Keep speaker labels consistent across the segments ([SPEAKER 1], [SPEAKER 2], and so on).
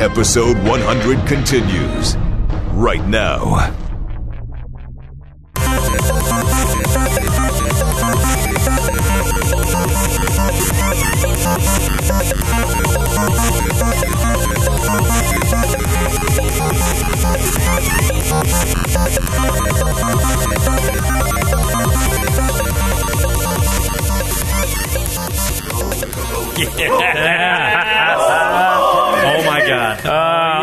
[SPEAKER 1] Episode 100 continues right now.
[SPEAKER 2] Oh my god.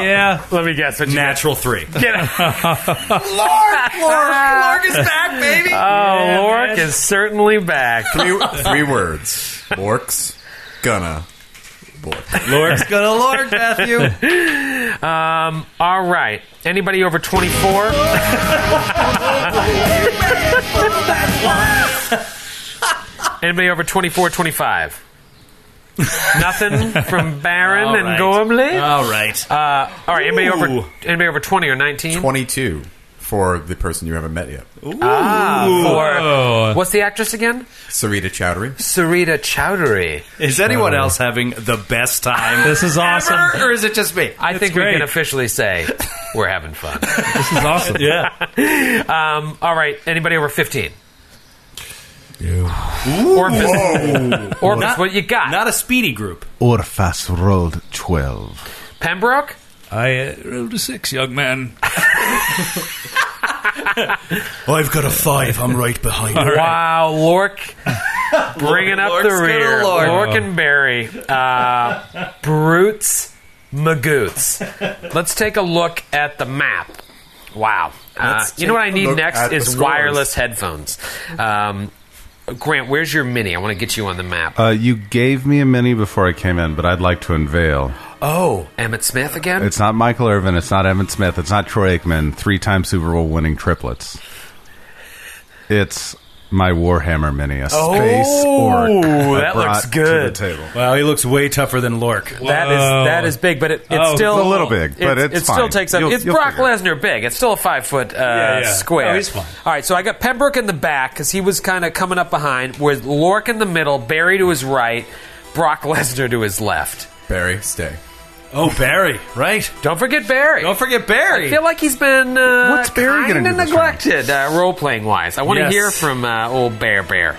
[SPEAKER 2] yeah.
[SPEAKER 3] Uh, Let me guess. What you
[SPEAKER 2] Natural three.
[SPEAKER 4] Lark, Lark, Lark is back, baby.
[SPEAKER 3] oh,
[SPEAKER 2] Yeah,
[SPEAKER 3] Lork
[SPEAKER 2] man.
[SPEAKER 3] is certainly back.
[SPEAKER 5] Three, three words. Borks. Gonna. Bork.
[SPEAKER 2] Lord.
[SPEAKER 4] Gonna Lark, Matthew.
[SPEAKER 3] Um, All right. Anybody over 24? Anybody over 24, 25? Nothing from Baron
[SPEAKER 2] All
[SPEAKER 3] and
[SPEAKER 2] right.
[SPEAKER 3] Gormley? Uh,
[SPEAKER 2] All right.
[SPEAKER 3] All right. Anybody
[SPEAKER 2] Ooh.
[SPEAKER 3] over anybody over 20 or 19?
[SPEAKER 5] 22 for the person you haven't met yet.
[SPEAKER 3] Ah.
[SPEAKER 2] Oh.
[SPEAKER 3] Or, what's the actress again?
[SPEAKER 5] Sarita Chowdhury.
[SPEAKER 3] Sarita Chowdhury.
[SPEAKER 2] Is anyone else having the best time?
[SPEAKER 6] This is awesome.
[SPEAKER 4] Ever, or is it just me?
[SPEAKER 3] I think we
[SPEAKER 6] great.
[SPEAKER 3] can officially say we're having fun.
[SPEAKER 6] This is awesome.
[SPEAKER 2] yeah.
[SPEAKER 3] Um, all right. Anybody over 15? Orphans. Orphans, what you got?
[SPEAKER 2] Not a speedy group.
[SPEAKER 7] Orphas rolled 12.
[SPEAKER 3] Pembroke?
[SPEAKER 6] I uh, rolled a six, young man.
[SPEAKER 2] I've got a five. I'm right behind you.
[SPEAKER 3] Wow, Lork bringing up
[SPEAKER 4] Lork's
[SPEAKER 3] the
[SPEAKER 4] gonna
[SPEAKER 3] rear.
[SPEAKER 4] Lork.
[SPEAKER 3] Lork and Barry. Uh, Brutes, Magoots. Let's take a look at the map. Wow. Uh,
[SPEAKER 5] Let's
[SPEAKER 3] you know what I
[SPEAKER 5] take a
[SPEAKER 3] need
[SPEAKER 5] look
[SPEAKER 3] next
[SPEAKER 5] at the
[SPEAKER 3] is
[SPEAKER 5] scores.
[SPEAKER 3] wireless headphones. Um, Grant, where's your mini? I want to get you on the map.
[SPEAKER 7] Uh, you gave me a mini before I came in, but I'd like to unveil.
[SPEAKER 2] Oh.
[SPEAKER 3] Emmett Smith again?
[SPEAKER 7] It's not Michael Irvin, it's not Evan Smith, it's not Troy Aikman, three time Super Bowl winning triplets. It's my Warhammer mini, a
[SPEAKER 3] Oh,
[SPEAKER 7] space orc. I
[SPEAKER 3] that
[SPEAKER 7] brought
[SPEAKER 3] looks
[SPEAKER 7] to
[SPEAKER 3] good.
[SPEAKER 7] the table.
[SPEAKER 2] Wow, he looks way tougher than Lork.
[SPEAKER 3] That is
[SPEAKER 6] Whoa.
[SPEAKER 3] that is big, but it, it's
[SPEAKER 6] Oh,
[SPEAKER 3] still
[SPEAKER 7] it's a little big, but
[SPEAKER 3] it's-
[SPEAKER 7] it's
[SPEAKER 3] it still
[SPEAKER 7] fine.
[SPEAKER 3] takes up.
[SPEAKER 7] You'll-
[SPEAKER 3] it's
[SPEAKER 7] you'll
[SPEAKER 3] Brock
[SPEAKER 7] figure it.
[SPEAKER 3] Lesnar big. It's still a five foot uh,
[SPEAKER 6] yeah.
[SPEAKER 3] square.
[SPEAKER 6] Oh, he's fine.
[SPEAKER 3] All right, so I got Pembroke in the back because he was kind of coming up behind, with Lork in the middle, Barry to his right, Brock Lesnar to his left.
[SPEAKER 5] Barry, stay.
[SPEAKER 2] Oh, Barry. Right.
[SPEAKER 3] Don't forget Barry.
[SPEAKER 4] Don't forget Barry.
[SPEAKER 3] I feel like he's been uh,
[SPEAKER 7] What's Barry gonna
[SPEAKER 3] kind of
[SPEAKER 7] do this round?
[SPEAKER 3] neglected uh, role playing wise. I want to
[SPEAKER 2] Yes.
[SPEAKER 3] hear from uh, old Bear Bear.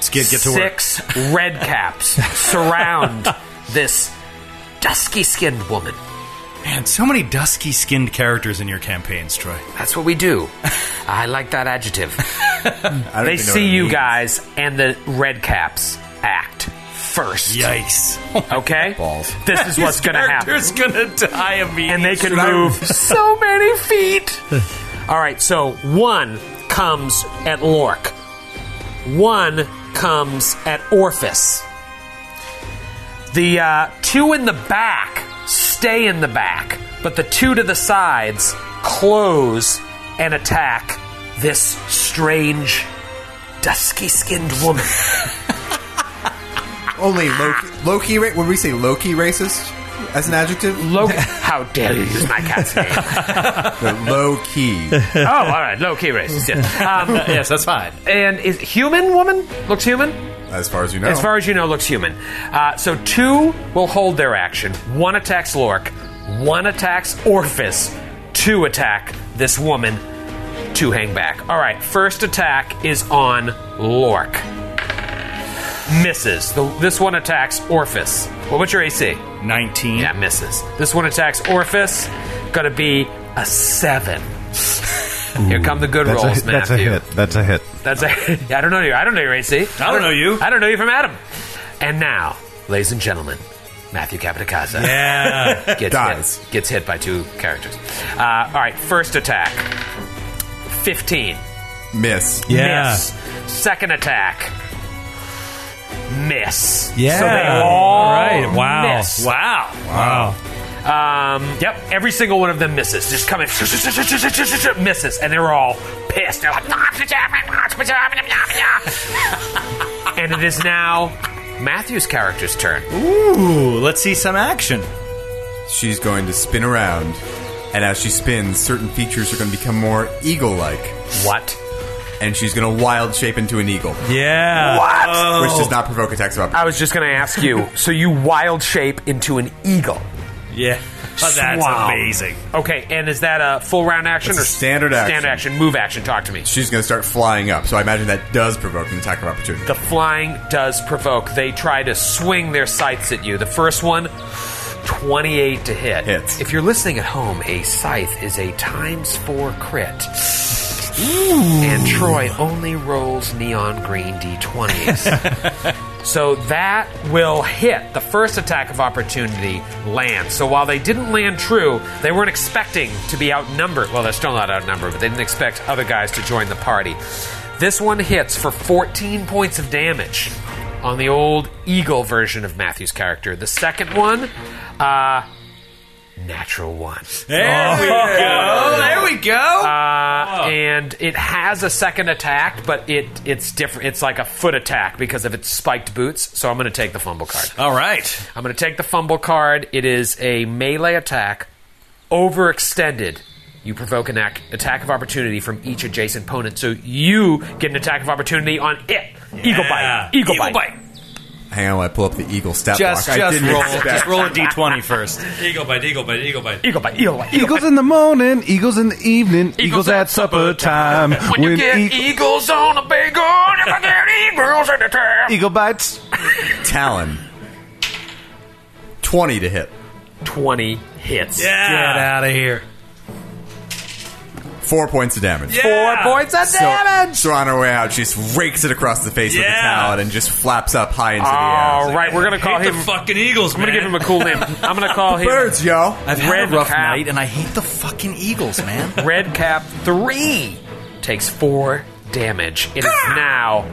[SPEAKER 2] Skid, get to work.
[SPEAKER 3] Six red caps surround this dusky skinned woman.
[SPEAKER 2] Man, so many dusky skinned characters in your campaigns, Troy.
[SPEAKER 3] That's what we do. I like that adjective.
[SPEAKER 5] I don't
[SPEAKER 3] They
[SPEAKER 5] even know what
[SPEAKER 3] see
[SPEAKER 5] it
[SPEAKER 3] you
[SPEAKER 5] means.
[SPEAKER 3] guys and the red caps act first.
[SPEAKER 2] Yikes.
[SPEAKER 3] Okay?
[SPEAKER 5] Balls.
[SPEAKER 3] This is what's going to happen.
[SPEAKER 2] Character's gonna die immediately.
[SPEAKER 3] And they can move so many feet. All right, so one comes at Lork, one comes at Orphis. The uh, two in the back stay in the back, but the two to the sides close and attack this strange, dusky skinned woman.
[SPEAKER 5] Only Loki. Loki ra- Would we say Loki races as an adjective?
[SPEAKER 3] Loki. How dare you use my cat's name?
[SPEAKER 5] The low key.
[SPEAKER 3] oh, all right, low key racist. Yeah. Um,
[SPEAKER 2] Yes, that's fine.
[SPEAKER 3] and is human woman looks human
[SPEAKER 5] As far as you know.
[SPEAKER 3] as far as you know looks human. Uh, so two will hold their action. One attacks Lork. One attacks Orphis. Two attack this woman. Two hang back. All right, first attack is on Lork. Misses. The, this one attacks Orphis. Well, what's your AC?
[SPEAKER 2] 19.
[SPEAKER 3] Yeah, misses. This one attacks Orphis. Gonna be a seven. Here come the good
[SPEAKER 7] That's a,
[SPEAKER 3] rolls,
[SPEAKER 7] hit- that's a
[SPEAKER 3] Matthew.
[SPEAKER 7] hit. That's a hit.
[SPEAKER 3] That's a. I don't know you. I don't know your AC.
[SPEAKER 2] I don't know you.
[SPEAKER 3] I don't know you from Adam. And now, ladies and gentlemen, Matthew Capitacasa
[SPEAKER 2] Yeah.
[SPEAKER 3] gets
[SPEAKER 5] Dies.
[SPEAKER 3] hit, gets hit by two characters. Uh, all right, first attack, fifteen.
[SPEAKER 5] Miss.
[SPEAKER 6] Yeah.
[SPEAKER 3] Miss. Second attack. Miss.
[SPEAKER 6] Yeah.
[SPEAKER 3] So they all
[SPEAKER 6] Right. Wow.
[SPEAKER 3] miss.
[SPEAKER 2] wow.
[SPEAKER 6] Wow.
[SPEAKER 3] Um, yep, every single one of them misses. Just coming misses, and they're all pissed. They're like, and it is now Matthew's character's turn.
[SPEAKER 2] Ooh, let's see some action.
[SPEAKER 5] She's going to spin around, and as she spins, certain features are going to become more eagle-like,
[SPEAKER 3] What?
[SPEAKER 5] and she's going to wild shape into an eagle,
[SPEAKER 6] Yeah.
[SPEAKER 5] which does not provoke attacks of
[SPEAKER 3] I
[SPEAKER 5] opportunity.
[SPEAKER 3] was just going to ask you. so you wild shape into an eagle.
[SPEAKER 6] Yeah. That's
[SPEAKER 3] Swam.
[SPEAKER 6] amazing.
[SPEAKER 3] Okay, and is that a full round action
[SPEAKER 5] That's a
[SPEAKER 3] or
[SPEAKER 5] standard
[SPEAKER 3] Standard
[SPEAKER 5] action.
[SPEAKER 3] action, move action. Talk to me.
[SPEAKER 5] She's going to start flying up, so I imagine that does provoke an attack of opportunity.
[SPEAKER 3] The flying does provoke. They try to swing their sights at you. The first one, 28 to hit.
[SPEAKER 5] Hits.
[SPEAKER 3] If you're listening at home, a scythe is a times four crit. And Troy only rolls neon green d20s. so that will hit. The first attack of opportunity lands. So while they didn't land true, they weren't expecting to be outnumbered. Well, they're still not outnumbered, but they didn't expect other guys to join the party. This one hits for 14 points of damage on the old eagle version of Matthew's character. The second one, uh, natural one.
[SPEAKER 4] Oh, there we go.
[SPEAKER 3] Uh, and it has a second attack, but it it's different. It's like a foot attack because of its spiked boots. So I'm going to take the fumble card.
[SPEAKER 2] All right.
[SPEAKER 3] I'm going to take the fumble card. It is a melee attack, overextended. You provoke an ac- attack of opportunity from each adjacent opponent, so you get an attack of opportunity on it. Eagle bite. Eagle,
[SPEAKER 6] Eagle
[SPEAKER 3] bite.
[SPEAKER 6] bite.
[SPEAKER 5] Hang on, while I pull up the eagle stat
[SPEAKER 4] Just,
[SPEAKER 5] block. I
[SPEAKER 4] just
[SPEAKER 5] didn't
[SPEAKER 4] roll.
[SPEAKER 5] expect-
[SPEAKER 4] Just roll a d20
[SPEAKER 2] first.
[SPEAKER 6] Eagle bite, eagle bite, eagle bite.
[SPEAKER 3] Eagle bite. Eagle bite. Eagle
[SPEAKER 7] Eagles in the morning, eagles in the evening, eagles, at supper time.
[SPEAKER 3] bite. When you get
[SPEAKER 7] eag-
[SPEAKER 3] eagles on a bagel, you can get eagles in the town.
[SPEAKER 7] eagle bites,
[SPEAKER 5] Talon. 20 to hit.
[SPEAKER 3] 20 hits.
[SPEAKER 6] Yeah.
[SPEAKER 2] Get out of here.
[SPEAKER 5] Four points of damage.
[SPEAKER 6] Yeah.
[SPEAKER 3] Four points of damage.
[SPEAKER 5] So on her way out, she just rakes it across the face with the
[SPEAKER 6] Yeah.
[SPEAKER 5] talon and just flaps up high into the
[SPEAKER 3] All
[SPEAKER 5] air.
[SPEAKER 3] right, we're going to call
[SPEAKER 6] Hate
[SPEAKER 3] him.
[SPEAKER 6] the fucking eagles,
[SPEAKER 3] I'm going to give him a cool name. I'm going to call him
[SPEAKER 5] Birds, yo.
[SPEAKER 4] I've had
[SPEAKER 3] Red
[SPEAKER 4] a rough
[SPEAKER 3] cap.
[SPEAKER 4] night, and I hate the fucking Eagles, man.
[SPEAKER 3] Red Cap 3 takes 4 damage. It is now.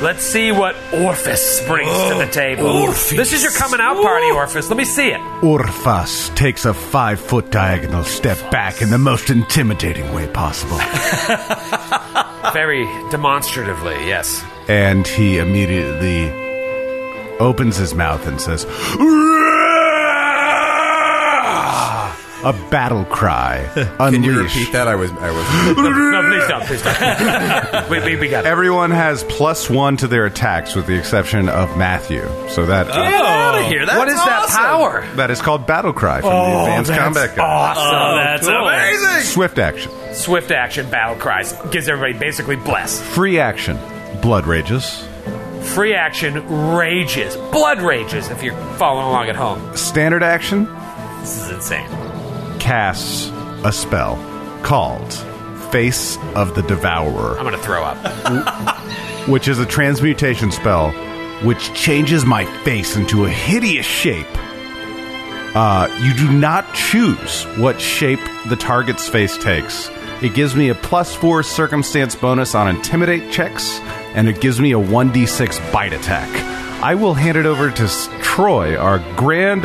[SPEAKER 3] Let's see what Orphis brings to the table. This is your coming out party, Orphis. Let me see it.
[SPEAKER 7] Orphas takes a five foot diagonal step back in the most intimidating way possible.
[SPEAKER 3] Very demonstratively, yes.
[SPEAKER 7] and he immediately opens his mouth and says, A battle cry.
[SPEAKER 5] Can you
[SPEAKER 7] Unleashed.
[SPEAKER 5] repeat that? I was. I was.
[SPEAKER 3] No, please don't. Please don't. we, we, we got it.
[SPEAKER 7] Everyone has plus one to their attacks with the exception of Matthew. So that
[SPEAKER 4] out
[SPEAKER 5] Oh.
[SPEAKER 4] of here. That's
[SPEAKER 3] Oh. what is that
[SPEAKER 4] awesome.
[SPEAKER 3] power?
[SPEAKER 7] that is called battle cry from the advanced combat guy.
[SPEAKER 6] Oh, that's amazing.
[SPEAKER 7] Swift action.
[SPEAKER 3] Swift action, battle cries. Gives everybody basically bless.
[SPEAKER 7] Free action. Blood rages.
[SPEAKER 3] Free action, rages. Blood rages, if you're following along at home.
[SPEAKER 7] Standard action.
[SPEAKER 3] This is insane.
[SPEAKER 7] casts a spell called Face of the Devourer,
[SPEAKER 3] I'm going to throw up.
[SPEAKER 7] which is a transmutation spell which changes my face into a hideous shape. Uh, you do not choose what shape the target's face takes. It gives me a plus four circumstance bonus on intimidate checks, and it gives me a 1d6 bite attack. I will hand it over to S- Troy, our grand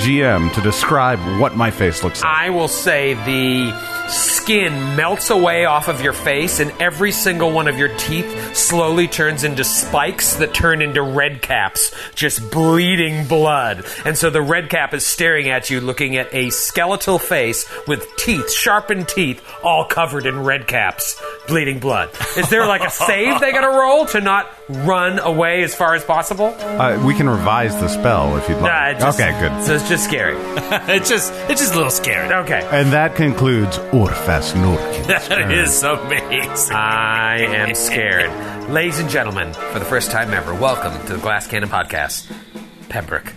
[SPEAKER 7] GM, to describe what my face looks like.
[SPEAKER 3] I will say the skin melts away off of your face, and every single one of your teeth slowly turns into spikes that turn into red caps, just bleeding blood. And so the red cap is staring at you, looking at a skeletal face with teeth, sharpened teeth, all covered in red caps, bleeding blood. Is there like a save they gotta roll to not run away as far as possible?
[SPEAKER 7] Uh, we can revise the spell if you'd like.
[SPEAKER 3] Nah, it just-
[SPEAKER 7] okay, good.
[SPEAKER 3] So it's just scary.
[SPEAKER 6] It's just, it's just a little scary.
[SPEAKER 3] Okay. Hmm.
[SPEAKER 7] And that concludes Orfas Norkin.
[SPEAKER 6] That is amazing.
[SPEAKER 3] I am scared. Ladies and gentlemen, for the first time ever, welcome to the Glass Cannon Podcast. Pembroke.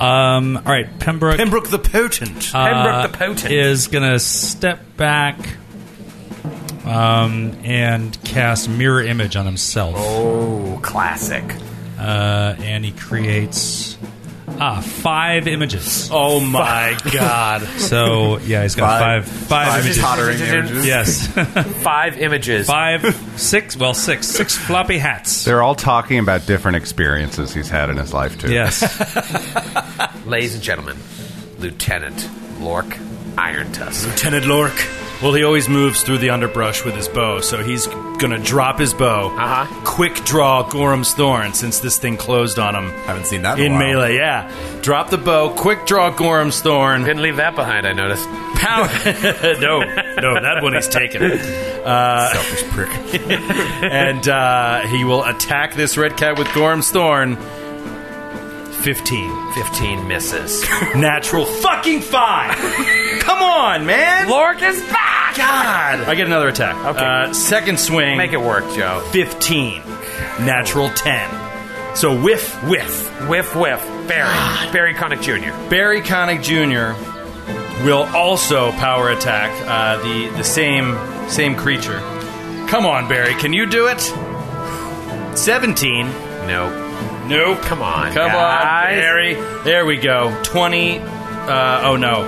[SPEAKER 6] Um, all right, Pembroke,
[SPEAKER 4] Pembroke the Potent.
[SPEAKER 3] Pembroke
[SPEAKER 6] uh,
[SPEAKER 3] the Potent.
[SPEAKER 6] is gonna step back, um, and cast mirror image on himself.
[SPEAKER 3] oh, classic.
[SPEAKER 6] Uh, and he creates ah five images.
[SPEAKER 2] Oh my god.
[SPEAKER 6] So yeah, he's got five
[SPEAKER 5] Five.
[SPEAKER 6] five
[SPEAKER 5] Five
[SPEAKER 6] images.
[SPEAKER 5] tottering images.
[SPEAKER 6] Yes,
[SPEAKER 3] Five images.
[SPEAKER 6] five, six. Well, six, six floppy hats.
[SPEAKER 7] They're all talking about different experiences he's had in his life, too.
[SPEAKER 6] Yes,
[SPEAKER 3] Ladies and gentlemen, Lieutenant Lork Iron Tusk.
[SPEAKER 2] Lieutenant Lork. Well, he always moves through the underbrush with his bow, so he's gonna drop his bow.
[SPEAKER 3] Uh-huh.
[SPEAKER 2] Quick draw Gorham's Thorn, since this thing closed on him.
[SPEAKER 5] Haven't seen that in a
[SPEAKER 2] In
[SPEAKER 5] while.
[SPEAKER 2] melee, yeah. Drop the bow, quick draw Gorham's Thorn.
[SPEAKER 3] Didn't leave that behind, I noticed.
[SPEAKER 2] Power. no, no, that one he's taken. Uh,
[SPEAKER 5] Selfish prick.
[SPEAKER 2] and uh, he will attack this red cat with Gorm's Thorn. 15.
[SPEAKER 3] 15 misses.
[SPEAKER 2] Natural fucking 5! Come on, man!
[SPEAKER 3] Lork is back!
[SPEAKER 2] I get another attack.
[SPEAKER 3] Okay.
[SPEAKER 2] Uh, second swing.
[SPEAKER 3] Make it work, Joe.
[SPEAKER 2] 15. Natural 10. So whiff, whiff.
[SPEAKER 3] Whiff, whiff. Barry. Barry Connick Jr.
[SPEAKER 2] Barry Connick Jr. will also power attack uh, the the same same creature. Come on, Barry, can you do it? Seventeen.
[SPEAKER 3] No.
[SPEAKER 2] Nope.
[SPEAKER 3] Come on,
[SPEAKER 2] Come on,
[SPEAKER 3] guys.
[SPEAKER 2] Barry. There we go. Twenty. Uh, oh no.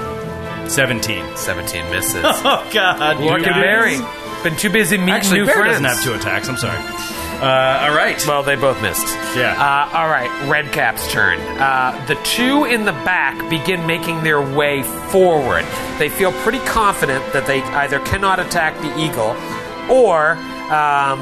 [SPEAKER 2] Seventeen.
[SPEAKER 3] 17 misses.
[SPEAKER 2] Oh God.
[SPEAKER 3] Lork
[SPEAKER 2] you
[SPEAKER 3] and
[SPEAKER 2] guys.
[SPEAKER 3] Barry. Been too busy meeting
[SPEAKER 2] Actually,
[SPEAKER 3] new
[SPEAKER 2] Barry
[SPEAKER 3] friends.
[SPEAKER 2] doesn't have two attacks. I'm sorry. Uh, all right.
[SPEAKER 3] Well, they both missed.
[SPEAKER 2] Yeah.
[SPEAKER 3] Uh, all right, Redcap's turn. Uh, the two in the back begin making their way forward. They feel pretty confident that they either cannot attack the eagle, or um,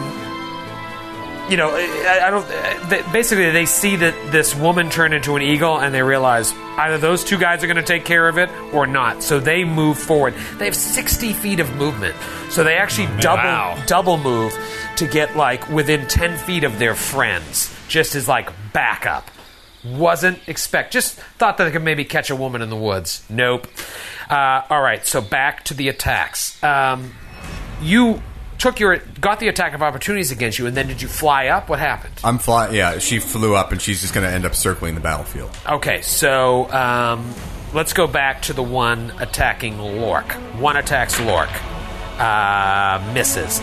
[SPEAKER 3] you know, I, I don't. They, basically, they see that this woman turned into an eagle, and they realize either those two guys are going to take care of it or not. So they move forward. They have sixty feet of movement, so they actually double
[SPEAKER 6] Wow.
[SPEAKER 3] double move to get like within 10 feet of their friends just as like backup wasn't expect just thought that they could maybe catch a woman in the woods nope uh, all right so back to the attacks um, you took your got the attack of opportunities against you and then did you fly up what happened
[SPEAKER 5] I'm flying. Yeah, she flew up, and she's just going to end up circling the battlefield.
[SPEAKER 3] okay so um, let's go back to the one attacking lork one attacks lork uh, misses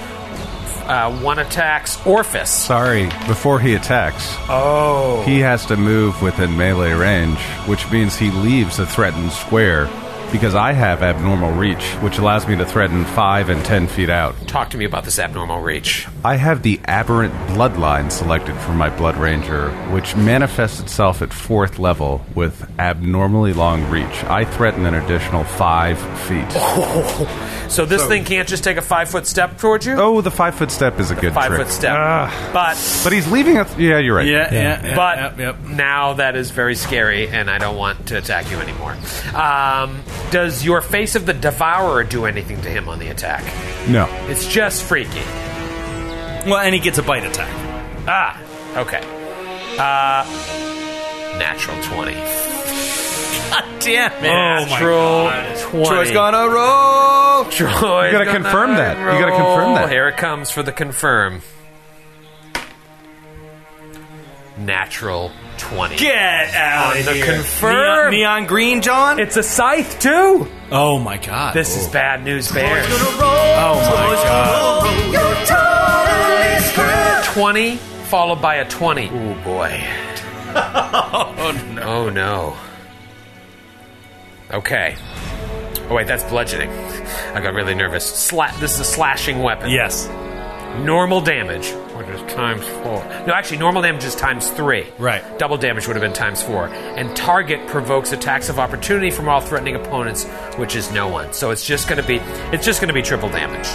[SPEAKER 3] uh, one attacks orphis
[SPEAKER 7] Sorry, before he attacks, oh, he has to move within melee range, which means he leaves the threatened square because I have abnormal reach, which allows me to threaten five and ten feet out.
[SPEAKER 3] Talk to me about this abnormal reach.
[SPEAKER 7] I have the aberrant bloodline selected for my blood ranger, which manifests itself at fourth level with abnormally long reach. I threaten an additional five feet.
[SPEAKER 3] So this thing can't just take a five foot step towards you.
[SPEAKER 7] Oh, the five foot step is a good
[SPEAKER 3] five
[SPEAKER 7] trick.
[SPEAKER 3] foot step.
[SPEAKER 7] Ah.
[SPEAKER 3] but
[SPEAKER 7] but he's leaving. A yeah, you're right.
[SPEAKER 2] yeah, yeah, yeah,
[SPEAKER 3] but
[SPEAKER 2] yep, yep.
[SPEAKER 3] now that is very scary, and I don't want to attack you anymore. Um, does your face of the devourer do anything to him on the attack?
[SPEAKER 7] No.
[SPEAKER 3] It's just freaky.
[SPEAKER 2] Well, and he gets a bite attack.
[SPEAKER 3] Ah, okay. Uh, natural twenty. God damn it!
[SPEAKER 6] Oh my
[SPEAKER 3] natural twenty.
[SPEAKER 5] Troy's gonna roll.
[SPEAKER 3] Troy's
[SPEAKER 7] You gotta
[SPEAKER 3] gonna
[SPEAKER 7] confirm that. You gotta confirm
[SPEAKER 3] roll.
[SPEAKER 7] that.
[SPEAKER 3] Here it comes for the confirm. Natural 20.
[SPEAKER 2] Get out
[SPEAKER 3] On
[SPEAKER 2] of
[SPEAKER 3] the
[SPEAKER 2] here.
[SPEAKER 3] confirm.
[SPEAKER 2] Neon, neon green, John.
[SPEAKER 3] It's a scythe, too?
[SPEAKER 2] oh my God.
[SPEAKER 3] This is bad news, Bear.
[SPEAKER 2] Oh my God.
[SPEAKER 3] 20 followed by a 20. Ooh, boy. oh, no. Oh, no. Okay. Oh, wait, that's bludgeoning. I got really nervous. Sla- this is a slashing weapon.
[SPEAKER 2] Yes.
[SPEAKER 3] Normal damage, which is times four. No, actually, normal damage is times three.
[SPEAKER 2] Right.
[SPEAKER 3] Double damage would have been times four. And target provokes attacks of opportunity from all threatening opponents, which is no one. So it's just going to be it's just going to be triple damage.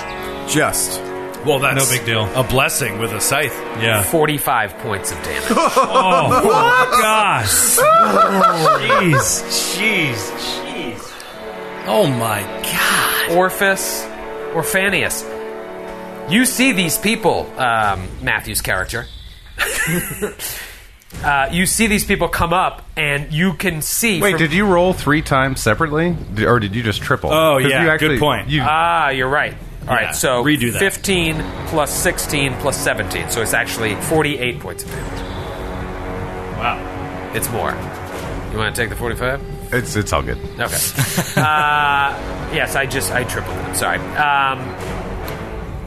[SPEAKER 5] Just.
[SPEAKER 2] Well, that's
[SPEAKER 6] No big deal.
[SPEAKER 2] A blessing with a scythe.
[SPEAKER 6] Yeah.
[SPEAKER 3] Forty five points of damage.
[SPEAKER 6] Oh, gosh. Jeez. Jeez.
[SPEAKER 2] Oh my god.
[SPEAKER 3] Orphis, Orphanius. You see these people, um, Matthew's character. uh, you see these people come up, and you can see.
[SPEAKER 7] Wait,
[SPEAKER 3] from-
[SPEAKER 7] did you roll three times separately, D- or did you just triple?
[SPEAKER 2] Oh,
[SPEAKER 7] 'Cause
[SPEAKER 2] yeah,
[SPEAKER 7] you
[SPEAKER 2] good
[SPEAKER 7] actually,
[SPEAKER 2] point.
[SPEAKER 7] You,
[SPEAKER 3] Ah, you're right. All right,
[SPEAKER 2] Yeah,
[SPEAKER 3] so
[SPEAKER 2] redo that.
[SPEAKER 3] 15 plus 16 plus 17. So it's actually 48 points of damage.
[SPEAKER 2] Wow.
[SPEAKER 3] It's more. You want to take the 45?
[SPEAKER 7] it's it's all good.
[SPEAKER 3] Okay. uh, yes, I just I tripled it. Sorry. Um,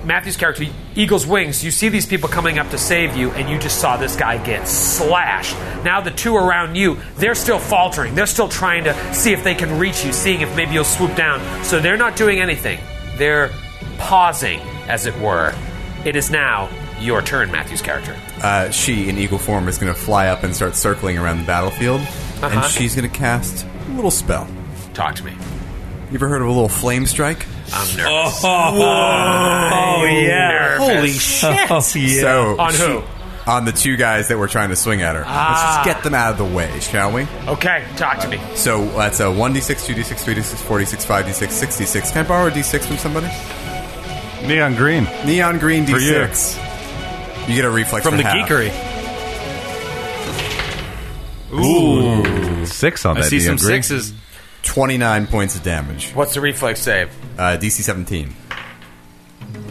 [SPEAKER 3] Matthew's character, Eagle's Wings. You see these people coming up to save you, and you just saw this guy get slashed. Now the two around you, they're still faltering. They're still trying to see if they can reach you, seeing if maybe you'll swoop down. So they're not doing anything. They're pausing, as it were. It is now your turn, Matthew's character.
[SPEAKER 5] Uh, she, in eagle form, is going to fly up and start circling around the battlefield, and
[SPEAKER 3] Uh-huh.
[SPEAKER 5] she's going to cast a little spell.
[SPEAKER 3] Talk to me.
[SPEAKER 5] You ever heard of a little flame strike?
[SPEAKER 3] I'm nervous.
[SPEAKER 6] Oh, yeah.
[SPEAKER 2] Holy shit.
[SPEAKER 6] Oh, yeah.
[SPEAKER 5] So
[SPEAKER 3] On who? Ah.
[SPEAKER 5] she- on the two guys that were trying to swing at her. Let's just get them out of the way, shall we?
[SPEAKER 3] Okay, talk to me.
[SPEAKER 5] So that's a 1d6, 2d6, 3d6, 4d6, 5d6, 6d6. Can I borrow a d6 from somebody?
[SPEAKER 7] Neon green.
[SPEAKER 5] Neon green
[SPEAKER 7] For you.
[SPEAKER 5] d6. You get a reflex
[SPEAKER 2] From
[SPEAKER 5] for
[SPEAKER 2] the
[SPEAKER 5] half.
[SPEAKER 2] geekery.
[SPEAKER 7] Six on
[SPEAKER 2] I
[SPEAKER 7] that.
[SPEAKER 2] see
[SPEAKER 7] do you
[SPEAKER 2] some
[SPEAKER 7] agree?
[SPEAKER 2] sixes.
[SPEAKER 5] 29 points of damage.
[SPEAKER 8] What's the reflex save?
[SPEAKER 5] Uh, DC 17.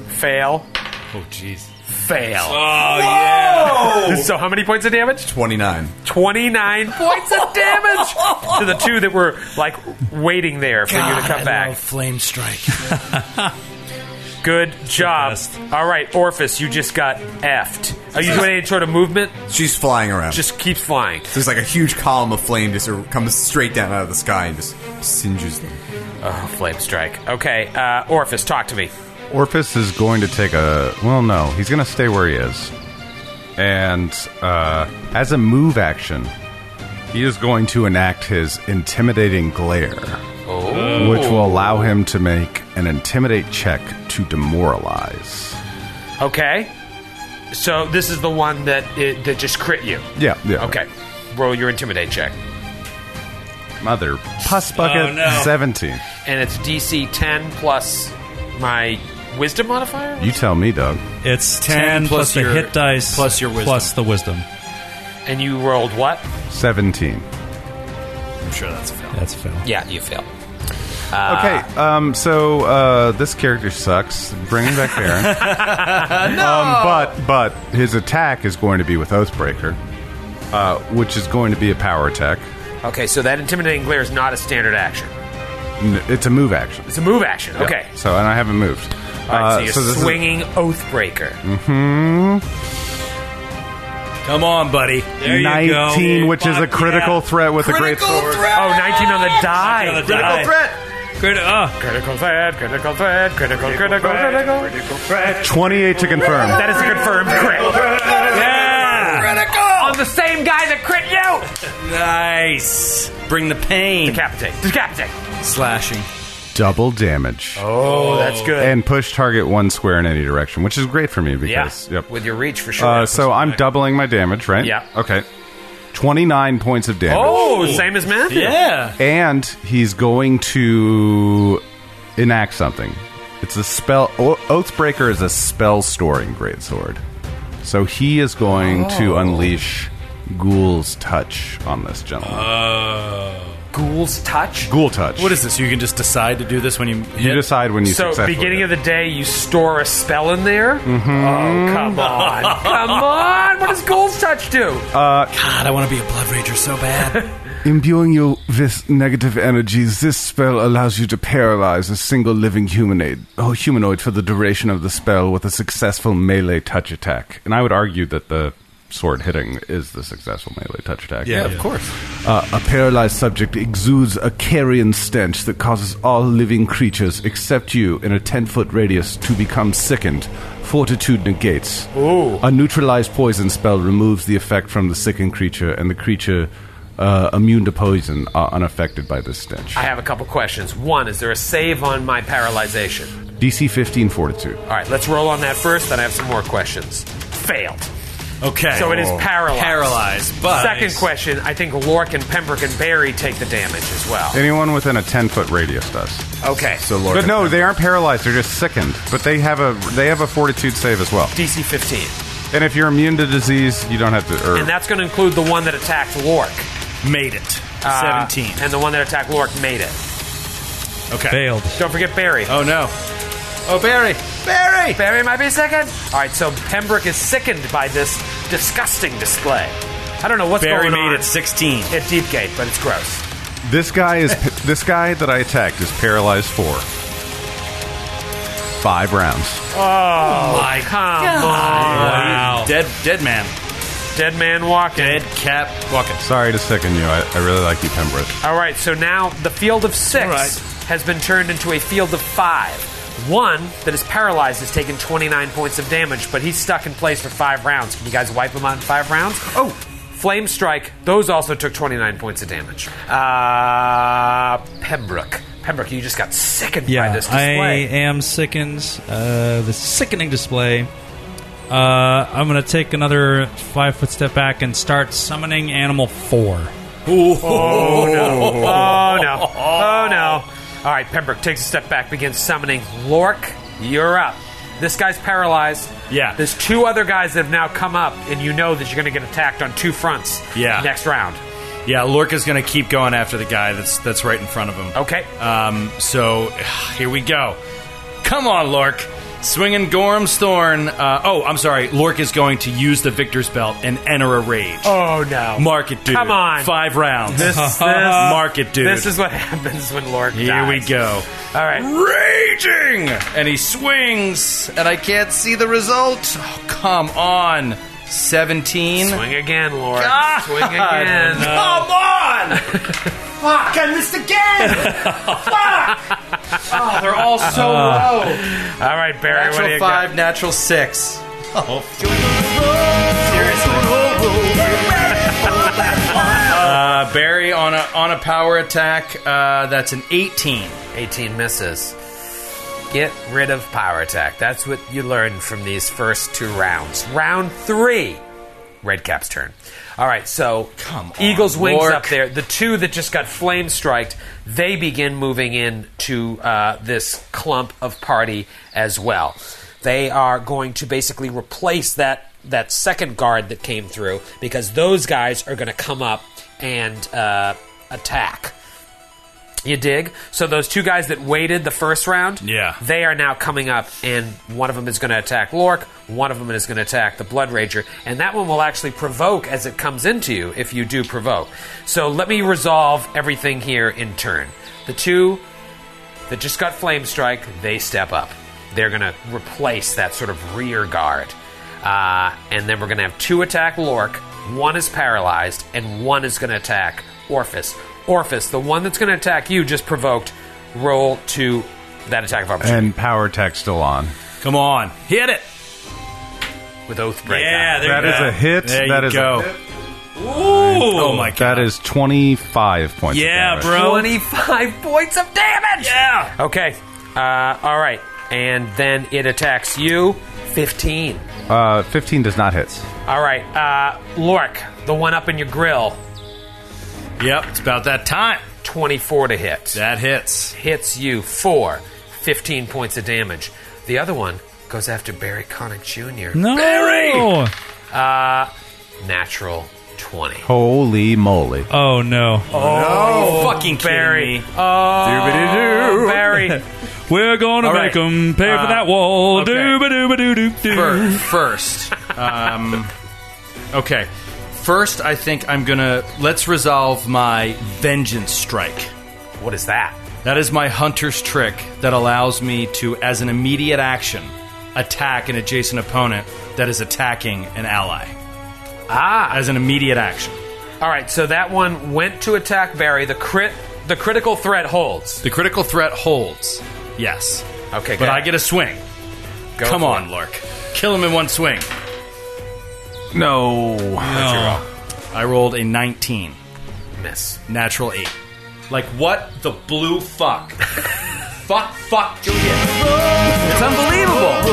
[SPEAKER 3] Fail.
[SPEAKER 2] Oh, jeez.
[SPEAKER 3] Fail. Oh, yeah. So, how many points of damage?
[SPEAKER 5] 29.
[SPEAKER 3] 29 points of damage to the two that were, like, waiting there for you to come back.
[SPEAKER 4] flame strike.
[SPEAKER 3] Good job.
[SPEAKER 6] best.
[SPEAKER 3] All right, Orphis, you just got effed. Are you doing any sort of movement?
[SPEAKER 5] She's flying around.
[SPEAKER 3] Just keeps flying.
[SPEAKER 5] There's like a huge column of flame just er- comes straight down out of the sky and just singes them.
[SPEAKER 3] Oh, flame strike. Okay, uh, Orphis, talk to me.
[SPEAKER 7] Orphis is going to take a. Well, no, he's going to stay where he is. And uh, as a move action, he is going to enact his intimidating glare,
[SPEAKER 2] Oh.
[SPEAKER 7] which will allow him to make an intimidate check to demoralize.
[SPEAKER 3] Okay. So this is the one that it, that just crit you.
[SPEAKER 7] Yeah, yeah.
[SPEAKER 3] Okay. Roll your intimidate check,
[SPEAKER 7] Mother pus bucket
[SPEAKER 6] Oh, no.
[SPEAKER 7] seventeen.
[SPEAKER 3] and it's DC 10 plus my wisdom modifier.
[SPEAKER 7] You tell me, Doug.
[SPEAKER 6] It's 10, plus,
[SPEAKER 2] your-
[SPEAKER 6] the hit dice
[SPEAKER 2] plus your wisdom.
[SPEAKER 6] plus the wisdom.
[SPEAKER 3] And you rolled what?
[SPEAKER 7] Seventeen.
[SPEAKER 6] That's a fail.
[SPEAKER 3] Yeah, you failed. Ah.
[SPEAKER 7] Okay, um, so uh, this character sucks. Bring him back Baron. um, but but his attack is going to be with Oathbreaker, uh, which is going to be a power attack.
[SPEAKER 3] Okay, so that intimidating glare is not a standard action.
[SPEAKER 7] N- It's a move action.
[SPEAKER 3] It's a move action. Okay.
[SPEAKER 7] So and I haven't moved.
[SPEAKER 3] All right,
[SPEAKER 7] Uh,
[SPEAKER 3] so you're
[SPEAKER 7] this is- Mm-hmm.
[SPEAKER 3] swinging Oathbreaker.
[SPEAKER 2] Come on, buddy.
[SPEAKER 6] There you go.
[SPEAKER 7] 19, which is a
[SPEAKER 6] Fuck
[SPEAKER 7] critical
[SPEAKER 6] yeah.
[SPEAKER 7] threat with a great sword.
[SPEAKER 3] Oh, 19 on the die.
[SPEAKER 6] Gotta die. Crit- oh,
[SPEAKER 3] Critical threat, critical threat, critical, critical, critical.
[SPEAKER 7] 28 to confirm.
[SPEAKER 3] That is a confirmed crit.
[SPEAKER 6] yeah.
[SPEAKER 3] On the same guy that crit you!
[SPEAKER 2] Nice. Bring the pain.
[SPEAKER 3] Decapitate, decapitate.
[SPEAKER 2] Slashing.
[SPEAKER 7] Double damage.
[SPEAKER 3] Oh, that's good.
[SPEAKER 7] And push target one square in any direction, which is great for me because. Yep.
[SPEAKER 3] With your reach, for sure.
[SPEAKER 7] Uh, so I'm doubling my damage, right?
[SPEAKER 3] Yeah.
[SPEAKER 7] Okay. 29 points of damage.
[SPEAKER 3] oh, same as Matthew.
[SPEAKER 2] Yeah.
[SPEAKER 7] And he's going to enact something. It's a spell. O- Oathbreaker is a spell storing greatsword. So he is going
[SPEAKER 3] Oh.
[SPEAKER 7] to unleash Ghoul's Touch on this gentleman.
[SPEAKER 3] Uh. Ghoul's touch.
[SPEAKER 7] Ghoul Touch.
[SPEAKER 2] What is this? You can just decide to do this when you hit?
[SPEAKER 7] you decide when you
[SPEAKER 3] So,
[SPEAKER 7] successfully
[SPEAKER 3] beginning of the day, you store a spell in there.
[SPEAKER 8] Mm.
[SPEAKER 3] Oh, come on, come on! What does Ghoul's touch do?
[SPEAKER 2] God, I want to be a Blood Rager so bad.
[SPEAKER 7] Imbuing you with negative energies, this spell allows you to paralyze a single living humanoid, oh, humanoid for the duration of the spell with a successful melee touch attack. And I would argue that the sword hitting is the successful melee touch attack. Yeah, of course. Uh, a paralyzed subject exudes a carrion stench that causes all living creatures except you in a 10 foot radius to become sickened. Fortitude negates. A neutralized poison spell removes the effect from the sickened creature, and the creature uh, immune to poison are unaffected by this stench.
[SPEAKER 3] I have a couple questions. One, is there a save on my paralyzation?
[SPEAKER 7] DC 15 Fortitude.
[SPEAKER 3] All right, let's roll on that first. Then I have some more questions. Failed.
[SPEAKER 2] okay. Oh.
[SPEAKER 3] So it is
[SPEAKER 7] Oh.
[SPEAKER 3] paralyzed.
[SPEAKER 2] paralyzed. But
[SPEAKER 3] Second question: I think Lork and Pembroke and Barry take the damage as well.
[SPEAKER 7] Anyone within a 10 foot radius does.
[SPEAKER 3] Okay.
[SPEAKER 5] So Lord,
[SPEAKER 7] But no, they aren't paralyzed. They're just sickened. But they have a they have a fortitude save as well.
[SPEAKER 3] DC 15,
[SPEAKER 7] And if you're immune to disease, you don't have to. Or,
[SPEAKER 3] and that's going to include the one that attacked Lork.
[SPEAKER 2] made it.
[SPEAKER 3] Uh,
[SPEAKER 2] Seventeen.
[SPEAKER 3] And the one that attacked Lork made it.
[SPEAKER 2] Okay.
[SPEAKER 6] Failed.
[SPEAKER 3] Don't forget Barry.
[SPEAKER 2] Oh no. Oh Barry.
[SPEAKER 3] Barry! Barry might be second. All right, so Pembroke is sickened by this disgusting display. I don't know what's
[SPEAKER 2] Barry
[SPEAKER 3] going
[SPEAKER 2] made
[SPEAKER 3] on
[SPEAKER 2] it sixteen.
[SPEAKER 3] at Deep Gate, but it's gross.
[SPEAKER 7] This guy is this guy that I attacked is paralyzed for five rounds.
[SPEAKER 3] My Oh, come
[SPEAKER 2] Wow. Dead dead man.
[SPEAKER 3] on. Dead man walking.
[SPEAKER 2] Dead cat walking.
[SPEAKER 7] Sorry to sicken you. I, I really like you, Pembroke.
[SPEAKER 3] All right, so now the field of six has been turned into a field of five. One that is paralyzed has taken 29 points of damage, but he's stuck in place for five rounds. Can you guys wipe him out in five rounds? Oh! Flame Strike, those also took 29 points of damage. Uh, Pembroke. Pembroke, you just got sickened by
[SPEAKER 6] Yeah,
[SPEAKER 3] this
[SPEAKER 6] I
[SPEAKER 3] display.
[SPEAKER 6] am sickened. Uh, the sickening display. Uh, I'm gonna take another five foot step back and start summoning animal four.
[SPEAKER 3] Oh no. Oh no. All right, Pembroke takes a step back, begins summoning Lork. You're up. This guy's paralyzed.
[SPEAKER 2] Yeah.
[SPEAKER 3] There's two other guys that have now come up, and you know that you're going to get attacked on two fronts
[SPEAKER 2] Yeah.
[SPEAKER 3] next round.
[SPEAKER 2] Yeah, Lorca's going to keep going after the guy that's that's right in front of him.
[SPEAKER 3] Okay.
[SPEAKER 2] Um, so here we go. Come on, Lork. Swinging Gorm's Thorn. Uh, oh, I'm sorry. Lork is going to use the Victor's Belt and enter a rage.
[SPEAKER 3] Oh no!
[SPEAKER 2] Mark it, dude.
[SPEAKER 3] Come on.
[SPEAKER 2] Five rounds.
[SPEAKER 3] This- this-
[SPEAKER 2] Mark it, dude.
[SPEAKER 3] This is what happens when Lork
[SPEAKER 2] Here
[SPEAKER 3] dies.
[SPEAKER 2] we go.
[SPEAKER 3] All right.
[SPEAKER 2] Raging! And he swings, and I can't see the result. Oh, come on. 17.
[SPEAKER 3] Swing again, Lork.
[SPEAKER 9] Ah.
[SPEAKER 2] God.
[SPEAKER 3] Swing again.
[SPEAKER 2] Come on! Fuck, I missed again! Fuck! Oh, they're all so
[SPEAKER 7] Ah.
[SPEAKER 2] low.
[SPEAKER 3] All right, Barry. what do
[SPEAKER 2] Natural
[SPEAKER 3] you
[SPEAKER 2] five, natural six. Oh. Uh, Barry on a on a power attack. Uh, that's an eighteen.
[SPEAKER 3] got? Eighteen misses. Get rid of power attack. That's what you learn from these first two rounds. Round three, Redcap's turn. All right, so
[SPEAKER 2] Come on,
[SPEAKER 3] Eagles wings
[SPEAKER 2] Lork.
[SPEAKER 3] up there. The two that just got flame striked, they begin moving in to uh, this clump of party as well. They are going to basically replace that that second guard that came through because those guys are going to come up and uh, attack. You dig? So those two guys that waited the first round,
[SPEAKER 2] Yeah.
[SPEAKER 3] they are now coming up, and one of them is going to attack Lork, one of them is going to attack the Blood Rager, and that one will actually provoke as it comes into you if you do provoke. So let me resolve everything here in turn. The two that just got Flame Strike, they step up. They're going to replace that sort of rear guard. Uh, and then we're going to have two attack Lork. One is paralyzed, and one is going to attack Orphis. Orphis, the one that's going to attack you, just provoked. Roll to that attack of opportunity.
[SPEAKER 7] And power attack still on.
[SPEAKER 2] Come on, hit it!
[SPEAKER 3] with Oathbreaker.
[SPEAKER 2] Yeah, there
[SPEAKER 7] That
[SPEAKER 2] you
[SPEAKER 7] is
[SPEAKER 2] go.
[SPEAKER 7] a hit.
[SPEAKER 2] There
[SPEAKER 7] That
[SPEAKER 2] you
[SPEAKER 7] is a
[SPEAKER 2] go.
[SPEAKER 7] hit.
[SPEAKER 2] Ooh! Oh my
[SPEAKER 7] That
[SPEAKER 2] god!
[SPEAKER 7] is 25 points. of
[SPEAKER 2] Yeah,
[SPEAKER 7] damage.
[SPEAKER 2] bro.
[SPEAKER 3] 25 points of damage!
[SPEAKER 2] Yeah.
[SPEAKER 3] Okay. Uh, all right. And then it attacks you. 15.
[SPEAKER 7] Uh, 15 does not hit.
[SPEAKER 3] All right. Uh, Lork, the one up in your grill.
[SPEAKER 2] Yep, it's about that time.
[SPEAKER 3] 24 to hit.
[SPEAKER 2] That hits.
[SPEAKER 3] hits you for 15 points of damage. The other one goes after Barry Connick Jr.
[SPEAKER 6] No.
[SPEAKER 3] Natural 20.
[SPEAKER 7] Holy moly.
[SPEAKER 6] Oh no.
[SPEAKER 2] Oh, fucking
[SPEAKER 3] Barry.
[SPEAKER 2] kidding me.
[SPEAKER 3] Oh, Barry.
[SPEAKER 6] We're gonna
[SPEAKER 3] All
[SPEAKER 6] make
[SPEAKER 3] right.
[SPEAKER 6] 'em make them pay for that wall.
[SPEAKER 3] okay.
[SPEAKER 6] Dooba dooba doo doo doo.
[SPEAKER 2] Uh, Fir- first. Um, okay. First, I think I'm gonna let's resolve my vengeance strike.
[SPEAKER 3] What is that?
[SPEAKER 2] That is my hunter's trick that allows me to, as an immediate action, attack an adjacent opponent that is attacking an ally. Ah, as an immediate action.
[SPEAKER 3] All right, so that one went to attack Barry. The crit, the critical threat holds.
[SPEAKER 2] The critical threat holds. Yes.
[SPEAKER 3] Okay,
[SPEAKER 2] But
[SPEAKER 3] go.
[SPEAKER 2] I get a swing.
[SPEAKER 3] Go
[SPEAKER 2] Come
[SPEAKER 3] for
[SPEAKER 2] on,
[SPEAKER 3] it.
[SPEAKER 2] Lark. Kill him in one swing.
[SPEAKER 7] No.
[SPEAKER 2] I rolled a 19.
[SPEAKER 3] miss.
[SPEAKER 2] Natural 8. Like, what the blue fuck? fuck, fuck, Julian. It's unbelievable.
[SPEAKER 3] Oh,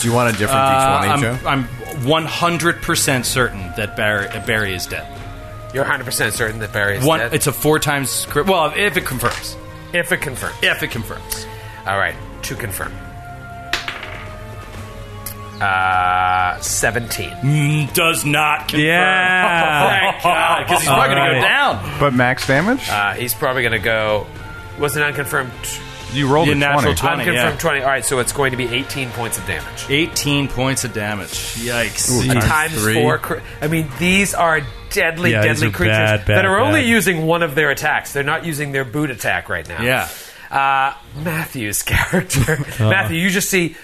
[SPEAKER 5] Do you want a different
[SPEAKER 2] Uh, I'm,
[SPEAKER 5] D20, Joe?
[SPEAKER 2] I'm 100% certain that Barry, uh, Barry is dead.
[SPEAKER 3] You're 100% certain that Barry is
[SPEAKER 2] One,
[SPEAKER 3] dead?
[SPEAKER 2] It's a four times crit. Well, if it confirms.
[SPEAKER 3] if it confirms.
[SPEAKER 2] If it confirms.
[SPEAKER 3] All right, to confirm. Uh, 17.
[SPEAKER 2] Mm, Does not confirm. Oh,
[SPEAKER 6] Yeah.
[SPEAKER 2] Thank God, because he's
[SPEAKER 6] All
[SPEAKER 2] probably going to
[SPEAKER 6] right.
[SPEAKER 2] go down.
[SPEAKER 7] But max damage?
[SPEAKER 3] Uh, he's probably going to go. Was an unconfirmed.
[SPEAKER 7] you rolled
[SPEAKER 2] you
[SPEAKER 7] a 20.
[SPEAKER 2] natural 20.
[SPEAKER 3] unconfirmed
[SPEAKER 2] yeah.
[SPEAKER 3] 20. All right, so it's going to be 18 points of damage.
[SPEAKER 2] 18 points of damage. Yikes.
[SPEAKER 5] Times
[SPEAKER 3] Times
[SPEAKER 5] three.
[SPEAKER 3] four. Cr- I mean, these are deadly,
[SPEAKER 6] Yeah, these
[SPEAKER 3] deadly
[SPEAKER 6] are
[SPEAKER 3] creatures
[SPEAKER 6] bad, bad,
[SPEAKER 3] that are only
[SPEAKER 6] bad.
[SPEAKER 3] using one of their attacks. They're not using their boot attack right now.
[SPEAKER 2] Yeah.
[SPEAKER 3] Uh, Matthew's character. Matthew, you just see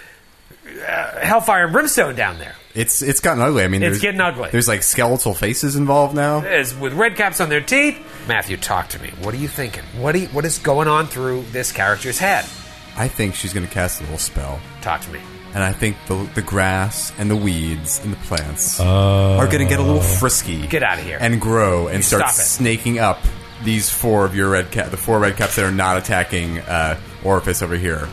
[SPEAKER 3] uh, Hellfire and Brimstone down there.
[SPEAKER 5] It's it's gotten ugly. I mean,
[SPEAKER 3] It's
[SPEAKER 5] there's-
[SPEAKER 3] getting ugly.
[SPEAKER 5] There's like skeletal faces involved now.
[SPEAKER 3] Is with red caps on their teeth. Matthew, talk to me. What are you thinking? What, are you, what is going on through this character's head?
[SPEAKER 5] I think she's going to cast a little spell,
[SPEAKER 3] Talk to me.
[SPEAKER 5] and I think the the grass and the weeds and the plants
[SPEAKER 7] Uh,
[SPEAKER 5] are going to get a little frisky.
[SPEAKER 3] Get outta here.
[SPEAKER 5] and grow and start
[SPEAKER 3] stop it.
[SPEAKER 5] snaking up these four of your red cap, the four red caps that are not attacking uh, Orifice over here.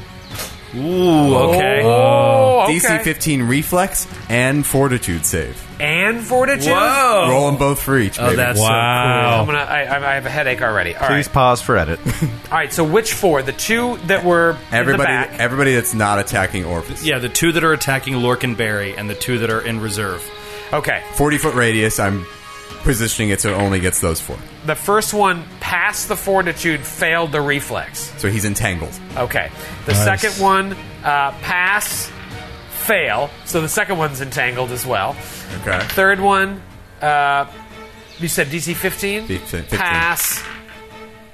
[SPEAKER 2] Ooh, okay.
[SPEAKER 3] Oh, okay.
[SPEAKER 5] DC 15 reflex and fortitude save.
[SPEAKER 3] and fortitude.
[SPEAKER 2] Whoa.
[SPEAKER 5] Roll them both for each.
[SPEAKER 2] Oh,
[SPEAKER 5] baby.
[SPEAKER 2] that's
[SPEAKER 3] I'm
[SPEAKER 6] Wow.
[SPEAKER 3] gonna. I, I I have a headache already. All
[SPEAKER 7] Please
[SPEAKER 3] right.
[SPEAKER 7] pause for edit.
[SPEAKER 3] All right. So which four? The two that were
[SPEAKER 5] everybody.
[SPEAKER 3] In the back.
[SPEAKER 5] Everybody that's not attacking Orifice.
[SPEAKER 2] Yeah, the two that are attacking Lork and Barry and the two that are in reserve.
[SPEAKER 3] Okay.
[SPEAKER 5] 40 foot radius. I'm positioning it so it only gets those four.
[SPEAKER 3] The first one passed the fortitude, failed the reflex.
[SPEAKER 5] So he's entangled.
[SPEAKER 3] Okay. The
[SPEAKER 6] Nice.
[SPEAKER 3] second one, uh, pass, fail. So the second one's entangled as well.
[SPEAKER 5] Okay.
[SPEAKER 3] Third one, uh, you said DC 15?
[SPEAKER 5] 15, 15.
[SPEAKER 3] Pass,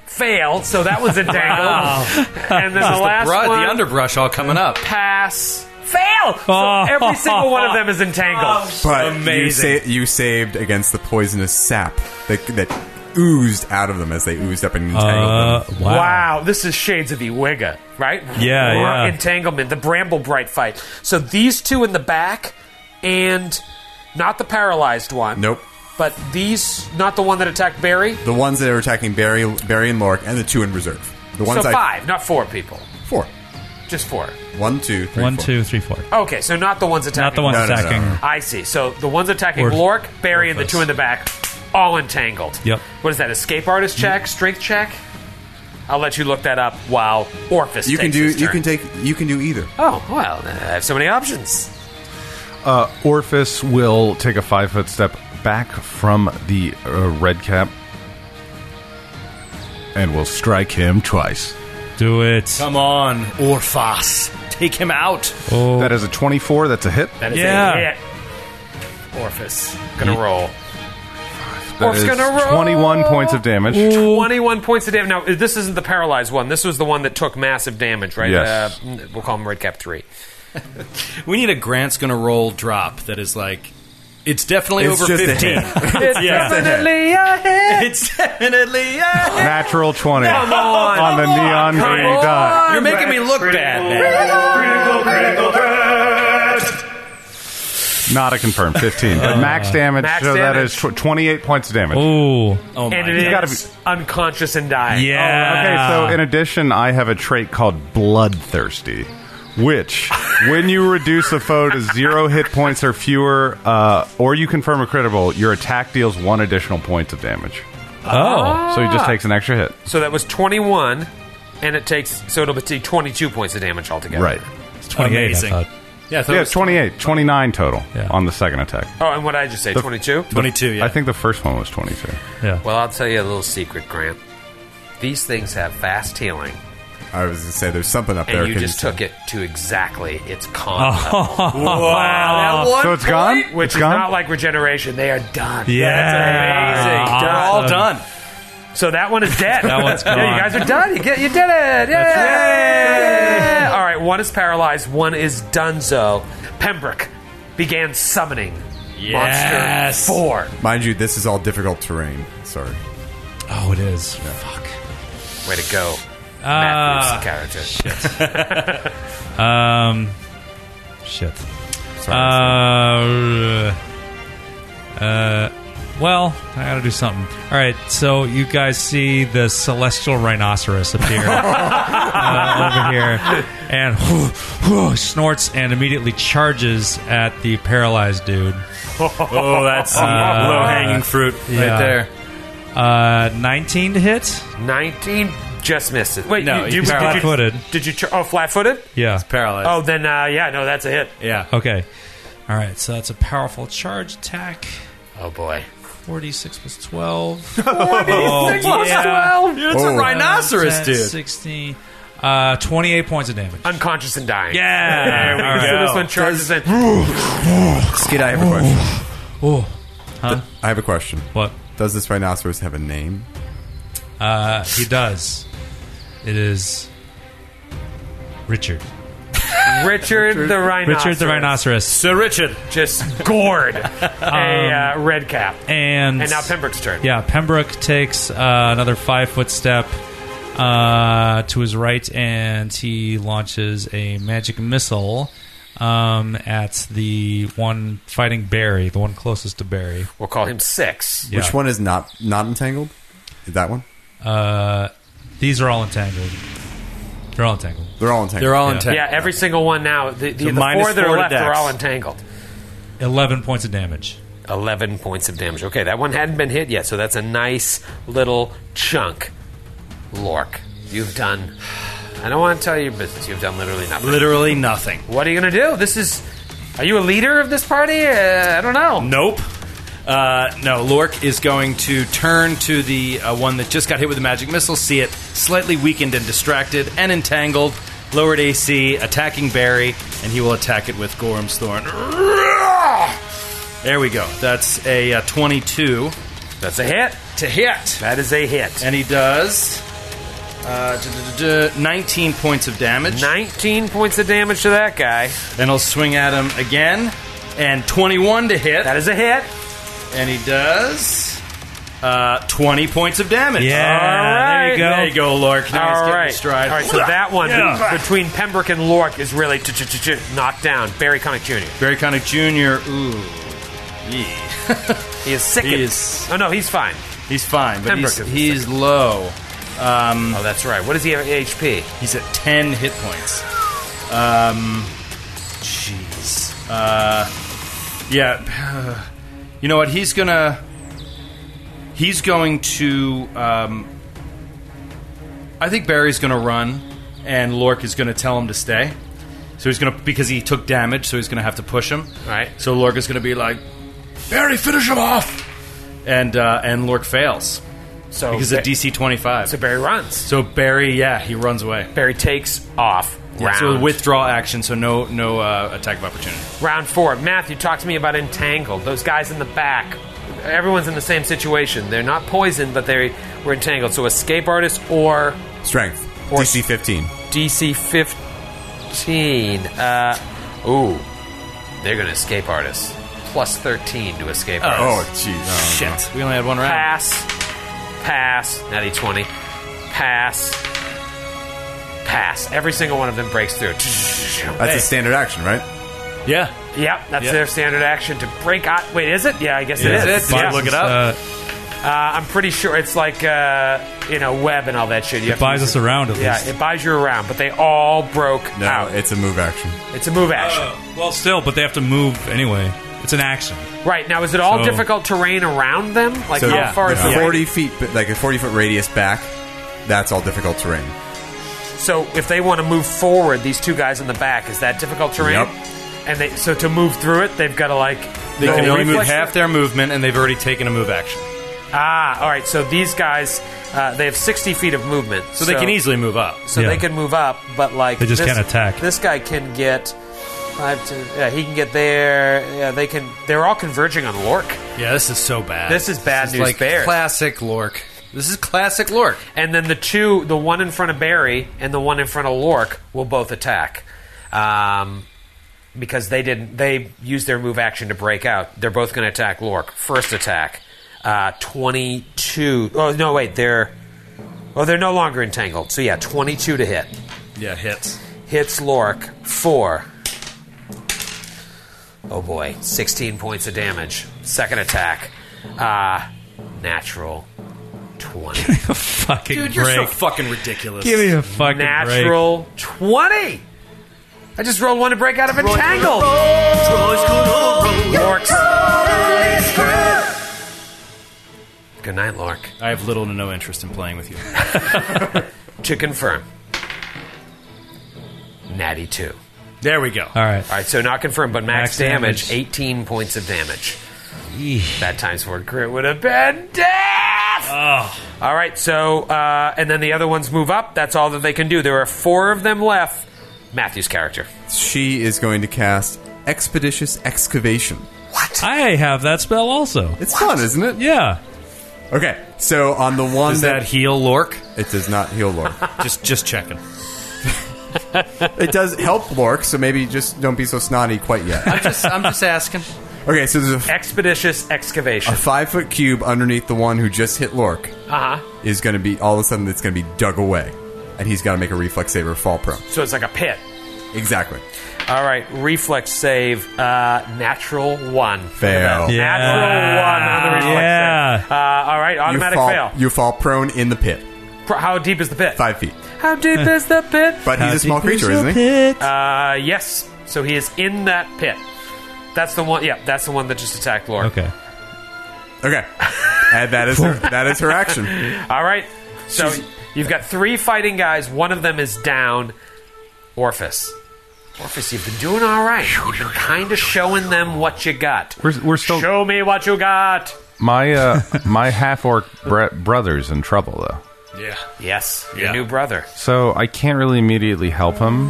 [SPEAKER 3] fail. So that was entangled. And then the last
[SPEAKER 2] Bruh,
[SPEAKER 3] one,
[SPEAKER 2] the underbrush all coming up.
[SPEAKER 3] pass, fail. So
[SPEAKER 6] Oh.
[SPEAKER 3] every single one of them is entangled.
[SPEAKER 5] But You,
[SPEAKER 6] Amazing.
[SPEAKER 5] sa- you saved against the poisonous sap that, that oozed out of them as they oozed up and entangled
[SPEAKER 6] Uh,
[SPEAKER 5] them.
[SPEAKER 6] wow.
[SPEAKER 3] Wow, this is Shades of Iwiga, right?
[SPEAKER 6] Yeah,
[SPEAKER 3] Or
[SPEAKER 6] yeah.
[SPEAKER 3] Entanglement, the Bramble Bright fight. So these two in the back, and not the paralyzed one.
[SPEAKER 5] Nope.
[SPEAKER 3] But these, not the one that attacked Barry.
[SPEAKER 5] The ones that are attacking Barry, Barry and Lork, and the two in reserve. The ones
[SPEAKER 3] so
[SPEAKER 5] I,
[SPEAKER 3] five, not four people,
[SPEAKER 5] Four.
[SPEAKER 3] just four.
[SPEAKER 5] One, two, three,
[SPEAKER 6] One,
[SPEAKER 5] four.
[SPEAKER 6] two, three, four.
[SPEAKER 3] Okay, so not the ones attacking.
[SPEAKER 6] Not the ones
[SPEAKER 5] No, no, no,
[SPEAKER 6] attacking.
[SPEAKER 5] no.
[SPEAKER 3] I see. So the ones attacking
[SPEAKER 6] Or-
[SPEAKER 3] Lork, Barry, and the
[SPEAKER 6] Orphis.
[SPEAKER 3] two in the back, all entangled.
[SPEAKER 6] Yep.
[SPEAKER 3] What is that? Escape artist check, strength check. I'll let you look that up while Orphis.
[SPEAKER 5] You can
[SPEAKER 3] takes
[SPEAKER 5] do.
[SPEAKER 3] his
[SPEAKER 5] You
[SPEAKER 3] turn.
[SPEAKER 5] can take. You can do e-, either.
[SPEAKER 3] Oh well, I have so many options.
[SPEAKER 7] Uh, Orphis will take a five foot step back from the uh, red cap and will strike him twice.
[SPEAKER 6] Do it.
[SPEAKER 2] Come on, Orphos. Take him out.
[SPEAKER 6] Oh,
[SPEAKER 7] That is a 24. That's a hit.
[SPEAKER 3] That is
[SPEAKER 6] Yeah.
[SPEAKER 3] a hit. Orphis gonna roll.
[SPEAKER 7] That
[SPEAKER 3] Orph's
[SPEAKER 7] is
[SPEAKER 3] gonna roll.
[SPEAKER 7] 21 points of damage.
[SPEAKER 3] Twenty-one points of damage. Now uh, this isn't the paralyzed one. This was the one that took massive damage, right?
[SPEAKER 7] Yes.
[SPEAKER 3] Uh, we'll call him Red Cap Three.
[SPEAKER 2] We need a Grant's gonna roll drop that is like, it's definitely
[SPEAKER 5] It's
[SPEAKER 2] over
[SPEAKER 5] just a
[SPEAKER 2] 15.
[SPEAKER 3] It's
[SPEAKER 2] Yeah.
[SPEAKER 3] definitely a hit.
[SPEAKER 2] it's definitely, yeah.
[SPEAKER 7] Natural 20
[SPEAKER 3] Come on.
[SPEAKER 7] on the neon
[SPEAKER 3] Come
[SPEAKER 7] green
[SPEAKER 3] on.
[SPEAKER 7] dot.
[SPEAKER 2] You're making me look bad, man.
[SPEAKER 7] Not a confirmed 15. But max damage,
[SPEAKER 3] Max
[SPEAKER 7] so that
[SPEAKER 3] damage.
[SPEAKER 7] is tw- 28 points of damage.
[SPEAKER 6] Ooh.
[SPEAKER 2] Oh my
[SPEAKER 3] And it
[SPEAKER 7] gotta Oh,
[SPEAKER 3] is unconscious and dying.
[SPEAKER 7] Okay,
[SPEAKER 6] Yeah.
[SPEAKER 7] so in addition, I have a trait called bloodthirsty, which, when you reduce a foe to zero hit points or fewer, uh, or you confirm a critical, your attack deals one additional point of damage.
[SPEAKER 6] Oh.
[SPEAKER 7] So he just takes an extra hit.
[SPEAKER 3] So that was twenty-one, and it takes so it'll be twenty-two points of damage altogether.
[SPEAKER 7] Right.
[SPEAKER 6] It's 28,
[SPEAKER 2] Amazing.
[SPEAKER 6] I thought.
[SPEAKER 2] Yeah, I thought it
[SPEAKER 7] Yeah,
[SPEAKER 2] was
[SPEAKER 7] 28, 29 total
[SPEAKER 6] Yeah.
[SPEAKER 7] on the second attack.
[SPEAKER 3] Oh, and what did I just say? Twenty-two.
[SPEAKER 2] 22, yeah.
[SPEAKER 7] I think the first one was 22.
[SPEAKER 6] Yeah.
[SPEAKER 3] Well, I'll tell you a little secret, Grant. These things have fast healing,
[SPEAKER 5] I was gonna say there's something up there.
[SPEAKER 3] and you
[SPEAKER 5] Can
[SPEAKER 3] just took it to exactly its con.
[SPEAKER 2] wow.
[SPEAKER 3] At one
[SPEAKER 7] So it's
[SPEAKER 3] point,
[SPEAKER 7] gone?
[SPEAKER 3] Which
[SPEAKER 7] It's
[SPEAKER 3] is
[SPEAKER 7] gone?
[SPEAKER 3] not like regeneration. They are done.
[SPEAKER 6] Yeah.
[SPEAKER 3] That's amazing.
[SPEAKER 6] They're
[SPEAKER 3] Done.
[SPEAKER 2] all done.
[SPEAKER 3] So that one is dead.
[SPEAKER 6] That one's gone.
[SPEAKER 3] Yeah, you guys are done. You, get, you did it. Yay! All right, one is paralyzed, one is donezo. Pembroke began summoning Monster
[SPEAKER 2] Yes.
[SPEAKER 3] 4.
[SPEAKER 5] Mind you, this is all difficult terrain. Sorry.
[SPEAKER 6] Oh, it is.
[SPEAKER 3] Way to go. Matt
[SPEAKER 6] Ah.
[SPEAKER 3] Reeves' character.
[SPEAKER 6] Um, shit. Uh, uh, well, I gotta do something. All right, so you guys see the celestial rhinoceros appear uh, over here, and snorts and immediately charges at the paralyzed dude. Uh,
[SPEAKER 2] Oh, that's low hanging fruit
[SPEAKER 6] yeah.
[SPEAKER 2] right there.
[SPEAKER 6] Uh, nineteen to hit.
[SPEAKER 3] 19 just missed it. Wait,
[SPEAKER 2] No,
[SPEAKER 3] you,
[SPEAKER 2] he's
[SPEAKER 3] you, did you-
[SPEAKER 6] flat-footed.
[SPEAKER 3] Did you? Char- oh, flat-footed.
[SPEAKER 6] Yeah.
[SPEAKER 2] Paralyzed.
[SPEAKER 3] Oh, then uh, yeah, no, that's a hit.
[SPEAKER 2] yeah.
[SPEAKER 6] Okay. All right, so that's a powerful charge attack.
[SPEAKER 3] Oh boy.
[SPEAKER 6] Forty-six plus twelve. Oh,
[SPEAKER 3] Six plus
[SPEAKER 6] yeah.
[SPEAKER 3] 12.
[SPEAKER 2] Dude, it's Oh, a
[SPEAKER 5] Oh.
[SPEAKER 2] rhinoceros,
[SPEAKER 6] 10,
[SPEAKER 2] dude.
[SPEAKER 6] 16, uh, 28 points of damage.
[SPEAKER 3] Unconscious and dying.
[SPEAKER 6] Yeah.
[SPEAKER 2] we
[SPEAKER 6] All right.
[SPEAKER 3] So
[SPEAKER 2] go.
[SPEAKER 3] this one charges in.
[SPEAKER 5] Skid, I have a question.
[SPEAKER 6] Oh,
[SPEAKER 5] I have a question.
[SPEAKER 6] what?
[SPEAKER 5] Does this rhinoceros have a name?
[SPEAKER 6] Uh, he does. It is Richard.
[SPEAKER 3] Richard the rhinoceros.
[SPEAKER 6] Richard the rhinoceros.
[SPEAKER 2] Sir Richard.
[SPEAKER 3] just gored a uh, red cap.
[SPEAKER 6] Um, And,
[SPEAKER 3] And now Pembroke's turn.
[SPEAKER 6] Yeah, Pembroke takes uh, another five foot step uh, to his right, and he launches a magic missile um, at the one fighting Barry, the one closest to Barry.
[SPEAKER 3] We'll call him Six.
[SPEAKER 6] Yeah.
[SPEAKER 5] Which one is not not entangled? Is that one?
[SPEAKER 6] Uh, these are all entangled. They're all entangled.
[SPEAKER 5] They're all entangled.
[SPEAKER 2] They're all
[SPEAKER 6] Yeah.
[SPEAKER 2] intact.
[SPEAKER 3] Yeah, every single one now. The, the,
[SPEAKER 2] So
[SPEAKER 3] the
[SPEAKER 2] minus
[SPEAKER 3] four that
[SPEAKER 2] four
[SPEAKER 3] are
[SPEAKER 2] to
[SPEAKER 3] left are
[SPEAKER 2] dex.
[SPEAKER 3] all entangled.
[SPEAKER 6] 11 points of damage.
[SPEAKER 3] 11 points of damage. Okay, that one hadn't been hit yet, so that's a nice little chunk. Lork, you've done. I don't want to tell you your business. You've done literally nothing.
[SPEAKER 2] Literally nothing.
[SPEAKER 3] What are you going to do? This is. Are you a leader of this party? Uh, I don't know.
[SPEAKER 2] Nope. Uh, no, Lork is going to turn to the uh, one that just got hit with the magic missile, see it slightly weakened and distracted and entangled, lowered AC, attacking Barry, and he will attack it with Gorm's Thorn.
[SPEAKER 9] Oh.
[SPEAKER 2] There we go. That's a uh, 22
[SPEAKER 3] That's a hit.
[SPEAKER 2] to hit.
[SPEAKER 3] That is a hit.
[SPEAKER 2] And he does uh, duh, duh, duh, duh, 19 points of damage.
[SPEAKER 3] 19 points of damage to that guy.
[SPEAKER 2] Then he'll swing at him again. And 21 to hit.
[SPEAKER 3] That is a hit.
[SPEAKER 2] And he does uh, 20 points of damage.
[SPEAKER 6] Yeah, there you go.
[SPEAKER 2] There you go, Lork. Now he's
[SPEAKER 3] All
[SPEAKER 2] getting
[SPEAKER 3] right.
[SPEAKER 2] his stride.
[SPEAKER 3] All right, so that one
[SPEAKER 2] Yeah.
[SPEAKER 3] between Pembroke and Lork is really ch- ch- ch- knocked down. Barry Connick Jr.
[SPEAKER 2] Barry Connick Jr., ooh. Yeah.
[SPEAKER 3] He is sick.
[SPEAKER 2] He is-
[SPEAKER 3] Oh, no, he's fine.
[SPEAKER 2] he's fine, but he's,
[SPEAKER 3] Pembroke is
[SPEAKER 2] he's low. Um,
[SPEAKER 3] Oh, that's right. What does he have HP?
[SPEAKER 2] He's at 10 hit points. Um, jeez. Uh, yeah. You know what? He's gonna. He's going to. Um, I think Barry's gonna run, and Lork is gonna tell him to stay. So he's gonna because he took damage, so he's gonna have to push him.
[SPEAKER 3] Right.
[SPEAKER 2] So Lork is gonna be like, Barry, finish him off, and uh, and Lork fails
[SPEAKER 3] So
[SPEAKER 2] because
[SPEAKER 3] Ba-
[SPEAKER 2] of DC twenty five.
[SPEAKER 3] So Barry runs.
[SPEAKER 2] So Barry, yeah, he runs away.
[SPEAKER 3] Barry takes off.
[SPEAKER 2] Yeah,
[SPEAKER 3] round.
[SPEAKER 2] so withdraw action, so no no uh, attack of opportunity.
[SPEAKER 3] Round four. Matthew, talk to me about Entangled. Those guys in the back. Everyone's in the same situation. They're not poisoned, but they were entangled. So escape artist or
[SPEAKER 5] Strength.
[SPEAKER 3] Or-
[SPEAKER 5] DC 15.
[SPEAKER 3] DC 15. Uh, ooh. They're going to escape artist. Plus 13 to escape
[SPEAKER 5] Oh,
[SPEAKER 3] artist.
[SPEAKER 5] jeez.
[SPEAKER 2] Shit, we only had one round.
[SPEAKER 3] Pass. Pass. Natty 20. Pass. Pass. Every single one of them breaks through.
[SPEAKER 5] That's a standard action, right?
[SPEAKER 2] Yeah,
[SPEAKER 3] Yep, that's
[SPEAKER 2] Yep.
[SPEAKER 3] their standard action to break out. Wait, is it? Yeah, I guess
[SPEAKER 2] Is
[SPEAKER 3] it
[SPEAKER 2] it?
[SPEAKER 3] is.
[SPEAKER 2] Might
[SPEAKER 3] Yeah.
[SPEAKER 2] look it up.
[SPEAKER 6] Uh,
[SPEAKER 3] Uh, I'm pretty sure it's like uh, you know web and all that shit. You have to
[SPEAKER 6] buys
[SPEAKER 3] use
[SPEAKER 6] us a round at
[SPEAKER 3] yeah,
[SPEAKER 6] least.
[SPEAKER 3] it buys you around, but they all broke
[SPEAKER 5] No,
[SPEAKER 3] out.
[SPEAKER 5] it's a move action.
[SPEAKER 3] it's a move action,
[SPEAKER 6] uh, well, still, but they have to move anyway. It's an action.
[SPEAKER 3] right? Now, is it all
[SPEAKER 6] so-
[SPEAKER 3] difficult terrain around them? Like
[SPEAKER 5] So
[SPEAKER 3] how
[SPEAKER 5] yeah,
[SPEAKER 3] far
[SPEAKER 5] the
[SPEAKER 3] is the
[SPEAKER 5] 40 feet, like a 40 foot radius back, that's all difficult terrain.
[SPEAKER 3] So if they want to move forward, these two guys in the back is that difficult terrain?
[SPEAKER 5] Yep.
[SPEAKER 3] And they so to move through it, they've got to like
[SPEAKER 2] they
[SPEAKER 3] roll
[SPEAKER 2] can only move
[SPEAKER 3] reflex-
[SPEAKER 2] half their movement, and they've already taken a move action,
[SPEAKER 3] Ah, all right. So these guys, uh, they have 60 feet of movement,
[SPEAKER 2] so, they can easily move up.
[SPEAKER 3] So
[SPEAKER 6] Yeah.
[SPEAKER 3] they can move up, but like
[SPEAKER 6] They just
[SPEAKER 3] this-
[SPEAKER 6] can't attack.
[SPEAKER 3] This guy can get five to yeah, he can get there. Yeah, they can. They're all converging on Lork,
[SPEAKER 2] Yeah, this is so bad.
[SPEAKER 3] This is bad news
[SPEAKER 2] like
[SPEAKER 3] bears.
[SPEAKER 2] classic Lork. This is classic Lork.
[SPEAKER 3] and then the two, the one in front of Barry and the one in front of Lork, will both attack, um, because they didn't. They used their move action to break out. They're both going to attack Lork. First attack, uh, twenty-two. Oh no, wait, they're. Oh, they're no longer entangled. So yeah, twenty-two to hit.
[SPEAKER 2] Yeah, hits.
[SPEAKER 3] hits Lork for. Oh boy, 16 points of damage. Second attack. Ah, natural 20.
[SPEAKER 6] Fucking
[SPEAKER 2] Dude, you're
[SPEAKER 6] break.
[SPEAKER 2] so fucking ridiculous.
[SPEAKER 6] Give me a fucking break.
[SPEAKER 3] natural 20! I just rolled one to break out of Entangle! Lork's. Good night, Lork.
[SPEAKER 2] I have little to no interest in playing with you.
[SPEAKER 3] To confirm, Natty 2.
[SPEAKER 2] There we go.
[SPEAKER 6] All right.
[SPEAKER 3] All right, so not confirmed, but
[SPEAKER 6] Max
[SPEAKER 3] max, damage,
[SPEAKER 6] damage.
[SPEAKER 3] 18 points of damage. That times four crit would have been death. All right, so uh, and then the other ones move up. That's all that they can do. There are four of them left. Matthew's character.
[SPEAKER 5] She is going to cast Expeditious Excavation.
[SPEAKER 6] I have that spell also.
[SPEAKER 5] It's fun, isn't it?
[SPEAKER 6] Yeah.
[SPEAKER 5] Okay, so on the one
[SPEAKER 2] Does that
[SPEAKER 5] that,
[SPEAKER 2] heal Lork?
[SPEAKER 5] it does not heal Lork.
[SPEAKER 2] Just just checking.
[SPEAKER 5] it does help Lork, so maybe just don't be so snotty quite yet.
[SPEAKER 2] Just, I'm just asking.
[SPEAKER 5] Okay, so there's a,
[SPEAKER 3] Expeditious excavation.
[SPEAKER 5] a five foot cube underneath the one who just hit Lork
[SPEAKER 3] Uh huh.
[SPEAKER 5] is going to be all of a sudden it's going to be dug away, and he's got to make a reflex save or fall prone.
[SPEAKER 3] So it's like a pit.
[SPEAKER 5] Exactly.
[SPEAKER 3] All right, reflex save. Uh, natural one.
[SPEAKER 5] Fail.
[SPEAKER 6] Yeah.
[SPEAKER 3] Natural one on the reflex
[SPEAKER 6] Yeah.
[SPEAKER 3] save. Uh, all right,
[SPEAKER 5] You
[SPEAKER 3] automatic
[SPEAKER 5] fall,
[SPEAKER 3] fail.
[SPEAKER 5] You fall prone in the pit,
[SPEAKER 3] Pro- How deep is the pit?
[SPEAKER 5] five feet.
[SPEAKER 3] How deep is the pit?
[SPEAKER 5] But he's a small creature, isn't he?
[SPEAKER 3] Uh, yes. So he is in that pit. That's the one. Yeah, that's the one that just attacked Lork.
[SPEAKER 6] Okay.
[SPEAKER 5] Okay, and that is her, that is her action.
[SPEAKER 3] All right. So you've got three fighting guys. One of them is down. Orphis. Orphis, you've been doing all right. You've been kind of showing them what you got.
[SPEAKER 7] We're- we're still-
[SPEAKER 3] Show me what you got.
[SPEAKER 7] My uh, my half orc bre- brother's in trouble though,
[SPEAKER 2] Yeah.
[SPEAKER 3] Yes, your
[SPEAKER 2] Yeah.
[SPEAKER 3] new brother.
[SPEAKER 7] so I can't really immediately help him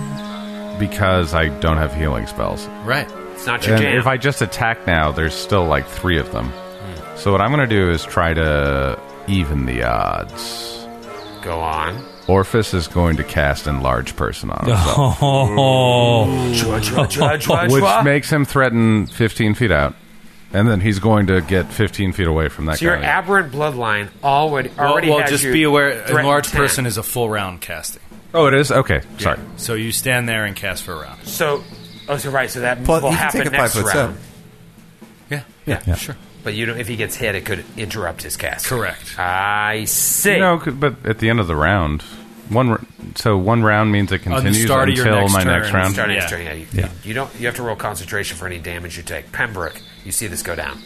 [SPEAKER 7] because I don't have healing spells.
[SPEAKER 4] Right.
[SPEAKER 3] It's not your
[SPEAKER 7] And
[SPEAKER 3] jam.
[SPEAKER 7] if I just attack now, there's still like three of them.
[SPEAKER 3] Hmm.
[SPEAKER 7] So what I'm gonna do is try to even the odds.
[SPEAKER 3] Go on.
[SPEAKER 7] Orphis is going to cast enlarge person on himself,
[SPEAKER 6] Oh,
[SPEAKER 7] which makes him threaten 15 feet out, and then he's going to get 15 feet away from that
[SPEAKER 3] So your
[SPEAKER 7] guy.
[SPEAKER 3] aberrant bloodline already
[SPEAKER 2] Well,
[SPEAKER 3] already
[SPEAKER 2] well,
[SPEAKER 3] has
[SPEAKER 2] just
[SPEAKER 3] you
[SPEAKER 2] be aware.
[SPEAKER 3] threatened
[SPEAKER 2] Enlarged
[SPEAKER 3] 10.
[SPEAKER 2] person is a full round casting.
[SPEAKER 7] oh, it is okay. Sorry.
[SPEAKER 2] So you stand there and cast for a round.
[SPEAKER 3] So, oh, so right. So that
[SPEAKER 5] Plus,
[SPEAKER 3] will
[SPEAKER 5] you can
[SPEAKER 3] happen
[SPEAKER 5] take a
[SPEAKER 3] next
[SPEAKER 5] five-foot
[SPEAKER 3] round.
[SPEAKER 5] step.
[SPEAKER 2] Yeah.
[SPEAKER 5] Yeah.
[SPEAKER 2] Sure.
[SPEAKER 3] But you don't, if he gets hit, it could interrupt his cast.
[SPEAKER 2] Correct.
[SPEAKER 3] I see.
[SPEAKER 7] No, c- but at the end of the round, one r- so one round means it
[SPEAKER 2] Oh, the
[SPEAKER 7] continues
[SPEAKER 2] start of your
[SPEAKER 7] until
[SPEAKER 2] next
[SPEAKER 7] my next
[SPEAKER 2] turn.
[SPEAKER 7] round.
[SPEAKER 3] Starting
[SPEAKER 2] Yeah.
[SPEAKER 3] his turn, yeah, you,
[SPEAKER 6] Yeah.
[SPEAKER 3] you don't. You have to roll concentration for any damage you take. Pembroke, you see this go down.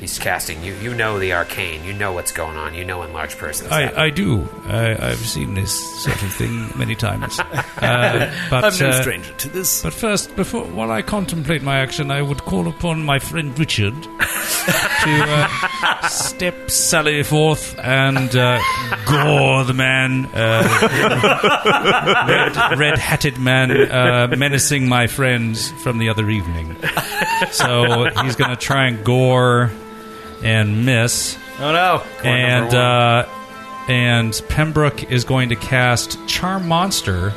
[SPEAKER 3] He's casting. You you know the arcane. You know what's going on. You know enlarged person. is happening.
[SPEAKER 6] I, I do. I, I've seen this sort of thing many times. Uh, but
[SPEAKER 2] I'm no
[SPEAKER 6] uh,
[SPEAKER 2] stranger to this.
[SPEAKER 6] But first, before while I contemplate my action, I would call upon my friend Richard to uh, step Sally forth and uh, gore the man, uh, red, red-hatted man, uh, menacing my friends from the other evening. So he's going to try and gore and miss,
[SPEAKER 2] Oh no.
[SPEAKER 6] and uh, and Pembroke is going to cast Charm Monster.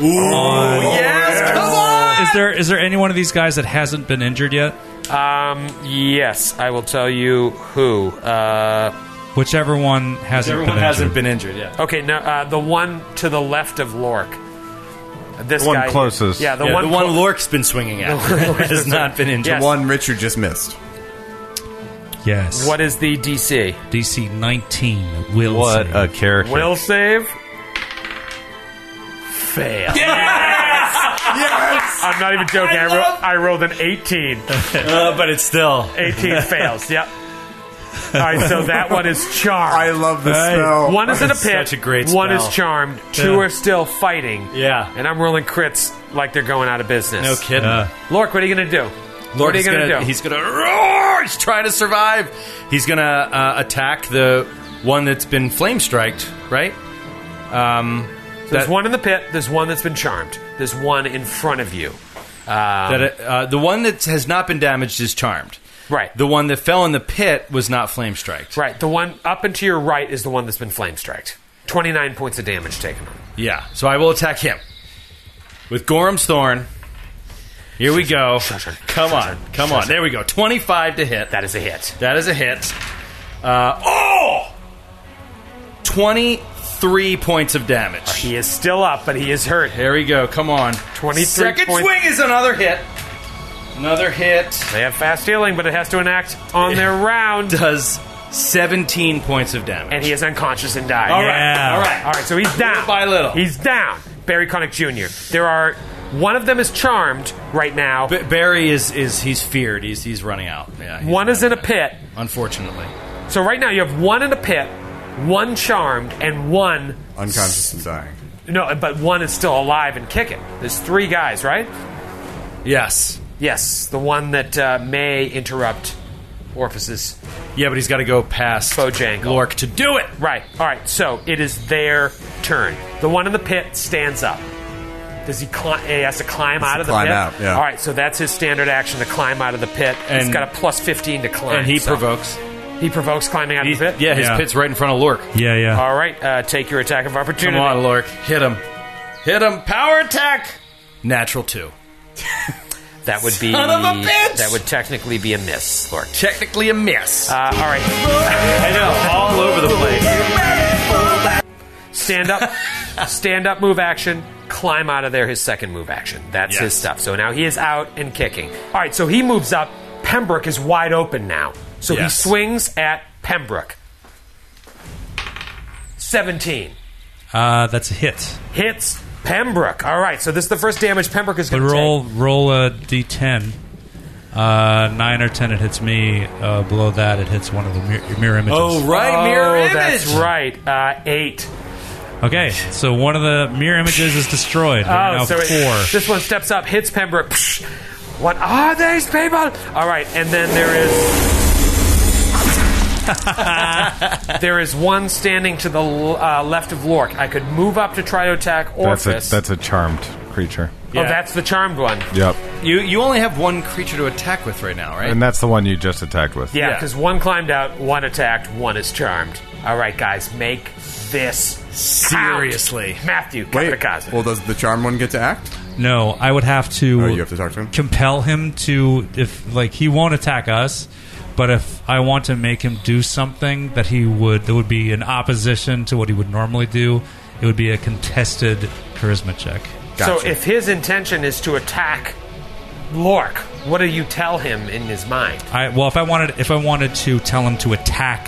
[SPEAKER 2] Yes, come on.
[SPEAKER 6] Is there is there any one of these guys that hasn't been injured yet?
[SPEAKER 3] Um, yes, I will tell you who. Uh,
[SPEAKER 6] Whichever one hasn't
[SPEAKER 2] Everyone
[SPEAKER 6] been
[SPEAKER 2] hasn't
[SPEAKER 6] injured.
[SPEAKER 2] been injured yet.
[SPEAKER 3] okay, no, uh, the one to the left of Lork. This
[SPEAKER 7] The one
[SPEAKER 3] guy,
[SPEAKER 7] closest.
[SPEAKER 3] Yeah, the
[SPEAKER 2] Yeah,
[SPEAKER 3] one.
[SPEAKER 2] the one
[SPEAKER 3] clo-
[SPEAKER 2] Lork's been swinging at has not been injured.
[SPEAKER 3] Yes.
[SPEAKER 5] One Richard just missed.
[SPEAKER 6] Yes.
[SPEAKER 3] what is the DC?
[SPEAKER 6] DC 19 will
[SPEAKER 7] What
[SPEAKER 6] save.
[SPEAKER 7] a character!
[SPEAKER 3] Will save. Fail. Yes. I'm not even joking. I, ro- I rolled an 18.
[SPEAKER 2] Uh, but it's still
[SPEAKER 3] 18 fails. Yep. All right, so that one is
[SPEAKER 5] I
[SPEAKER 3] charmed.
[SPEAKER 5] love the smell.
[SPEAKER 3] One is in a pit.
[SPEAKER 2] Such a great
[SPEAKER 3] One is
[SPEAKER 2] spell.
[SPEAKER 3] charmed. Two are still fighting.
[SPEAKER 2] Yeah.
[SPEAKER 3] And I'm rolling crits like they're going out of business.
[SPEAKER 2] no kidding.
[SPEAKER 3] Lork, what are you going to do? what
[SPEAKER 2] Lord
[SPEAKER 3] are you
[SPEAKER 2] is gonna,
[SPEAKER 3] going to do?
[SPEAKER 2] he's gonna roar. He's trying to survive. He's gonna uh, attack the one that's been flame striked. Right. Um,
[SPEAKER 3] there's
[SPEAKER 2] that-
[SPEAKER 3] one in the pit. There's one that's been charmed. There's one in front of you. Um,
[SPEAKER 2] that uh, the one that has not been damaged is charmed.
[SPEAKER 3] Right.
[SPEAKER 2] The one that fell in the pit was not flame striked.
[SPEAKER 3] Right. The one up and to your right is the one that's been flame striked. 29 points of damage taken on.
[SPEAKER 2] Yeah. So I will attack him with Gorham's Thorn. Here we go.
[SPEAKER 3] Shushan.
[SPEAKER 2] Come on.
[SPEAKER 3] Shushan.
[SPEAKER 2] Come on. There we go. 25 to hit.
[SPEAKER 3] That is a hit.
[SPEAKER 2] That is a hit. Uh, oh! 23 points of damage.
[SPEAKER 3] He is still up, but he is hurt.
[SPEAKER 2] There we go. Come on.
[SPEAKER 3] 23
[SPEAKER 2] Second
[SPEAKER 3] points.
[SPEAKER 2] swing is another hit. Another hit
[SPEAKER 3] They have fast healing, but it has to enact on their round.
[SPEAKER 2] does 17 points of damage.
[SPEAKER 3] And he is unconscious and dies.
[SPEAKER 2] All right.
[SPEAKER 6] Yeah.
[SPEAKER 2] All right.
[SPEAKER 3] All right, so he's down.
[SPEAKER 2] Little by little.
[SPEAKER 3] He's down. Barry Connick Jr. There are. One of them is charmed right now.
[SPEAKER 2] B- Barry is is he's feared. He's he's running out. Yeah. he's
[SPEAKER 3] one is in a
[SPEAKER 2] running out.
[SPEAKER 3] pit.
[SPEAKER 2] Unfortunately.
[SPEAKER 3] So right now you have one in a pit, one charmed, and one.
[SPEAKER 5] Unconscious and dying.
[SPEAKER 3] No, but one is still alive and kicking. There's three guys, right?
[SPEAKER 2] Yes.
[SPEAKER 3] Yes, the one that uh, may interrupt Orpheus's.
[SPEAKER 2] Yeah, but he's got to go past
[SPEAKER 3] Bojangle.
[SPEAKER 2] Lork to do it.
[SPEAKER 3] Right. All right. So it is their turn. The one in the pit stands up. Does he? Cli- he has to climb out
[SPEAKER 5] to
[SPEAKER 3] of the
[SPEAKER 5] climb
[SPEAKER 3] pit.
[SPEAKER 5] out, yeah.
[SPEAKER 3] All right. So that's his standard action to climb out of the pit. he's
[SPEAKER 2] And-
[SPEAKER 3] got a plus fifteen to climb.
[SPEAKER 2] And he
[SPEAKER 3] so
[SPEAKER 2] provokes.
[SPEAKER 3] He provokes climbing out
[SPEAKER 2] He-
[SPEAKER 3] of the pit.
[SPEAKER 2] yeah, his
[SPEAKER 6] Yeah.
[SPEAKER 2] pit's right in front of Lork.
[SPEAKER 6] Yeah, yeah.
[SPEAKER 3] All right. Uh, take your attack of
[SPEAKER 2] Come
[SPEAKER 3] opportunity.
[SPEAKER 2] on, Lork. Hit him. Hit him. Power attack. Natural two.
[SPEAKER 3] That would be.
[SPEAKER 2] Son of a bitch!
[SPEAKER 3] That would technically be a miss, Lord.
[SPEAKER 2] Technically a miss.
[SPEAKER 3] Uh, all right.
[SPEAKER 2] I know. All over the place.
[SPEAKER 3] Stand up. stand up. Move action. Climb out of there. His second move action. That's
[SPEAKER 2] Yes.
[SPEAKER 3] his stuff. So now he is out and kicking. All right. So he moves up. Pembroke is wide open now. So
[SPEAKER 2] Yes.
[SPEAKER 3] he swings at Pembroke. Seventeen
[SPEAKER 6] Uh, that's a hit.
[SPEAKER 3] hits Pembroke. All right. So this is the first damage Pembroke is
[SPEAKER 6] But
[SPEAKER 3] going to
[SPEAKER 6] roll roll a d10. Uh, nine or ten, it hits me. Uh, below that, it hits one of the mir- mirror images.
[SPEAKER 2] Oh, right.
[SPEAKER 3] Oh,
[SPEAKER 2] mirror image.
[SPEAKER 3] that's right. Uh, eight.
[SPEAKER 6] Oh, Okay, so one of the mirror images is destroyed. There are
[SPEAKER 3] Oh,
[SPEAKER 6] now
[SPEAKER 3] so it-
[SPEAKER 6] four.
[SPEAKER 3] this one steps up, hits Pembroke. Psh, what are these people? All right, and then there is. there is one standing to the l- uh, left of Lork. I could move up to try to attack
[SPEAKER 7] That's
[SPEAKER 3] Orphis.
[SPEAKER 7] a, that's a charmed creature.
[SPEAKER 3] Oh, that's the charmed one.
[SPEAKER 7] Yep.
[SPEAKER 2] You you only have one creature to attack with right now, right?
[SPEAKER 7] And that's the one you just attacked with.
[SPEAKER 3] Yeah,
[SPEAKER 2] Yeah.
[SPEAKER 3] because one climbed out, one attacked, one is charmed. All right, guys, make this count.
[SPEAKER 2] Seriously.
[SPEAKER 3] Matthew,
[SPEAKER 5] Wait.
[SPEAKER 3] Kapikaze.
[SPEAKER 5] Well, does the charm one get to act?
[SPEAKER 6] No, I would have to.
[SPEAKER 5] Oh, you have to talk to him?
[SPEAKER 6] Compel him to if like he won't attack us, but if I want to make him do something that he would that would be in opposition to what he would normally do, it would be a contested charisma check.
[SPEAKER 3] So if his intention is to attack Lork, what do you tell him in his mind?
[SPEAKER 6] I well, if I wanted if I wanted to tell him to attack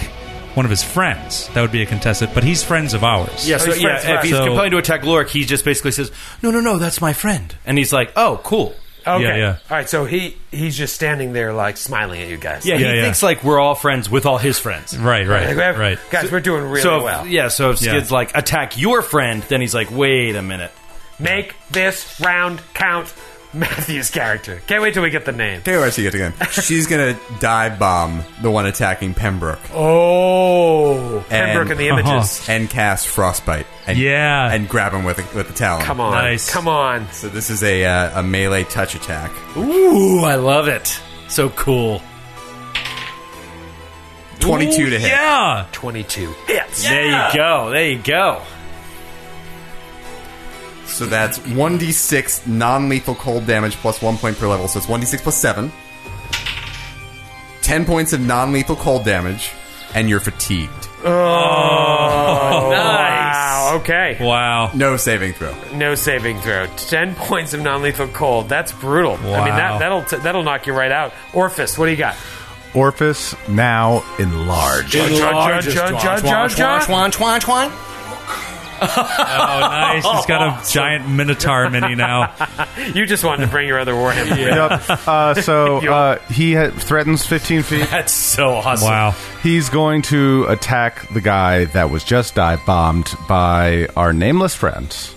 [SPEAKER 6] one of his friends, that would be a contested. But he's friends of ours.
[SPEAKER 2] Yeah, so
[SPEAKER 3] Oh, he's friends
[SPEAKER 2] yeah,
[SPEAKER 3] with
[SPEAKER 2] if he's
[SPEAKER 6] us. So-
[SPEAKER 2] compelling to attack Lorik, he just basically says, "No, no, no, that's my friend," and he's like, "Oh, cool."
[SPEAKER 3] Okay.
[SPEAKER 6] Yeah, yeah.
[SPEAKER 3] All right, so he he's just standing there like smiling at you guys.
[SPEAKER 2] Yeah,
[SPEAKER 6] Yeah,
[SPEAKER 2] he
[SPEAKER 6] yeah.
[SPEAKER 2] thinks like we're all friends with all his friends.
[SPEAKER 6] Right. Right.
[SPEAKER 3] Like, we have-
[SPEAKER 6] Right.
[SPEAKER 3] Guys, we're doing really
[SPEAKER 2] so if-
[SPEAKER 3] well.
[SPEAKER 2] yeah, so if
[SPEAKER 6] Yeah.
[SPEAKER 2] Skid's like attack your friend, then he's like, "Wait a minute."
[SPEAKER 3] Make this round count Matthew's character. Can't wait till we get the name.
[SPEAKER 5] Tell you what I see it again. She's gonna dive bomb the one attacking Pembroke
[SPEAKER 3] Oh. Pembroke and the
[SPEAKER 6] uh-huh.
[SPEAKER 3] images.
[SPEAKER 5] and cast frostbite. And,
[SPEAKER 6] Yeah.
[SPEAKER 5] and grab him with the, with the talon.
[SPEAKER 3] Come on.
[SPEAKER 6] Nice.
[SPEAKER 3] Come on.
[SPEAKER 5] So this is a uh, a melee touch attack.
[SPEAKER 2] Ooh, I love it. So cool.
[SPEAKER 5] Twenty two to hit.
[SPEAKER 6] Yeah.
[SPEAKER 3] 22 hits.
[SPEAKER 2] There you go. There you go.
[SPEAKER 5] So that's one d six non lethal cold damage plus one point per level. So it's one d six plus seven. Ten points of non lethal cold damage, and you're fatigued.
[SPEAKER 3] Oh, Wow. Okay.
[SPEAKER 6] Wow.
[SPEAKER 5] No saving throw.
[SPEAKER 3] No saving throw. Ten points of non-lethal cold. That's brutal. I mean, that,
[SPEAKER 6] Wow.
[SPEAKER 3] that'll t- that'll knock you right out. Orphis, what do you got?
[SPEAKER 7] Orphis now enlarged.
[SPEAKER 6] Oh, nice. He's got a giant minotaur mini now.
[SPEAKER 3] You just wanted to bring your other warhammer.
[SPEAKER 7] Yep. Uh, so uh, he ha- threatens 15 feet.
[SPEAKER 2] That's so awesome.
[SPEAKER 6] Wow.
[SPEAKER 7] He's going to attack the guy that was just dive bombed by our nameless friends.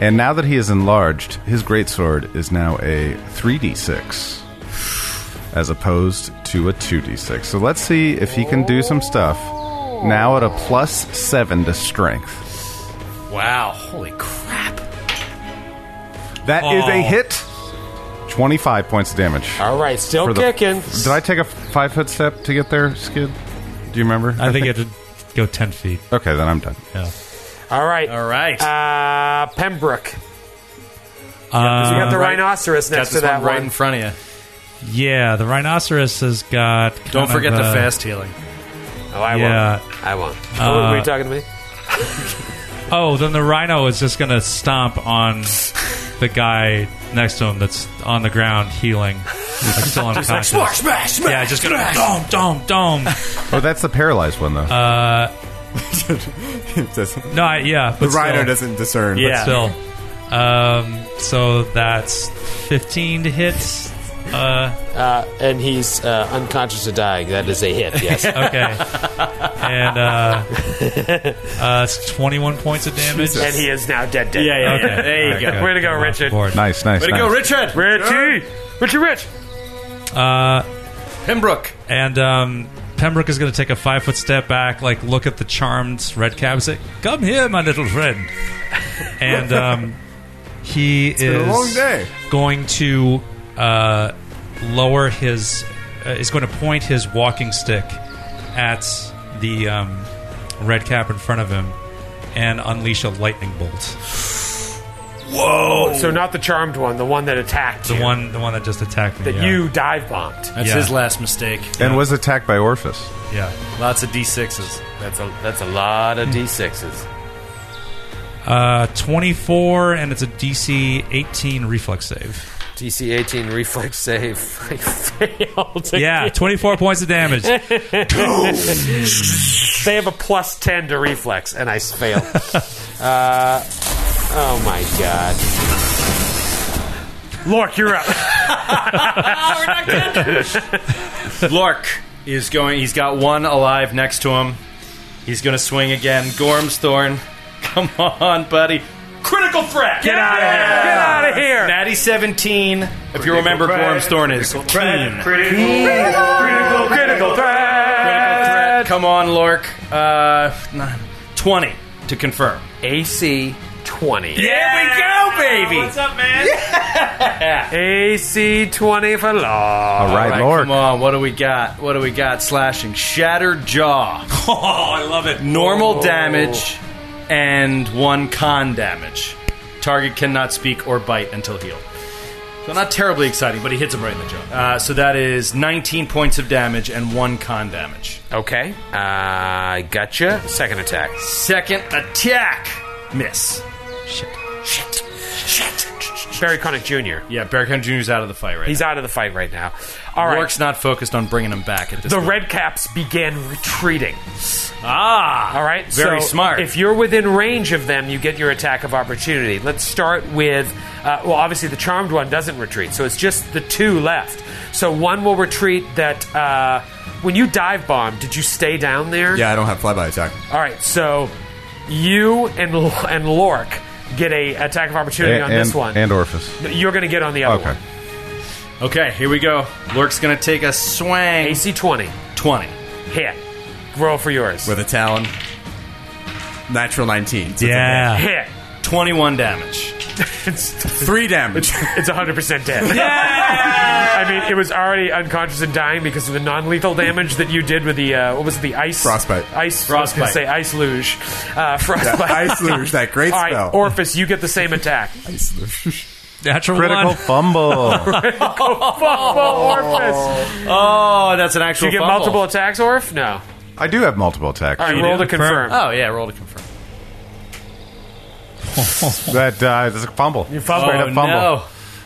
[SPEAKER 7] And now that he is enlarged, his greatsword is now a 3d6 as opposed to a 2d6. So let's see if he can do some stuff. Now at a plus 7 to strength.
[SPEAKER 2] Wow. Holy crap.
[SPEAKER 7] That is
[SPEAKER 6] Oh.
[SPEAKER 7] a hit. 25 points of damage.
[SPEAKER 3] All right, still
[SPEAKER 7] For the-
[SPEAKER 3] kicking.
[SPEAKER 7] Did I take a 5 foot step to get there, Skid? Do you remember?
[SPEAKER 6] I think it would go 10 feet.
[SPEAKER 7] Okay, then I'm done.
[SPEAKER 6] Yeah.
[SPEAKER 3] All right.
[SPEAKER 2] All right.
[SPEAKER 3] Uh, Pembroke.
[SPEAKER 6] Uh,
[SPEAKER 3] You got the
[SPEAKER 6] um,
[SPEAKER 3] rhinoceros
[SPEAKER 2] Got
[SPEAKER 3] next to
[SPEAKER 2] this
[SPEAKER 3] that
[SPEAKER 2] one
[SPEAKER 3] one.
[SPEAKER 2] right in front of you.
[SPEAKER 6] yeah, the rhinoceros has got. kind
[SPEAKER 2] Don't forget
[SPEAKER 6] of,
[SPEAKER 2] the
[SPEAKER 6] uh,
[SPEAKER 2] fast healing.
[SPEAKER 3] Oh, I
[SPEAKER 6] Yeah. Uh,
[SPEAKER 3] won't. I won't. oh, were you talking to me?
[SPEAKER 6] Oh, then the rhino is just going to stomp on the guy next to him that's on the ground healing. Like still unconscious.
[SPEAKER 2] smash, smash.
[SPEAKER 6] yeah, just gonna dome, dome, dome.
[SPEAKER 7] Oh, that's the paralyzed one, though.
[SPEAKER 6] Uh,
[SPEAKER 5] It says-
[SPEAKER 6] No, I, yeah, but
[SPEAKER 5] Uh, the rhino
[SPEAKER 6] still,
[SPEAKER 5] doesn't discern. but
[SPEAKER 2] Yeah.
[SPEAKER 6] Still, um, so that's fifteen to hit. Uh,
[SPEAKER 3] Uh, and he's uh, unconscious to dying. That is a hit. Yes.
[SPEAKER 6] okay, and uh, uh, it's twenty-one points of damage.
[SPEAKER 3] and he is now dead. Dead.
[SPEAKER 2] Yeah, yeah,
[SPEAKER 6] Okay.
[SPEAKER 2] yeah. There you
[SPEAKER 6] All
[SPEAKER 2] go.
[SPEAKER 6] good.
[SPEAKER 3] Way to go,
[SPEAKER 6] I'm off the
[SPEAKER 3] Richard.
[SPEAKER 6] board.
[SPEAKER 7] nice, nice.
[SPEAKER 2] Way to
[SPEAKER 7] nice.
[SPEAKER 2] go, Richard.
[SPEAKER 3] Richie, Richie, Rich.
[SPEAKER 6] Uh,
[SPEAKER 2] Pembroke.
[SPEAKER 6] and um, Pembroke is going to take a five foot step back, like look at the charmed red cab, and say, "Come here, my little friend." And um, he is
[SPEAKER 5] been a long day.
[SPEAKER 6] going to uh, lower his. Uh, is going to point his walking stick at the um, red cap in front of him and unleash a lightning bolt.
[SPEAKER 3] Oh, So not the charmed one, the one that attacked
[SPEAKER 6] The
[SPEAKER 3] you,
[SPEAKER 6] one, the one that just attacked me.
[SPEAKER 3] that
[SPEAKER 6] yeah.
[SPEAKER 3] you dive bombed.
[SPEAKER 2] That's
[SPEAKER 6] Yeah.
[SPEAKER 2] his last mistake.
[SPEAKER 7] And was attacked by Orphis.
[SPEAKER 6] yeah.
[SPEAKER 2] Lots of D6s.
[SPEAKER 3] That's a that's a lot of d sixes.
[SPEAKER 6] Uh, 24, and it's a DC 18 reflex save.
[SPEAKER 3] DC eighteen reflex save. I failed.
[SPEAKER 6] Yeah, 24 points of damage.
[SPEAKER 2] Oh,
[SPEAKER 3] they have a plus ten to reflex, and I s- failed. uh, oh my god. Lork, you're up.
[SPEAKER 2] Lork is going. He's got one alive next to him. He's going to swing again. Gorm's thorn. Come on, buddy. Critical threat. Get
[SPEAKER 3] out of here. Get out of here.
[SPEAKER 2] Natty 17. If you remember, Gorm's Thorn is critical threat. Critical, critical, critical threat. Critical threat. Come on, Lork. Uh, nine- 20 to confirm.
[SPEAKER 3] AC 20.
[SPEAKER 2] There we go, baby.
[SPEAKER 6] up, man?
[SPEAKER 3] AC 20 for law.
[SPEAKER 7] All right,
[SPEAKER 2] All right,
[SPEAKER 7] Lork.
[SPEAKER 2] Come on, what do we got? What do we got? Slashing, shattered jaw. Oh, I love it. Normal damage and one con damage. Target cannot speak or bite until healed. So not terribly exciting, but he hits him right in the jaw. Uh, so that is 19 points of damage and one con damage.
[SPEAKER 3] Okay. Uh, gotcha. Second attack.
[SPEAKER 2] Second attack, miss.
[SPEAKER 3] Barry Connick Jr.
[SPEAKER 2] Yeah, Bear Jr. Junior's out of the fight right
[SPEAKER 3] He's
[SPEAKER 2] now.
[SPEAKER 3] out of the fight right now. All right.
[SPEAKER 2] Lork's not focused on bringing him back at this.
[SPEAKER 3] The
[SPEAKER 2] point.
[SPEAKER 3] red caps began retreating.
[SPEAKER 2] ah,
[SPEAKER 3] All right.
[SPEAKER 2] very
[SPEAKER 3] so
[SPEAKER 2] smart.
[SPEAKER 3] If you're within range of them, you get your attack of opportunity. Let's start with. Uh, well, obviously, the charmed one doesn't retreat, so it's just the two left. So one will retreat that. Uh, when you dive bomb, did you stay down there?
[SPEAKER 5] Yeah, I don't have flyby attack.
[SPEAKER 3] All right, so you and L- and Lork get a attack of opportunity on this one.
[SPEAKER 7] and Orphis.
[SPEAKER 3] You're going to get on the other
[SPEAKER 7] Okay.
[SPEAKER 3] one.
[SPEAKER 2] Okay, here we go. Lurk's gonna take a swang.
[SPEAKER 3] AC 20.
[SPEAKER 2] 20.
[SPEAKER 3] Hit. Roll for yours.
[SPEAKER 5] With a talon. Natural 19. So
[SPEAKER 6] Yeah.
[SPEAKER 3] Hit.
[SPEAKER 2] 21 damage.
[SPEAKER 5] it's Three damage.
[SPEAKER 3] It's 100% dead. yeah! I mean, it was already unconscious and dying because of the non lethal damage that you did with the, uh, what was it, the ice?
[SPEAKER 5] Frostbite.
[SPEAKER 3] Ice. I was gonna
[SPEAKER 2] Frostbite.
[SPEAKER 3] say ice luge. Uh, frostbite.
[SPEAKER 5] Ice luge, that great
[SPEAKER 3] All right,
[SPEAKER 5] spell.
[SPEAKER 3] Orphis, you get the same attack.
[SPEAKER 5] Ice luge.
[SPEAKER 6] Natural
[SPEAKER 7] Critical
[SPEAKER 6] one.
[SPEAKER 7] fumble.
[SPEAKER 3] Oh, Orphis.
[SPEAKER 2] Oh, that's an actual
[SPEAKER 3] Do you get
[SPEAKER 2] fumble.
[SPEAKER 3] multiple attacks, Orph? No.
[SPEAKER 7] I do have multiple attacks.
[SPEAKER 3] All right,
[SPEAKER 6] You
[SPEAKER 3] roll
[SPEAKER 6] do?
[SPEAKER 3] to confirm.
[SPEAKER 2] Oh, yeah, roll to confirm.
[SPEAKER 7] That uh, is a fumble. You
[SPEAKER 2] Oh, no.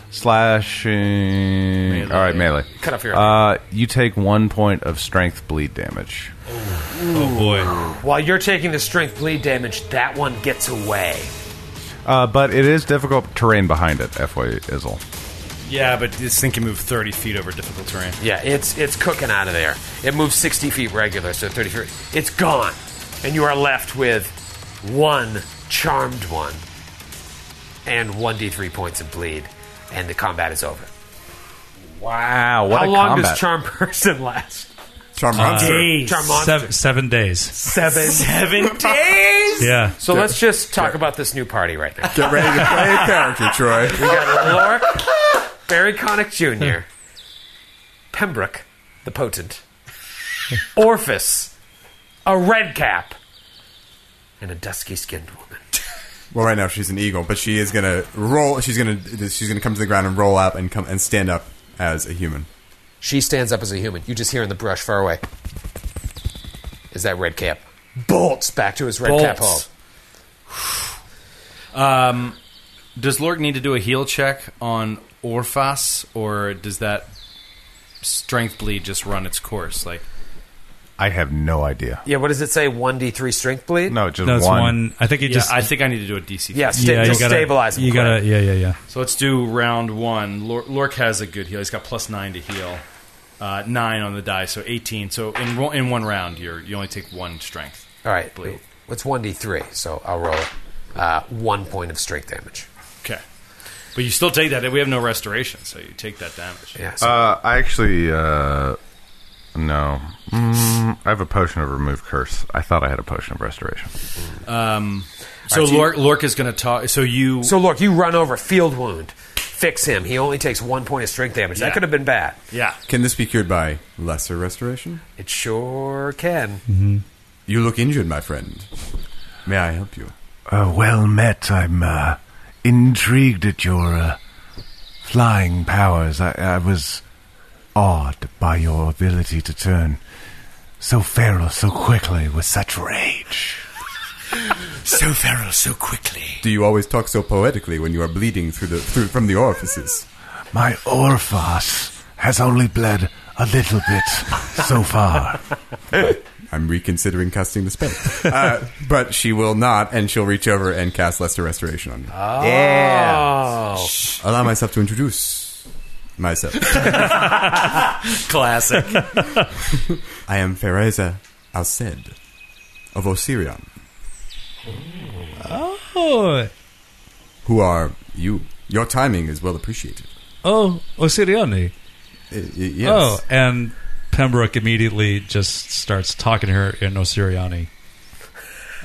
[SPEAKER 7] Slashing. All right, melee.
[SPEAKER 3] Cut off your
[SPEAKER 7] Uh, you take one point of strength bleed damage.
[SPEAKER 6] Oh boy.
[SPEAKER 3] While you're taking the strength bleed damage, that one gets away.
[SPEAKER 7] Uh, but it is difficult terrain behind it, FY Izzle.
[SPEAKER 2] Yeah, but this thing can move 30 feet over difficult terrain.
[SPEAKER 3] Yeah, it's it's cooking out of there. It moves 60 feet regular, so 30 feet. It's gone, and you are left with one charmed one and 1d3 points of bleed, and the combat is over.
[SPEAKER 7] Wow, what
[SPEAKER 3] How long does charm person last?
[SPEAKER 5] Charm monster.
[SPEAKER 3] Charm Uh, monster.
[SPEAKER 6] Seven, seven days.
[SPEAKER 3] Seven.
[SPEAKER 2] Seven days?
[SPEAKER 6] Yeah.
[SPEAKER 3] So let's just talk about this new party right now.
[SPEAKER 5] Get ready to play a character, Troy.
[SPEAKER 3] We got Lork, Barry Connick Jr., Pembroke, the potent, Orphis, a red cap, and a dusky skinned woman.
[SPEAKER 5] Well, right now she's an eagle, but she is gonna roll. She's gonna she's gonna come to the ground and roll up and come and stand up as a human.
[SPEAKER 3] She stands up as a human. You just hear in the brush far away. Is that red cap? Bolts back to his red cap hole.
[SPEAKER 2] Bolts. Um, Does Lork need to do a heal check on Orphas, or does that strength bleed just run its course? Like,
[SPEAKER 7] I have no idea.
[SPEAKER 3] Yeah, what does it say? 1d3 strength bleed?
[SPEAKER 7] No, just
[SPEAKER 6] No, it's
[SPEAKER 7] one.
[SPEAKER 6] one. I think it
[SPEAKER 2] yeah,
[SPEAKER 6] just.
[SPEAKER 2] I think I need to do a DC.
[SPEAKER 3] Yeah,
[SPEAKER 2] first.
[SPEAKER 3] sta-
[SPEAKER 6] yeah,
[SPEAKER 3] just
[SPEAKER 6] you gotta,
[SPEAKER 3] stabilize him.
[SPEAKER 6] You
[SPEAKER 3] quick.
[SPEAKER 6] gotta. Yeah, yeah, yeah.
[SPEAKER 2] So let's do round one. Lor- Lork has a good heal. He's got plus nine to heal, uh, nine on the die, so 18. So in, ro- in one round, you're, you only take one strength.
[SPEAKER 3] All right.
[SPEAKER 2] Bleed.
[SPEAKER 3] What's 1d3? So I'll roll it. Uh, one point of strength damage.
[SPEAKER 2] Okay. But you still take that. We have no restoration, so you take that damage.
[SPEAKER 3] Yeah. So
[SPEAKER 7] Uh, I actually, uh, no. Mm, I have a potion of remove curse. I thought I had a potion of restoration.
[SPEAKER 2] Uh, Um, So Lork, Lork is going to talk. So you.
[SPEAKER 3] So look, you run over field wound, fix him. He only takes one point of strength damage. That
[SPEAKER 2] Yeah.
[SPEAKER 3] could have been bad.
[SPEAKER 2] yeah.
[SPEAKER 5] Can this be cured by lesser restoration?
[SPEAKER 3] It sure can.
[SPEAKER 5] You look injured, my friend. May I help you?
[SPEAKER 8] Uh, well met. I'm uh, intrigued at your uh, flying powers. I, I was awed by your ability to turn so feral so quickly with such rage.
[SPEAKER 4] So feral, so quickly.
[SPEAKER 5] Do you always talk so poetically when you are bleeding through the through from the orifices?
[SPEAKER 8] My Orphos has only bled a little bit so far.
[SPEAKER 5] I'm reconsidering casting the spell, uh, but she will not, and she'll reach over and cast lesser restoration on me.
[SPEAKER 3] Yeah.
[SPEAKER 5] Allow myself to introduce myself.
[SPEAKER 2] Classic.
[SPEAKER 5] I am Fereza Alced of Osirion.
[SPEAKER 10] Oh,
[SPEAKER 5] Who are you? Your timing is well appreciated.
[SPEAKER 10] oh, Osirione.
[SPEAKER 5] I- I- yes.
[SPEAKER 10] Oh, and Pembroke immediately just starts talking to her in Osiriani.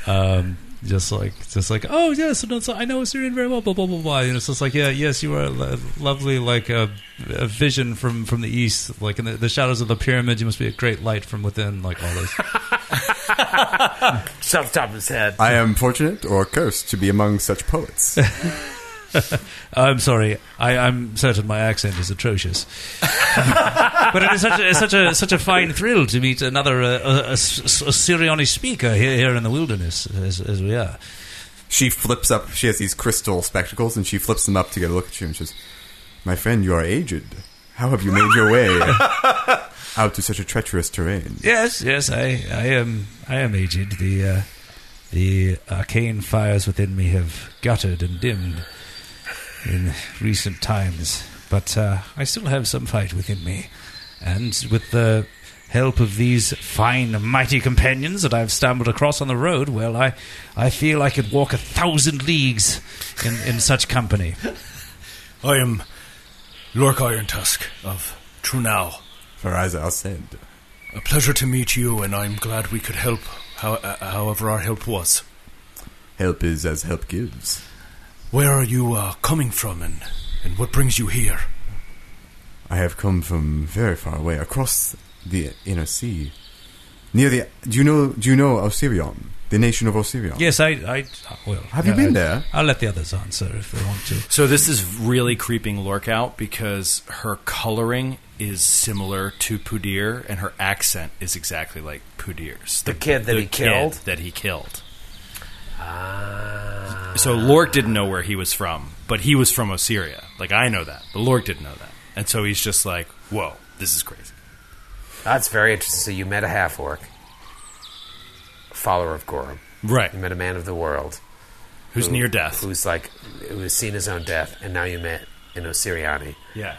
[SPEAKER 10] Um, just like, just like, oh yes, no, so I know Osirian very well. Blah blah blah blah. And it's just like, yeah, yes, you are lo- lovely, like uh, a, a vision from from the east, like in the, the shadows of the pyramid. You must be a great light from within, like all this. Oh.
[SPEAKER 3] It's off the top of his head.
[SPEAKER 2] uh,
[SPEAKER 5] I am fortunate or cursed to be among such poets.
[SPEAKER 10] I'm sorry. I, I'm certain my accent is atrocious, but it is such a, it's such a such a fine thrill to meet another uh, a, a, S- a Syriani speaker here, here in the wilderness as, as we are.
[SPEAKER 5] she flips up. She has these crystal spectacles, and she flips them up to get a look at you, and she says, "My friend, you are aged. How have you made your way out to such a treacherous terrain?"
[SPEAKER 10] Yes, yes, I, I am I am aged. The uh, the arcane fires within me have guttered and dimmed in recent times, but uh, I still have some fight within me, and with the help of these fine, mighty companions that I've stumbled across on the road, well, I I feel I could walk a thousand leagues in, in such company.
[SPEAKER 4] I am Lork Iron Tusk of Trunau.
[SPEAKER 5] Fariza, I'll send.
[SPEAKER 4] A pleasure to meet you, and I'm glad we could help, how, uh, however our help was.
[SPEAKER 5] Help is as help gives.
[SPEAKER 4] Where are you uh, coming from, and, and what brings you here?
[SPEAKER 5] I have come from very far away, across the inner sea, near the. Do you know? Do you know Osirion, the nation of Osirion?
[SPEAKER 10] Yes, I I well.
[SPEAKER 5] Have you
[SPEAKER 10] no,
[SPEAKER 5] been
[SPEAKER 10] I-
[SPEAKER 5] there?
[SPEAKER 10] I'll let the others answer if they want to.
[SPEAKER 2] So this is really creeping Lork out because her coloring is similar to Pudir, and her accent is exactly like Pudir's.
[SPEAKER 3] The kid that he killed?
[SPEAKER 2] that he killed.
[SPEAKER 3] Ah.
[SPEAKER 2] So Lork didn't know where he was from, but he was from Osirian. Like I know that, but Lork didn't know that, and so he's just like, "Whoa, this is crazy."
[SPEAKER 3] That's very interesting. So you met a half orc, follower of Gorum.
[SPEAKER 2] Right?
[SPEAKER 3] You met a man of the world
[SPEAKER 2] Who's near death?
[SPEAKER 3] who's like who has seen his own death, and now you met an Osiriani
[SPEAKER 2] Yeah.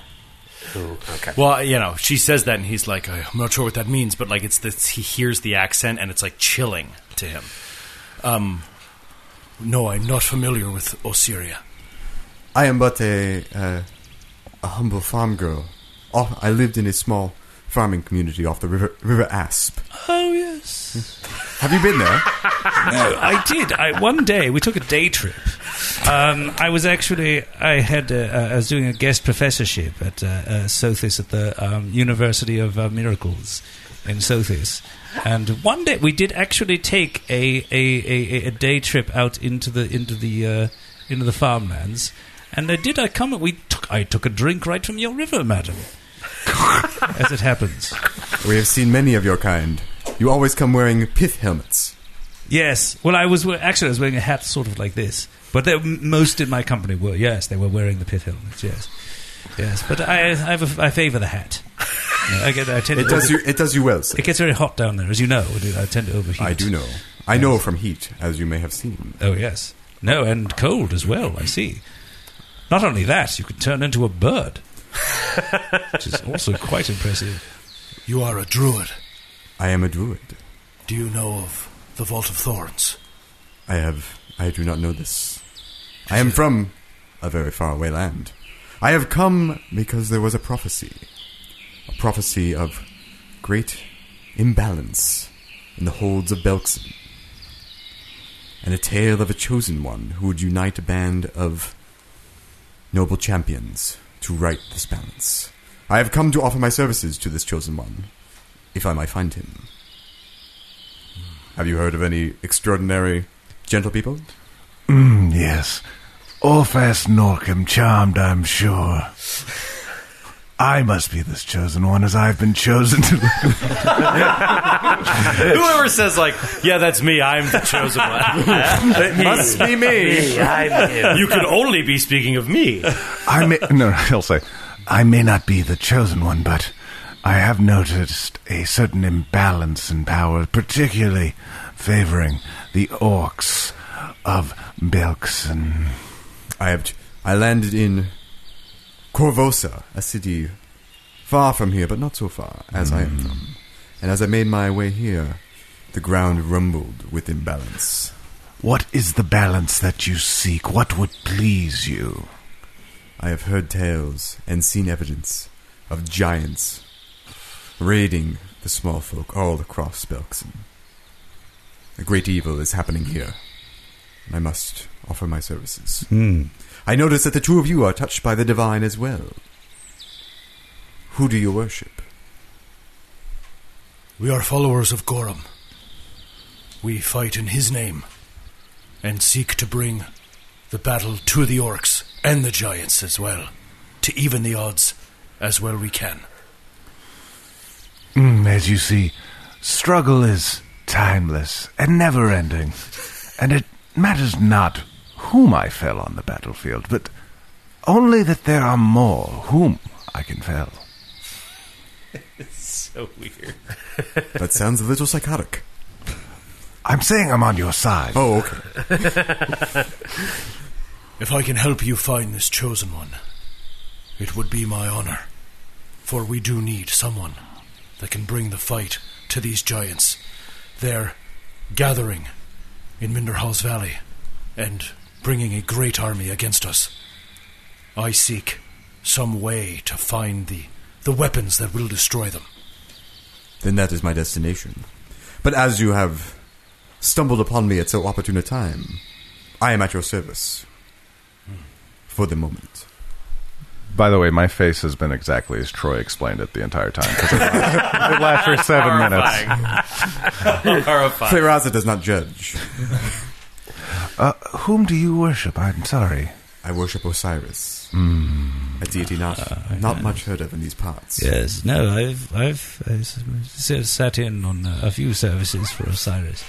[SPEAKER 3] who okay.
[SPEAKER 2] Well, you know, she says that, and he's like, "I'm not sure what that means," but like, it's this. He hears the accent, and it's like chilling to him.
[SPEAKER 4] Um, No, I'm not familiar with Osiria.
[SPEAKER 5] I am but a uh, a humble farm girl. Oh, I lived in a small farming community off the river River Asp.
[SPEAKER 10] Oh yes.
[SPEAKER 5] Have you been there?
[SPEAKER 10] I did. I, one day we took a day trip. Um, I was actually I had uh, uh, I was doing a guest professorship at uh, uh, Sothis at the um, University of uh, Miracles in Sothis, and one day we did actually take a a, a, a- a day trip out into the into the uh, into the farmlands, and I did I come we took I took a drink right from your river, madam. As it happens,
[SPEAKER 5] We have seen many of your kind. You always come wearing pith helmets.
[SPEAKER 10] yes. Well, I was we- actually I was wearing a hat, sort of like this. But they, most in my company were, yes, they were wearing the pith helmets, yes, yes. But I, I, have a, I favour the hat. You know, I get, I tend
[SPEAKER 5] It
[SPEAKER 10] to
[SPEAKER 5] does
[SPEAKER 10] over-
[SPEAKER 5] you. It does you well. Sir.
[SPEAKER 10] It gets very hot down there, as you know. I tend to overheat.
[SPEAKER 5] I do know. I know from heat, as you may have seen.
[SPEAKER 10] Oh yes, no, and cold as well. I see. Not only that, you could turn into a bird, which is also quite impressive.
[SPEAKER 4] You are a druid.
[SPEAKER 5] I am a druid.
[SPEAKER 4] Do you know of the Vault of Thorns?
[SPEAKER 5] I have. I do not know this. I am from a very faraway land. I have come because there was a prophecy, a prophecy of great imbalance in the holds of Belxen, and a tale of a chosen one who would unite a band of noble champions to right this balance. I have come to offer my services to this chosen one, if I might find him. Have you heard of any extraordinary gentle people?
[SPEAKER 8] Mm, yes. Orphas Norcom charmed, I'm sure. I must be this chosen one, as I've been chosen to.
[SPEAKER 2] Whoever says like, "Yeah, that's me. I'm the chosen one."
[SPEAKER 5] It must be me.
[SPEAKER 2] you could only be speaking of me.
[SPEAKER 8] I may no, no, he'll say, I may not be the chosen one, but I have noticed a certain imbalance in power, particularly favoring the orcs of Belxen.
[SPEAKER 5] I have. I landed in Corvosa, a city far from here, but not so far as I am
[SPEAKER 8] Hmm.
[SPEAKER 5] from. And as I made my way here, the ground rumbled with imbalance.
[SPEAKER 8] What is the balance that you seek? What would please you?
[SPEAKER 5] I have heard tales and seen evidence of giants raiding the small folk all across Belkson. A great evil is happening here, and I must offer my services.
[SPEAKER 6] Hmm.
[SPEAKER 5] I notice that the two of you are touched by the divine as well. Who do you worship?
[SPEAKER 4] We are followers of Gorham. We fight in his name and seek to bring the battle to the orcs and the giants as well, to even the odds as well we can.
[SPEAKER 8] Mm, as you see, struggle is timeless and never ending, and it matters not whom I fell on the battlefield, but only that there are more whom I can fell.
[SPEAKER 11] It's so weird.
[SPEAKER 5] That sounds a little psychotic.
[SPEAKER 8] I'm saying I'm on your side.
[SPEAKER 5] Oh, okay.
[SPEAKER 4] If I can help you find this chosen one, it would be my honor. For we do need someone that can bring the fight to these giants. They're gathering in Minderhall's Valley and bringing a great army against us. I seek some way to find the, the weapons that will destroy them.
[SPEAKER 5] Then that is my destination. But as you have stumbled upon me at so opportune a time, I am at your service. For the moment.
[SPEAKER 7] By the way, my face has been exactly as Troy explained it the entire time. 'cause It lasts, it lasts for seven minutes.
[SPEAKER 11] Horrifying. Horrifying.
[SPEAKER 5] Feyraza does not judge.
[SPEAKER 8] Uh, whom do you worship? I'm sorry.
[SPEAKER 5] I worship Osiris,
[SPEAKER 6] Hmm.
[SPEAKER 5] a deity not not much heard of in these parts.
[SPEAKER 6] Ah, Yes, no, I've I've uh, s- s- sat in on uh, a few services for Osiris.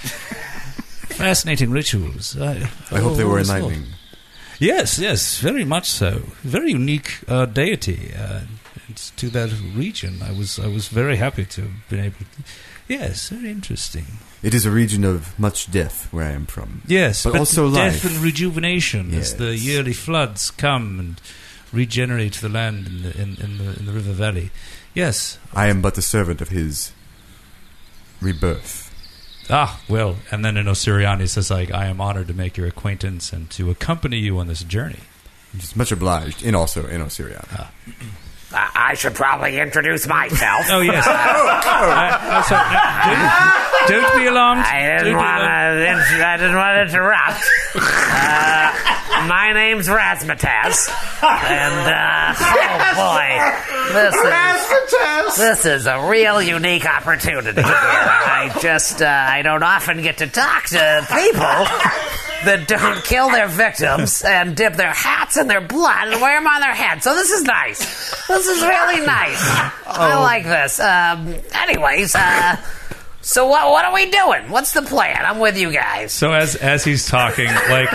[SPEAKER 6] Fascinating rituals. I,
[SPEAKER 5] I hope they
[SPEAKER 6] oh,
[SPEAKER 5] were
[SPEAKER 6] it's not-
[SPEAKER 5] enlightening.
[SPEAKER 6] Yes, yes, very much so. Very unique uh, deity. Uh, it's to that region. I was I was very happy to have been able. To, yes, very interesting.
[SPEAKER 5] It is a region of much death where I am from.
[SPEAKER 6] Yes,
[SPEAKER 5] But also life.
[SPEAKER 6] death and rejuvenation as the
[SPEAKER 5] Yes.
[SPEAKER 6] yearly floods come and regenerate the land in the in, in the in the river valley. Yes.
[SPEAKER 5] I am but the servant of his rebirth.
[SPEAKER 6] Ah, well, and then in Osiriani says like I am honored to make your acquaintance and to accompany you on this journey.
[SPEAKER 5] Just much obliged, and also in Osirian.
[SPEAKER 10] ah.
[SPEAKER 9] I, I should probably introduce myself.
[SPEAKER 6] Oh yes. Uh, so, uh, don't, don't be alarmed.
[SPEAKER 9] I
[SPEAKER 6] Don't
[SPEAKER 9] didn't
[SPEAKER 6] be
[SPEAKER 9] want
[SPEAKER 6] alarmed.
[SPEAKER 9] to. I didn't want to interrupt. Uh, my name's Rasmatas, and uh, oh boy, this is this is a real unique opportunity. Here. I just uh, I don't often get to talk to people. That don't kill their victims and dip their hats in their blood and wear them on their head. So this is nice. This is really nice.
[SPEAKER 10] Oh.
[SPEAKER 9] I like this. Um, anyways, uh, so what what are we doing? What's the plan? I'm with you guys.
[SPEAKER 10] So as as he's talking, like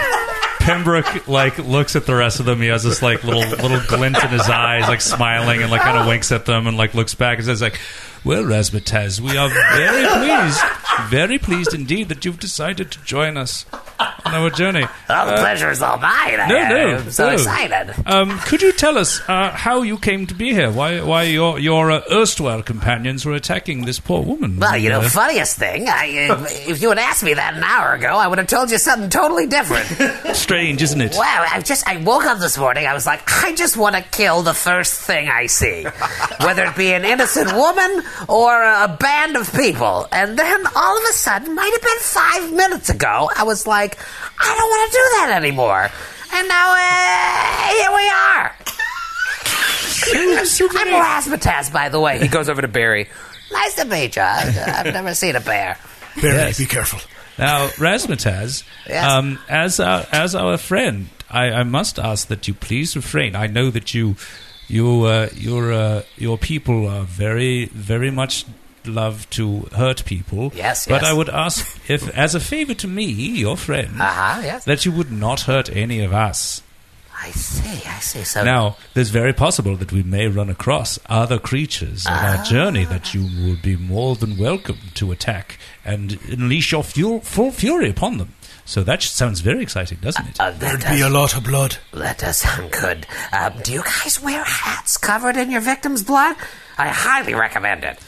[SPEAKER 10] Pembroke like looks at the rest of them. He has this like little little glint in his eyes, like smiling and like kind of winks at them and like looks back and says like, "Well, Rasmataz, we are very pleased, very pleased indeed that you've decided to join us on our journey. Uh,
[SPEAKER 9] Oh, the pleasure's all mine.
[SPEAKER 10] No,
[SPEAKER 9] I,
[SPEAKER 10] no,
[SPEAKER 9] I'm so
[SPEAKER 10] no.
[SPEAKER 9] excited.
[SPEAKER 10] Um, could you tell us uh, how you came to be here? Why why your your uh, erstwhile companions were attacking this poor woman?
[SPEAKER 9] Well, you know,
[SPEAKER 10] Uh,
[SPEAKER 9] funniest thing, I, uh, if you had asked me that an hour ago, I would have told you something totally different.
[SPEAKER 10] strange, isn't it?
[SPEAKER 9] wow, I just, I woke up this morning, I was like, I just want to kill the first thing I see, whether it be an innocent woman or a, a band of people. And then all of a sudden, might have been five minutes ago, I was like, I don't want to do that anymore. And now, uh, here we are. I'm Rasmataz, by the way. He goes over to Barry. Nice to meet you. I- I've never seen a bear.
[SPEAKER 4] Barry, be careful.
[SPEAKER 10] Now, Rasmataz,
[SPEAKER 9] Yes.
[SPEAKER 10] um, as our, as our friend, I, I must ask that you please refrain. I know that you, you, uh, your uh, your people are very very much love to hurt people.
[SPEAKER 9] Yes,
[SPEAKER 10] But
[SPEAKER 9] yes.
[SPEAKER 10] I would ask if, as a favor to me, your friend,
[SPEAKER 9] Uh-huh, yes.
[SPEAKER 10] that you would not hurt any of us.
[SPEAKER 9] I see, I see. So
[SPEAKER 10] Now, there's very possible that we may run across other creatures on our journey that you would be more than welcome to attack and unleash your fu- full fury upon them. So that sh- sounds very exciting, doesn't it?
[SPEAKER 9] uh, that,
[SPEAKER 4] There'd be a
[SPEAKER 9] does,
[SPEAKER 4] lot of blood.
[SPEAKER 9] that does sound good. Um, do you guys wear hats covered in your victim's blood? I highly recommend it.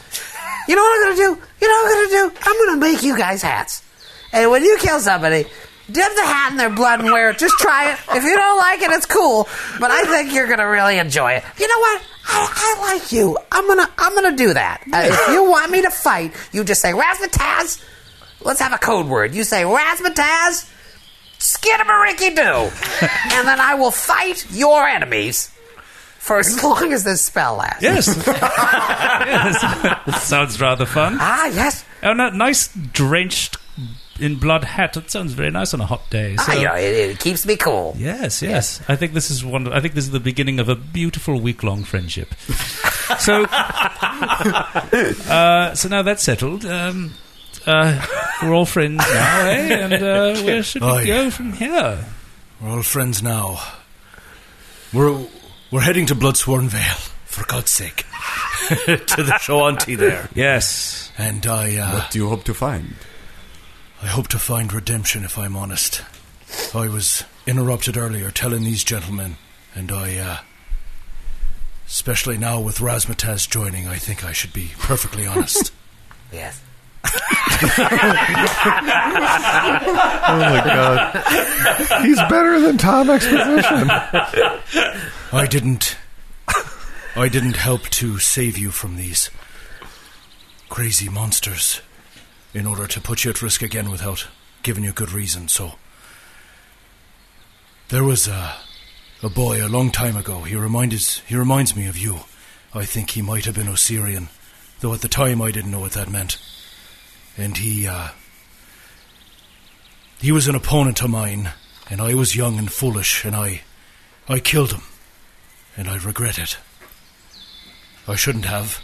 [SPEAKER 9] You know what I'm going to do? You know what I'm going to do? I'm going to make you guys hats. And when you kill somebody, Dip the hat in their blood and wear it. Just try it. If you don't like it, it's cool. But I think you're gonna really enjoy it. You know what? I, I like you. I'm gonna I'm gonna do that. Uh, if you want me to fight, you just say razzmatazz. Let's have a code word. You say razzmatazz, skidamaricky doo, and then I will fight your enemies for as long as this spell lasts.
[SPEAKER 10] Yes. yes. sounds rather fun.
[SPEAKER 9] Ah, yes.
[SPEAKER 10] And that nice drenched in blood hat. That sounds very nice on a hot day.
[SPEAKER 9] Ah,
[SPEAKER 10] So-
[SPEAKER 9] you know, it, it keeps me cool.
[SPEAKER 10] Yes, yes. I think this is one. I think this is the beginning of a beautiful week-long friendship. so, uh, so now that's settled. Um, uh, we're all friends now, eh? And uh, where should we
[SPEAKER 4] Oh, yeah.
[SPEAKER 10] go from here?
[SPEAKER 4] We're all friends now. We're we're heading to Bloodsworn Vale, for God's sake, to the Shawanti there.
[SPEAKER 10] Yes.
[SPEAKER 4] And I, uh,
[SPEAKER 12] What do you hope to find?
[SPEAKER 4] I hope to find redemption, if I'm honest. I was interrupted earlier telling these gentlemen, and I, uh, especially now with Razmataz joining, I think I should be perfectly honest.
[SPEAKER 9] Yes.
[SPEAKER 8] Oh my god. He's better than Tom Exposition.
[SPEAKER 4] I didn't. I didn't help to save you from these crazy monsters in order to put you at risk again without giving you good reason, so. There was a, a boy a long time ago. He reminded he reminds me of you. I think he might have been Osirian, though at the time I didn't know what that meant. And he uh, he was an opponent of mine, and I was young and foolish, and I I killed him, and I regret it. I shouldn't have.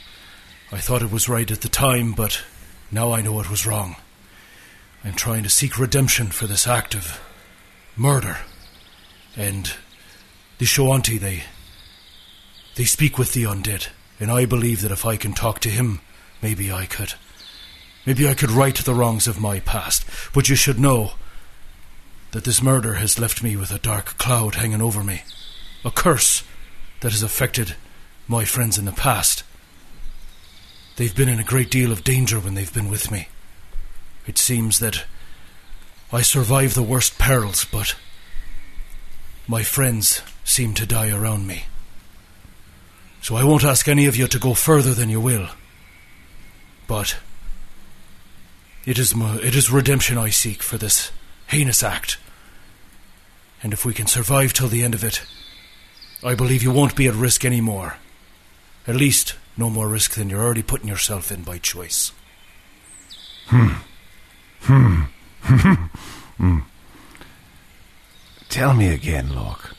[SPEAKER 4] I thought it was right at the time, but now I know it was wrong. I'm trying to seek redemption for this act of murder. And the Shoanti, they. they speak with the undead, and I believe that if I can talk to him, maybe I could. Maybe I could right the wrongs of my past, but you should know that this murder has left me with a dark cloud hanging over me, a curse that has affected my friends in the past. They've been in a great deal of danger when they've been with me. It seems that I survive the worst perils, but my friends seem to die around me. So I won't ask any of you to go further than you will. But it is my, it is redemption I seek for this heinous act. And if we can survive till the end of it, I believe you won't be at risk any more. At least, no more risk than you're already putting yourself in by choice.
[SPEAKER 8] Hmm. Tell me again, Lork.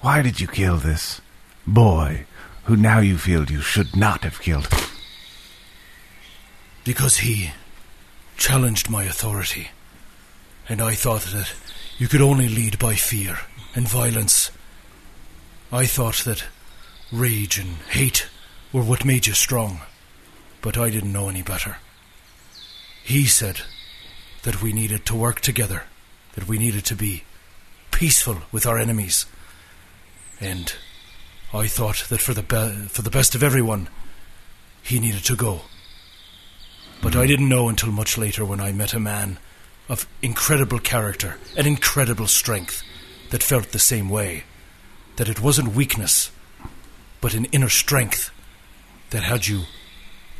[SPEAKER 8] Why did you kill this boy who now you feel you should not have killed?
[SPEAKER 4] Because he challenged my authority. And I thought that you could only lead by fear and violence. I thought that rage and hate were what made you strong. But I didn't know any better. He said that we needed to work together, that we needed to be peaceful with our enemies. And I thought that for the, be- for the best of everyone, he needed to go but I didn't know until much later when I met a man of incredible character and incredible strength that felt the same way. That it wasn't weakness, but an inner strength that had you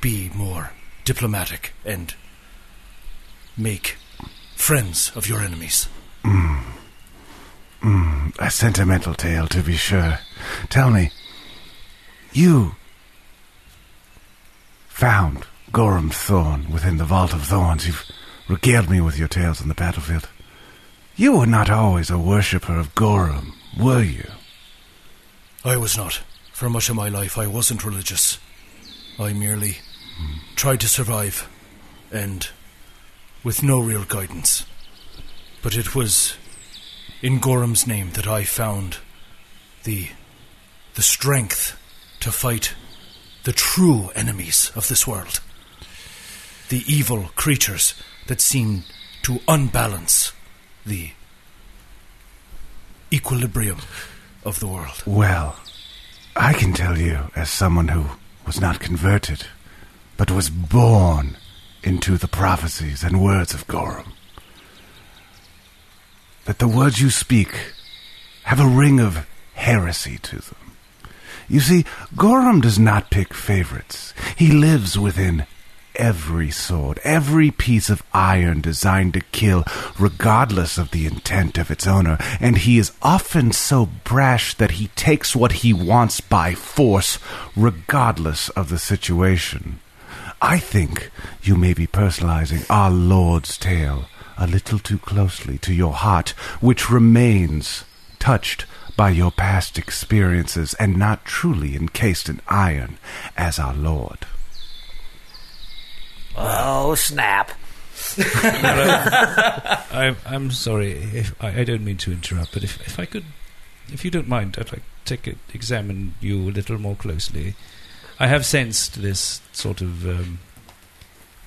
[SPEAKER 4] be more diplomatic and make friends of your enemies.
[SPEAKER 8] A sentimental tale, to be sure. Tell me, you found Gorham Thorn within the Vault of Thorns. You've regaled me with your tales on the battlefield. You were not always a worshipper of Gorham, were you?
[SPEAKER 4] I was not. For much of my life, I wasn't religious. I merely tried to survive, and with no real guidance. But it was in Gorham's name that I found the the strength to fight the true enemies of this world, the evil creatures that seem to unbalance the equilibrium of the world.
[SPEAKER 8] Well, I can tell you, as someone who was not converted, but was born into the prophecies and words of Gorham, that the words you speak have a ring of heresy to them. You see, Gorham does not pick favorites. He lives within every sword, every piece of iron designed to kill, regardless of the intent of its owner, and he is often so brash that he takes what he wants by force, regardless of the situation. I think you may be personalizing our Lord's tale a little too closely to your heart, which remains touched by your past experiences and not truly encased in iron as our Lord.
[SPEAKER 3] Oh, snap.
[SPEAKER 10] I'm, I'm sorry. If, I, I don't mean to interrupt, but if, if I could, if you don't mind, I'd like to take a, examine you a little more closely. I have sensed this sort of um,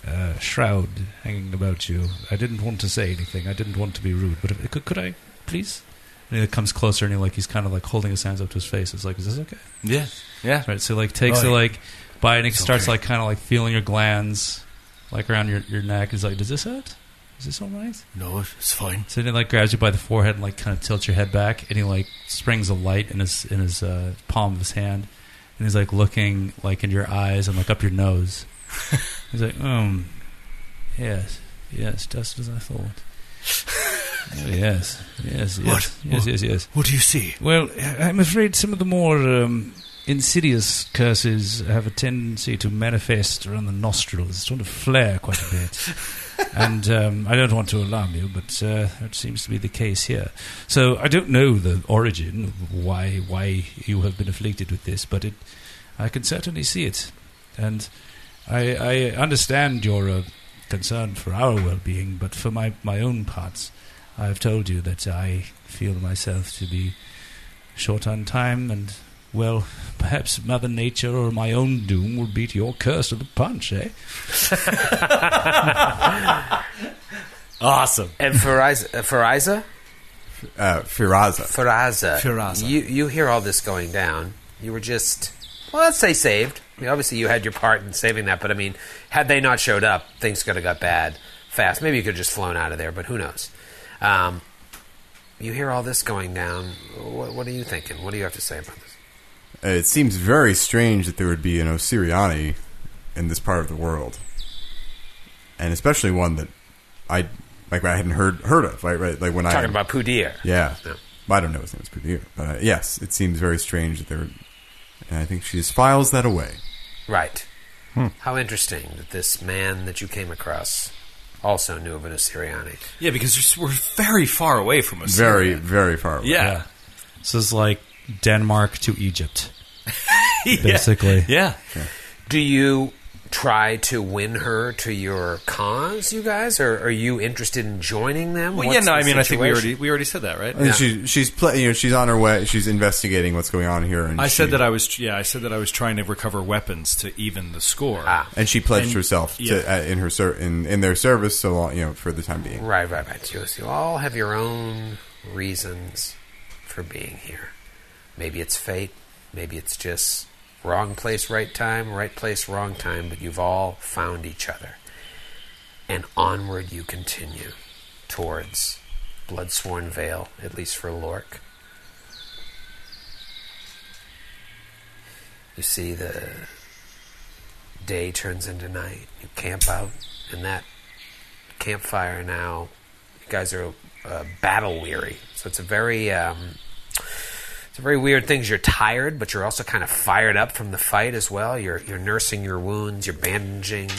[SPEAKER 10] uh, shroud hanging about you. I didn't want to say anything. I didn't want to be rude, but if, could, could I, please? And he comes closer, and he like he's kind of like holding his hands up to his face. It's like, is this okay?
[SPEAKER 2] Yeah. Yeah.
[SPEAKER 10] Right. So like takes
[SPEAKER 2] Oh,
[SPEAKER 10] it
[SPEAKER 2] yeah.
[SPEAKER 10] like by and he
[SPEAKER 2] It's
[SPEAKER 10] starts
[SPEAKER 2] okay.
[SPEAKER 10] like kind of like feeling your glands, like around your, your neck. He's like, does this hurt? Is this all right?
[SPEAKER 4] No, it's fine.
[SPEAKER 10] So then, like, grabs you by the forehead and like kind of tilts your head back, and he like springs a light in his in his uh, palm of his hand, and he's like looking like in your eyes and like up your nose. he's like, um, yes, yes, just as I thought. Oh, yes, yes, yes,
[SPEAKER 4] What?
[SPEAKER 10] yes, yes, yes.
[SPEAKER 4] What do you see?
[SPEAKER 10] Well, I'm afraid some of the more um, insidious curses have a tendency to manifest around the nostrils, sort of flare quite a bit. and um, I don't want to alarm you, but uh, that seems to be the case here. So I don't know the origin of why why you have been afflicted with this, but it, I can certainly see it, and I, I understand your uh, concern for our well-being. But for my my own parts, I have told you that I feel myself to be short on time and well perhaps mother nature or my own doom will beat your curse to the punch eh
[SPEAKER 2] Awesome.
[SPEAKER 3] And Fariza, Fariza,
[SPEAKER 5] Uh, Firaza.
[SPEAKER 3] Fariza,
[SPEAKER 10] Fariza.
[SPEAKER 3] You you hear all this going down. You were just well, let's say saved. I mean, obviously you had your part in saving that, but I mean, had they not showed up, things could have got bad fast. Maybe you could have just flown out of there, but who knows? Um, you hear all this going down. What, what are you thinking? What do you have to say about this?
[SPEAKER 5] Uh, It seems very strange that there would be an Osiriani in this part of the world, and especially one that I like. I hadn't heard heard of. Right, right. Like when I
[SPEAKER 3] Talking about Pudir.
[SPEAKER 5] Yeah.
[SPEAKER 3] Yeah.
[SPEAKER 5] Well, I don't know his name is Pudir, but uh, yes, it seems very strange that they're. And I think she just files that away.
[SPEAKER 3] Right.
[SPEAKER 2] Hmm.
[SPEAKER 3] How interesting that this man that you came across also knew of an Assyriani.
[SPEAKER 2] Yeah, because there's- we're very far away from us.
[SPEAKER 5] Very, very far away.
[SPEAKER 2] Yeah.
[SPEAKER 10] so it's like denmark to egypt basically
[SPEAKER 2] Yeah.
[SPEAKER 3] Do you try to win her to your cause, you guys? Or are you interested in joining them?
[SPEAKER 2] Well, yeah.
[SPEAKER 3] What's
[SPEAKER 2] No,
[SPEAKER 3] the
[SPEAKER 2] I mean, I think we
[SPEAKER 3] situation?
[SPEAKER 2] already we already said that, right?
[SPEAKER 5] I think she, she's pla you know, she's on her way. She's investigating what's going on here, and
[SPEAKER 2] I
[SPEAKER 5] she,
[SPEAKER 2] said that I was yeah. I said that I was trying to recover weapons to even the score.
[SPEAKER 3] Ah.
[SPEAKER 5] and she pledged
[SPEAKER 2] and-
[SPEAKER 5] herself
[SPEAKER 2] yeah.
[SPEAKER 5] to, uh, in her ser- in, in their service, so long, you know, for the time being.
[SPEAKER 3] Right, right, right. You, you all have your own reasons for being here. Maybe it's fate. Maybe it's just wrong place, right time, right place, wrong time, but you've all found each other. And onward you continue towards Bloodsworn Vale, at least for Lork. You see the day turns into night. You camp out, and that campfire now. You guys are uh, battle weary, so it's a very um, it's a very weird thing. is You're tired, but you're also kind of fired up from the fight as well. You're you're nursing your wounds, you're bandaging,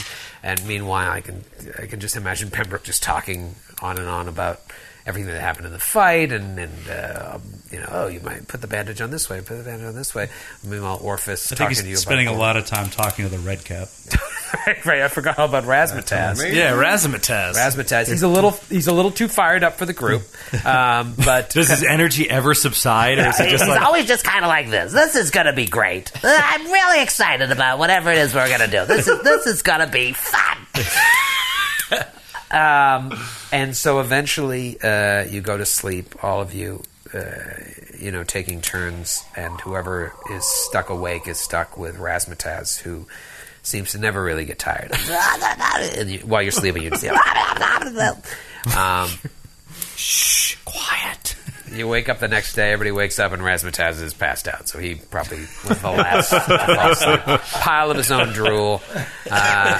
[SPEAKER 3] and meanwhile, I can I can just imagine Pembroke just talking on and on about everything that happened in the fight, and and uh, you know, oh, you might put the bandage on this way, put the bandage on this way. Meanwhile, Orphis
[SPEAKER 10] i think
[SPEAKER 3] talking to you
[SPEAKER 10] he's spending a
[SPEAKER 3] about
[SPEAKER 10] lot of time talking to the red cap
[SPEAKER 3] right, right, I forgot all about Razzmatazz.
[SPEAKER 2] Yeah, razzmatazz.
[SPEAKER 3] Razzmatazz. He's a little he's a little too fired up for the group, um, but
[SPEAKER 2] Does his energy ever subside, or is it just
[SPEAKER 9] He's
[SPEAKER 2] like
[SPEAKER 9] always just kind of like this. This is gonna be great. Uh, I'm really excited about whatever it is we're gonna do. This is this is gonna be fun. Um,
[SPEAKER 3] and so eventually uh, you go to sleep, all of you, uh, you know, taking turns, and whoever is stuck awake is stuck with Razzmatazz, who seems to never really get tired. and you, while you're sleeping, you just. um, Shh, quiet. You wake up the next day, everybody wakes up, and Razmataz is passed out. So he probably was the last to fall asleep. pile of his own drool. Uh,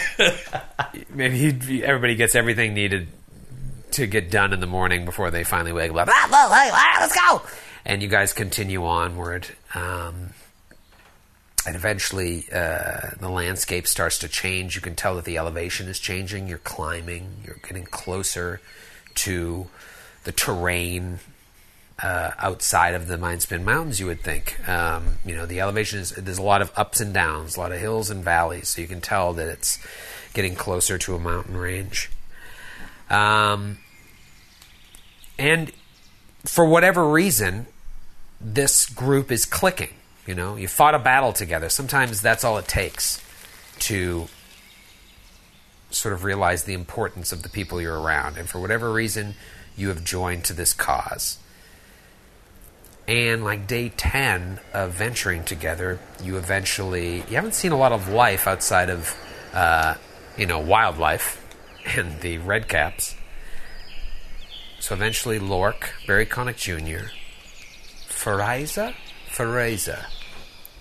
[SPEAKER 3] and he, everybody gets everything needed to get done in the morning before they finally wake up.
[SPEAKER 9] Ah, well, hey, ah, let's go.
[SPEAKER 3] and you guys continue onward. Um, and eventually, uh, the landscape starts to change. You can tell that the elevation is changing. You're climbing. You're getting closer to the terrain uh, outside of the Mindspin Mountains. You would think. Um, you know, the elevation is there's a lot of ups and downs, a lot of hills and valleys. So you can tell that it's getting closer to a mountain range. Um, and for whatever reason, this group is clicking. You know, you fought a battle together. Sometimes that's all it takes to sort of realize the importance of the people you're around. And for whatever reason, you have joined to this cause. And like day 10 of venturing together, you eventually, you haven't seen a lot of life outside of, uh, you know, wildlife and the red caps. So eventually, Lork, Barry Connick Jr., Fariza, Fariza,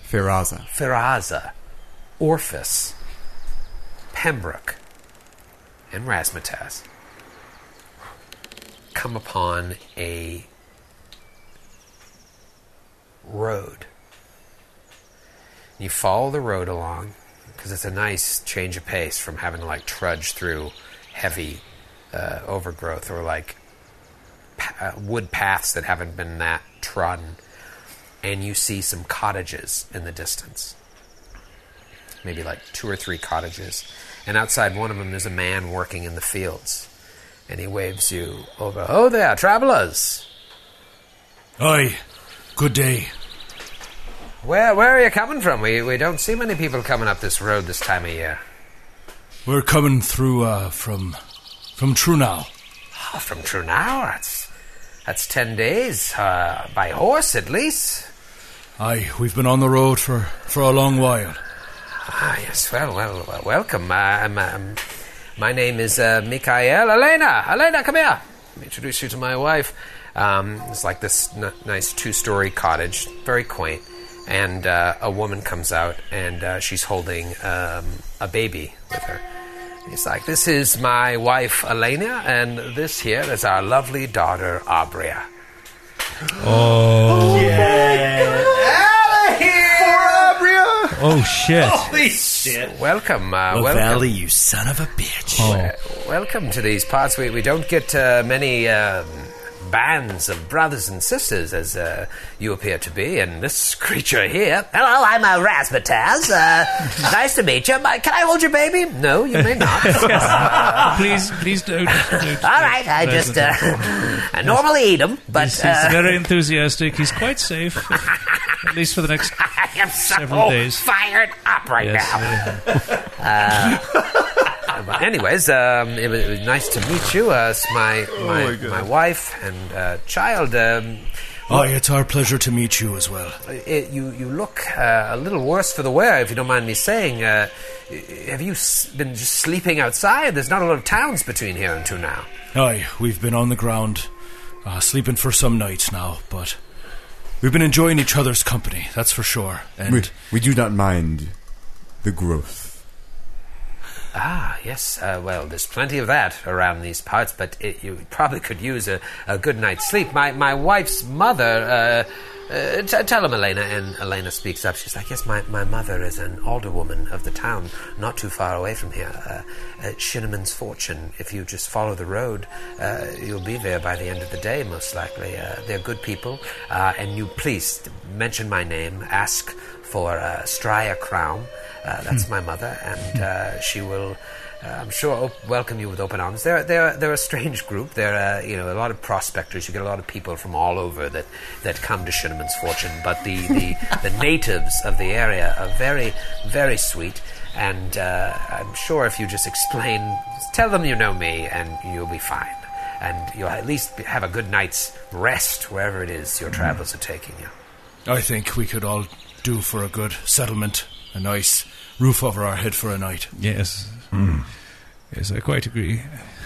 [SPEAKER 5] Firaza.
[SPEAKER 3] Firaza, Orphis, Pembroke, and Rasmataz come upon a road. And you follow the road along because it's a nice change of pace from having to like trudge through heavy uh, overgrowth or like pa- uh, wood paths that haven't been that trodden. And you see some cottages in the distance maybe like two or three cottages. And outside one of them, there's a man working in the fields. And he waves you over. Oh, there, travelers.
[SPEAKER 4] Aye, good day.
[SPEAKER 3] Where, where are you coming from? We, we don't see many people coming up this road this time of year.
[SPEAKER 4] We're coming through uh, from from Trunau.
[SPEAKER 3] Oh, from Trunau? That's, that's 10 days uh, by horse, at least.
[SPEAKER 4] Aye, we've been on the road for, for a long while.
[SPEAKER 3] Ah, yes. Well, well, well welcome. Uh, I'm, um, my name is uh, Mikhail. Elena, Elena, come here. Let me introduce you to my wife. Um, it's like this n- nice two-story cottage, very quaint. And uh, a woman comes out, and uh, she's holding um, a baby with her. He's like, "This is my wife, Elena, and this here is our lovely daughter, Abria."
[SPEAKER 13] Oh,
[SPEAKER 3] Out of here, Abria!
[SPEAKER 13] oh shit.
[SPEAKER 3] Holy shit! Welcome, uh,
[SPEAKER 2] Well,
[SPEAKER 3] welcome.
[SPEAKER 2] Valley, you son of a bitch.
[SPEAKER 13] Oh.
[SPEAKER 3] Welcome to these parts. We, we don't get uh, many um, bands of brothers and sisters as uh, you appear to be, and this creature here.
[SPEAKER 9] Hello, I'm uh, Razzmatazz. Uh, nice to meet you. My, can I hold your baby?
[SPEAKER 3] No, you may not.
[SPEAKER 10] please, please don't. don't-
[SPEAKER 9] All right, I just uh, I normally eat them, but
[SPEAKER 10] He's, he's
[SPEAKER 9] uh,
[SPEAKER 10] very enthusiastic. He's quite safe, at least for the next
[SPEAKER 9] I am so
[SPEAKER 10] several days.
[SPEAKER 9] fired up right
[SPEAKER 10] Yes,
[SPEAKER 9] now.
[SPEAKER 10] yeah.
[SPEAKER 3] Well, Uh, anyways, um, it, was, it was nice to meet you. Uh, it's my my, my wife and uh, child. Um,
[SPEAKER 4] Aye, it's our pleasure to meet you as well.
[SPEAKER 3] it, you you look uh, a little worse for the wear, if you don't mind me saying. Uh, have you s- been just sleeping outside? There's not a lot of towns between here and two now.
[SPEAKER 4] Aye, we've been on the ground, uh, sleeping for some nights now, but we've been enjoying each other's company, that's for sure. And
[SPEAKER 5] We, we do not mind the growth.
[SPEAKER 3] Ah, yes. Uh, well, there's plenty of that around these parts, but it, you probably could use a, a good night's sleep. My my wife's mother. Uh, uh, t- tell him, Elena. And Elena speaks up. She's like, "Yes, my, my mother is an alderwoman of the town, not too far away from here. Uh, uh, Shinneman's Fortune. If you just follow the road, uh, you'll be there by the end of the day, most likely. Uh, they're good people. Uh, and you please mention my name. Ask for uh, Strya Crown. Uh, that's my mother, and uh, she will, uh, I'm sure, op- welcome you with open arms. They're, they're, they're a strange group. They're, uh, you know, a lot of prospectors. You get a lot of people from all over that, that come to Shinneman's Fortune, but the, the, the natives of the area are very, very sweet. And uh, I'm sure if you just explain, tell them you know me, and you'll be fine. And you'll at least be- have a good night's rest wherever it is your travels are taking you.
[SPEAKER 4] I think we could all do for a good settlement, a nice roof over our head for a night.
[SPEAKER 10] Yes. Yes, I quite agree.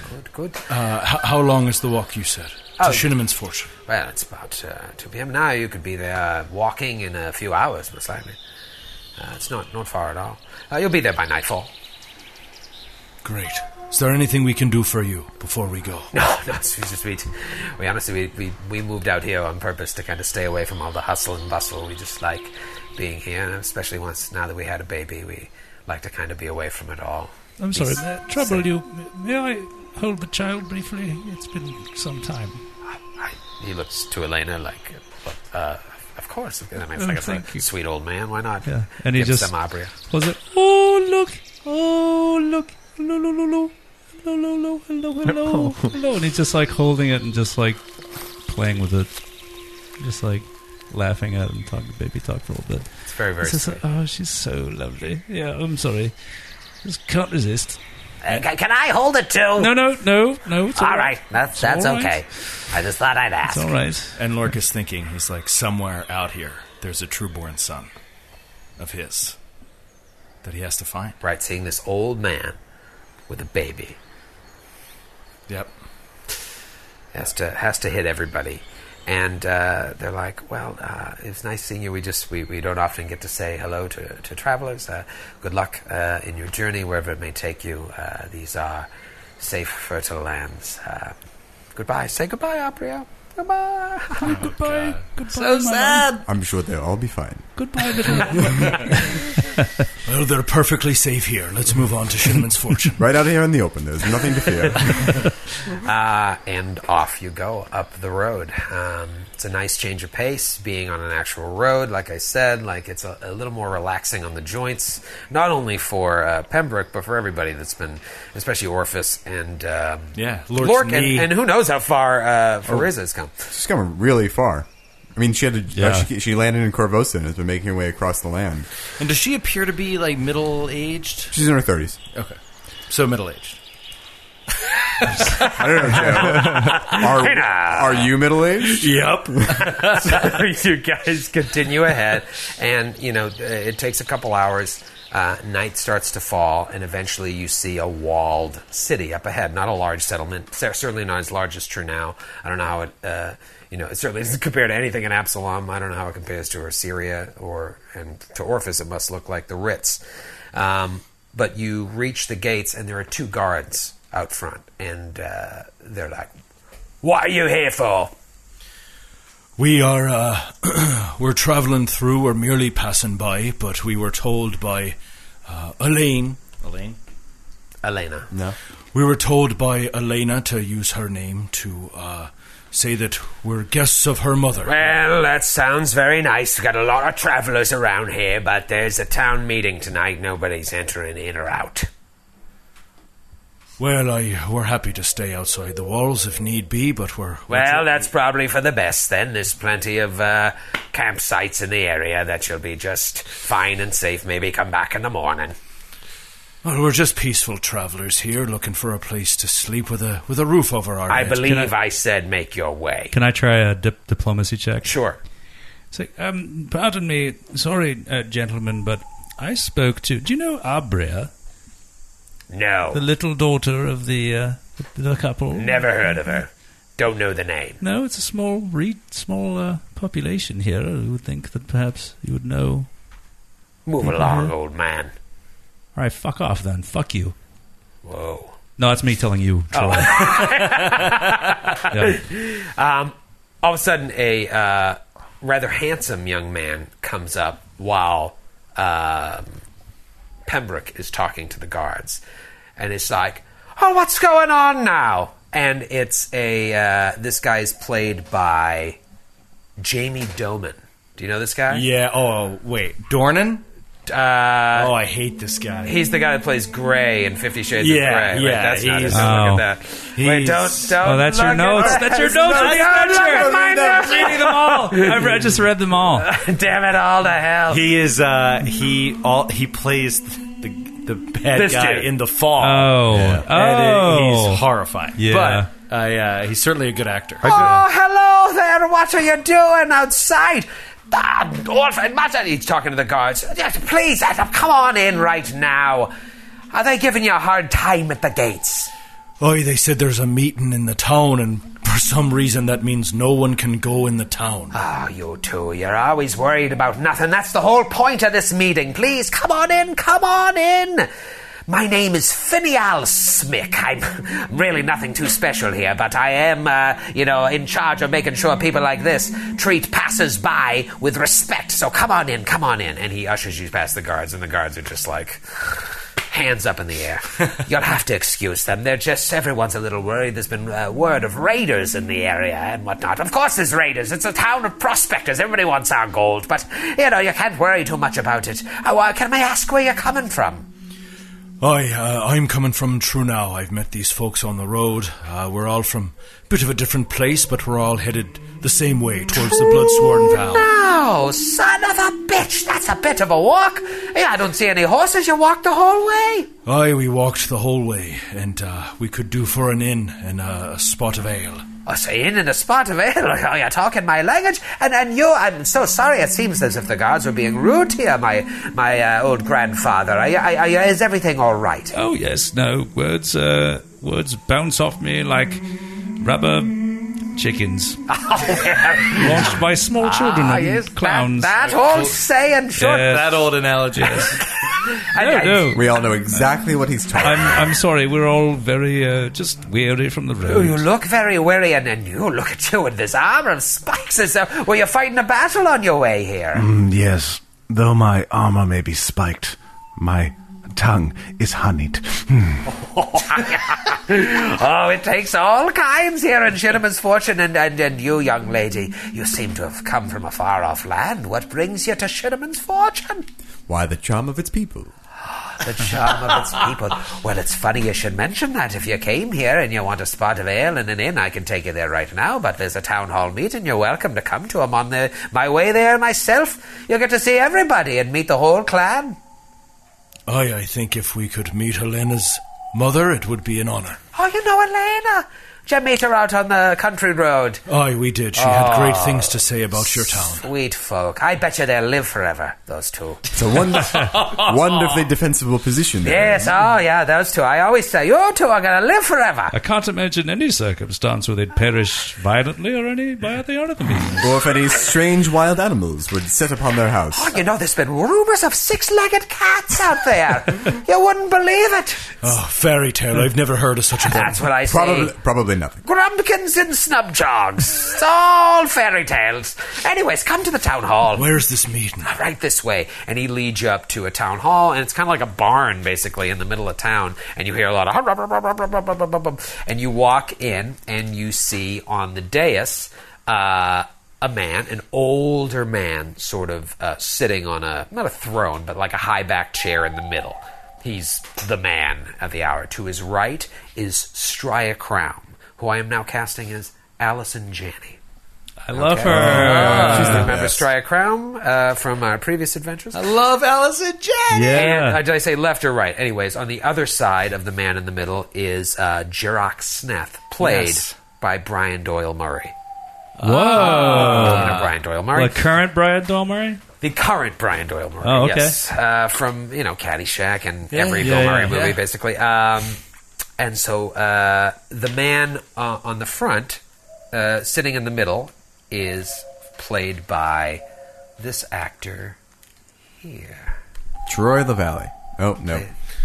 [SPEAKER 3] Good, good.
[SPEAKER 4] Uh, h- how long is the walk, you said? to
[SPEAKER 3] Oh.
[SPEAKER 4] Shinneman's fort.
[SPEAKER 3] Well, it's about uh, 2 p.m. now. You could be there uh, walking in a few hours, most likely. Uh, it's not, not far at all. Uh, you'll be there by nightfall.
[SPEAKER 4] Great. Is there anything we can do for you before we go?
[SPEAKER 3] No, no, it's just we, we honestly, we, we, we moved out here on purpose to kind of stay away from all the hustle and bustle. We just like being here, and especially once now that we had a baby, we like to kind of be away from it all.
[SPEAKER 10] I'm
[SPEAKER 3] Be
[SPEAKER 10] sorry,
[SPEAKER 3] s-
[SPEAKER 10] uh, trouble you. May I hold the child briefly? It's been some time.
[SPEAKER 3] He looks to Elena like, uh, of course. And I
[SPEAKER 10] Oh,
[SPEAKER 3] mean, like, it's
[SPEAKER 10] thank
[SPEAKER 3] like, sweet old man, why not?
[SPEAKER 10] Yeah, and he
[SPEAKER 3] Give
[SPEAKER 10] just
[SPEAKER 3] some Abria.
[SPEAKER 10] was it. Oh look! Oh look! Hello, hello, hello, hello, hello, hello, hello,
[SPEAKER 9] Oh.
[SPEAKER 10] hello, and he's just like holding it and just like playing with it, just like laughing at it and talking baby talk for a little bit.
[SPEAKER 3] It's very, very
[SPEAKER 10] It's just like, oh, she's so lovely. Yeah, I'm sorry, just can't resist.
[SPEAKER 9] Uh, ca- can I hold it too?
[SPEAKER 10] No, no, no, no. It's
[SPEAKER 9] all
[SPEAKER 10] all
[SPEAKER 9] right.
[SPEAKER 10] right.
[SPEAKER 9] That's
[SPEAKER 10] It's
[SPEAKER 9] that's
[SPEAKER 10] all right.
[SPEAKER 9] okay. I just thought I'd ask.
[SPEAKER 10] It's all right.
[SPEAKER 2] And Lork is thinking, he's like, somewhere out here, there's a trueborn son of his that he has to find.
[SPEAKER 3] Right, seeing this old man with a baby.
[SPEAKER 2] Yep.
[SPEAKER 3] Has to has to hit everybody, and uh, they're like, "Well, uh, it's nice seeing you. We just we, we don't often get to say hello to to travelers. Uh, good luck uh, in your journey wherever it may take you. Uh, these are safe, fertile lands. Uh, goodbye. Say goodbye, Apria. Goodbye.
[SPEAKER 10] Ah,
[SPEAKER 9] Oh,
[SPEAKER 10] goodbye. Goodbye.
[SPEAKER 3] So
[SPEAKER 10] my
[SPEAKER 3] sad.
[SPEAKER 5] I'm sure they'll all be fine.
[SPEAKER 10] Goodbye, little.
[SPEAKER 4] Well, they're perfectly safe here. Let's move on to Shinneman's fortune.
[SPEAKER 5] Right out here in the open, there's nothing to fear.
[SPEAKER 3] uh, and off you go up the road. Um, it's a nice change of pace being on an actual road. Like I said, like it's a, a little more relaxing on the joints, not only for uh, Pembroke but for everybody that's been, especially Orphis and um,
[SPEAKER 2] yeah,
[SPEAKER 5] Lork's
[SPEAKER 3] Lork, and,
[SPEAKER 5] knee.
[SPEAKER 3] and who knows how far uh,
[SPEAKER 5] Oh.
[SPEAKER 3] Fariz has come.
[SPEAKER 5] She's coming really far. I mean, she had to,
[SPEAKER 2] Yeah.
[SPEAKER 5] uh, she, she landed in Corvosa and has been making her way across the land.
[SPEAKER 2] And does she appear to be like middle aged?
[SPEAKER 5] She's in her thirties.
[SPEAKER 2] Okay. So middle aged.
[SPEAKER 5] I don't know, Joe. Are, are you middle aged?
[SPEAKER 2] Yep.
[SPEAKER 3] so you guys continue ahead, and you know uh, it takes a couple hours. Uh, night starts to fall, and eventually you see a walled city up ahead. Not a large settlement, cer- certainly not as large as True Now. I don't know how it, uh, you know, it certainly doesn't compare to anything in Absalom. I don't know how it compares to Assyria or and to Orphis. It must look like the Ritz. Um, but you reach the gates, and there are two guards out front, and uh, they're like, "What are you here for?"
[SPEAKER 4] We are uh, we're traveling through. We're merely passing by, but we were told by uh, Elaine. Elaine.
[SPEAKER 3] Elena.
[SPEAKER 5] No.
[SPEAKER 4] We were told by Elena to use her name to uh, say that we're guests of her mother.
[SPEAKER 3] Well, that sounds very nice. We've got a lot of travelers around here, but there's a town meeting tonight. Nobody's entering in or out.
[SPEAKER 4] Well, I we're happy to stay outside the walls if need be, but we're
[SPEAKER 3] Well, that's probably for the best then. There's plenty of uh, campsites in the area that you'll be just fine and safe. Maybe come back in the morning.
[SPEAKER 4] well, we're just peaceful travelers here, looking for a place to sleep with a with a roof over our
[SPEAKER 3] I
[SPEAKER 4] heads.
[SPEAKER 3] believe I said make your way.
[SPEAKER 6] uh, Can I try a dip- diplomacy check?
[SPEAKER 3] Sure.
[SPEAKER 10] So, um, pardon me, sorry, uh, gentlemen, but I spoke to. Do you know Abria,
[SPEAKER 3] No.
[SPEAKER 9] Oh.
[SPEAKER 10] the little daughter of the uh, the couple?
[SPEAKER 3] Never heard of her. Don't know the name.
[SPEAKER 10] No, it's a small re- small uh, population here. I would think that perhaps you would know.
[SPEAKER 3] Move
[SPEAKER 10] people
[SPEAKER 3] along,
[SPEAKER 10] here.
[SPEAKER 3] old man.
[SPEAKER 10] All right, fuck off then. Fuck you.
[SPEAKER 3] Whoa.
[SPEAKER 6] No, that's me telling you.
[SPEAKER 3] Oh.
[SPEAKER 6] Troy.
[SPEAKER 3] um, all of a sudden, a uh, rather handsome young man comes up while um, Pembroke is talking to the guards, and it's like, "Oh, what's going on now?" And it's a uh, this guy is played by Jamie Doman. Do you know this guy?
[SPEAKER 2] Yeah. Oh, wait. Dornan?
[SPEAKER 3] Uh,
[SPEAKER 2] oh, I hate this guy.
[SPEAKER 3] He's the guy that plays Gray in Fifty Shades
[SPEAKER 2] Yeah,
[SPEAKER 3] of Gray.
[SPEAKER 2] yeah,
[SPEAKER 3] right? that's not his.
[SPEAKER 2] he's-
[SPEAKER 3] Look at
[SPEAKER 2] Oh.
[SPEAKER 3] that. Wait, don't, don't.
[SPEAKER 6] Oh, that's your
[SPEAKER 3] look at
[SPEAKER 6] notes.
[SPEAKER 3] that.
[SPEAKER 6] That's your notes.
[SPEAKER 3] Look
[SPEAKER 6] That's
[SPEAKER 3] at-
[SPEAKER 6] your-
[SPEAKER 3] look at my notes.
[SPEAKER 6] I'm reading them all. I've read- I just read them all.
[SPEAKER 3] Damn it all to
[SPEAKER 9] Oh.
[SPEAKER 3] hell.
[SPEAKER 2] He is. uh He all. He plays the the bad
[SPEAKER 6] This
[SPEAKER 2] guy
[SPEAKER 6] dude.
[SPEAKER 2] in the fall.
[SPEAKER 6] Oh.
[SPEAKER 2] And, uh,
[SPEAKER 6] Oh.
[SPEAKER 2] he's horrifying.
[SPEAKER 6] Yeah.
[SPEAKER 2] But I, uh, he's certainly a good actor.
[SPEAKER 3] Oh, hello there. What are you doing outside? Ah, Orphan Matter. He's talking to the guards. Yes, Please, uh, come on in right now. Are they giving you a hard time at the gates?
[SPEAKER 4] Oh, they said there's a meeting in the town, and For some reason, that means no one can go in the town.
[SPEAKER 3] Ah, you two, you're always worried about nothing. That's the whole point of this meeting. Please, come on in, come on in. My name is Finial Smick. I'm really nothing too special here, but I am, uh, you know, in charge of making sure people like this treat passers-by with respect. So come on in, come on in. And he ushers you past the guards, and the guards are just like, hands up in the air. You'll have to excuse them. They're just everyone's a little worried. There's been uh, word of raiders in the area and whatnot. Of course, there's raiders. It's a town of prospectors. Everybody wants our gold, but you know you can't worry too much about it. Oh, uh, can I ask where you're coming from?
[SPEAKER 4] I, uh, I'm coming from Trunau. I've met these folks on the road. Uh, we're all from a bit of a different place, but we're all headed the same way towards the Bloodsworn Valley.
[SPEAKER 3] No, son of a bitch. That's a bit of a walk. Yeah, I don't see any horses. You walked the whole way.
[SPEAKER 4] Aye, we walked the whole way, and uh, we could do for an inn and a spot of ale.
[SPEAKER 3] Oh, so in in a spot of ale. Oh, you're talking my language, and and you. I'm so sorry. It seems as if the guards were being rude here, my my uh, old grandfather. Are, you- are, are, you- is everything all right?
[SPEAKER 10] Oh yes, no words. Uh, words bounce off me like rubber
[SPEAKER 6] Um,
[SPEAKER 10] chickens launched by small children
[SPEAKER 3] Ah,
[SPEAKER 10] and
[SPEAKER 3] yes,
[SPEAKER 10] clowns.
[SPEAKER 3] That old saying, short.
[SPEAKER 6] That old analogy.
[SPEAKER 3] I-
[SPEAKER 10] no, no.
[SPEAKER 5] We all know exactly what he's talking.
[SPEAKER 10] I'm, I'm sorry. We're all very uh, just weary from the
[SPEAKER 3] Oh,
[SPEAKER 10] road.
[SPEAKER 3] you look very weary, and, and you look at you with this armor of spikes. As though, were you fighting a battle on your way here?
[SPEAKER 8] Mm, yes, though my armor may be spiked, my tongue is honeyed. Hmm.
[SPEAKER 3] oh, it takes all kinds here in Shinneman's fortune, and, and, and you, young lady, you seem to have come from a far off land. What brings you to Shinneman's fortune?
[SPEAKER 5] Why the charm of its people?
[SPEAKER 3] The charm of its people. Well, it's funny you should mention that. If you came here and you want a spot of ale and an inn, I can take you there right now. But there's a town hall meeting. You're welcome to come to 'em on the, my way there myself. You'll get to see everybody and meet the whole clan.
[SPEAKER 4] Aye, I think if we could meet Helena's mother, it would be an honor.
[SPEAKER 3] Oh, you know Elena. Did you meet her out on the country road?
[SPEAKER 5] Oh,
[SPEAKER 4] Aye, we did. She had great
[SPEAKER 3] Oh,
[SPEAKER 4] things to say about your town.
[SPEAKER 3] Sweet folk. I bet you they'll live forever, those two.
[SPEAKER 5] It's a wonder- wonderfully defensible position. There.
[SPEAKER 3] Yes,
[SPEAKER 4] Mm-hmm.
[SPEAKER 3] oh yeah, those two. I always say, you two are going to live forever.
[SPEAKER 10] I can't imagine any circumstance where they'd perish violently or any by the other means.
[SPEAKER 5] Or if any strange wild animals would set upon their house.
[SPEAKER 3] Oh, you know, there's been rumors of six legged cats out there. you wouldn't believe it.
[SPEAKER 4] Oh, fairy tale. I've never heard of such a thing.
[SPEAKER 3] That's what I say.
[SPEAKER 5] Probably, probably nothing.
[SPEAKER 3] Grumpkins and snubjogs. It's all fairy tales. Anyways, come to the town hall. Uh,
[SPEAKER 4] Where's this meeting?
[SPEAKER 3] Right this way. And he leads you up to a town hall, and it's kind of like a barn, basically, in the middle of town. And you hear a lot of. "Hurrah, hurrah, hurrah, hurrah, hurrah, hurrah, hurrah," And you walk in, and you see on the dais uh, a man, an older man, sort of uh, sitting on a, not a throne, but like a high back chair in the middle. He's the man of the hour. To his right is Strya Crown, who I am now casting as Allison Janney.
[SPEAKER 10] I love
[SPEAKER 3] Okay.
[SPEAKER 10] her.
[SPEAKER 3] She's the member Strya Crown uh, from our previous adventures. I
[SPEAKER 6] love Allison Janney.
[SPEAKER 3] And, uh, did I say left or right? Anyways, on the other side of the man in the middle is uh, Jirok Sneth, played
[SPEAKER 10] Yes.
[SPEAKER 3] by Brian Doyle Murray.
[SPEAKER 10] Whoa.
[SPEAKER 3] Owner Ah. Brian Doyle Murray.
[SPEAKER 10] The current Brian Doyle Murray?
[SPEAKER 3] The current Brian Doyle Murray.
[SPEAKER 10] Oh, okay.
[SPEAKER 3] Yes, uh, from you know Caddyshack and
[SPEAKER 10] Yeah,
[SPEAKER 3] every
[SPEAKER 10] yeah,
[SPEAKER 3] Bill
[SPEAKER 10] yeah,
[SPEAKER 3] Murray movie,
[SPEAKER 10] yeah.
[SPEAKER 3] basically. Um, and so uh, the man uh, on the front, uh, sitting in the middle, is played by this actor here.
[SPEAKER 5] Troy the Valley. Oh no.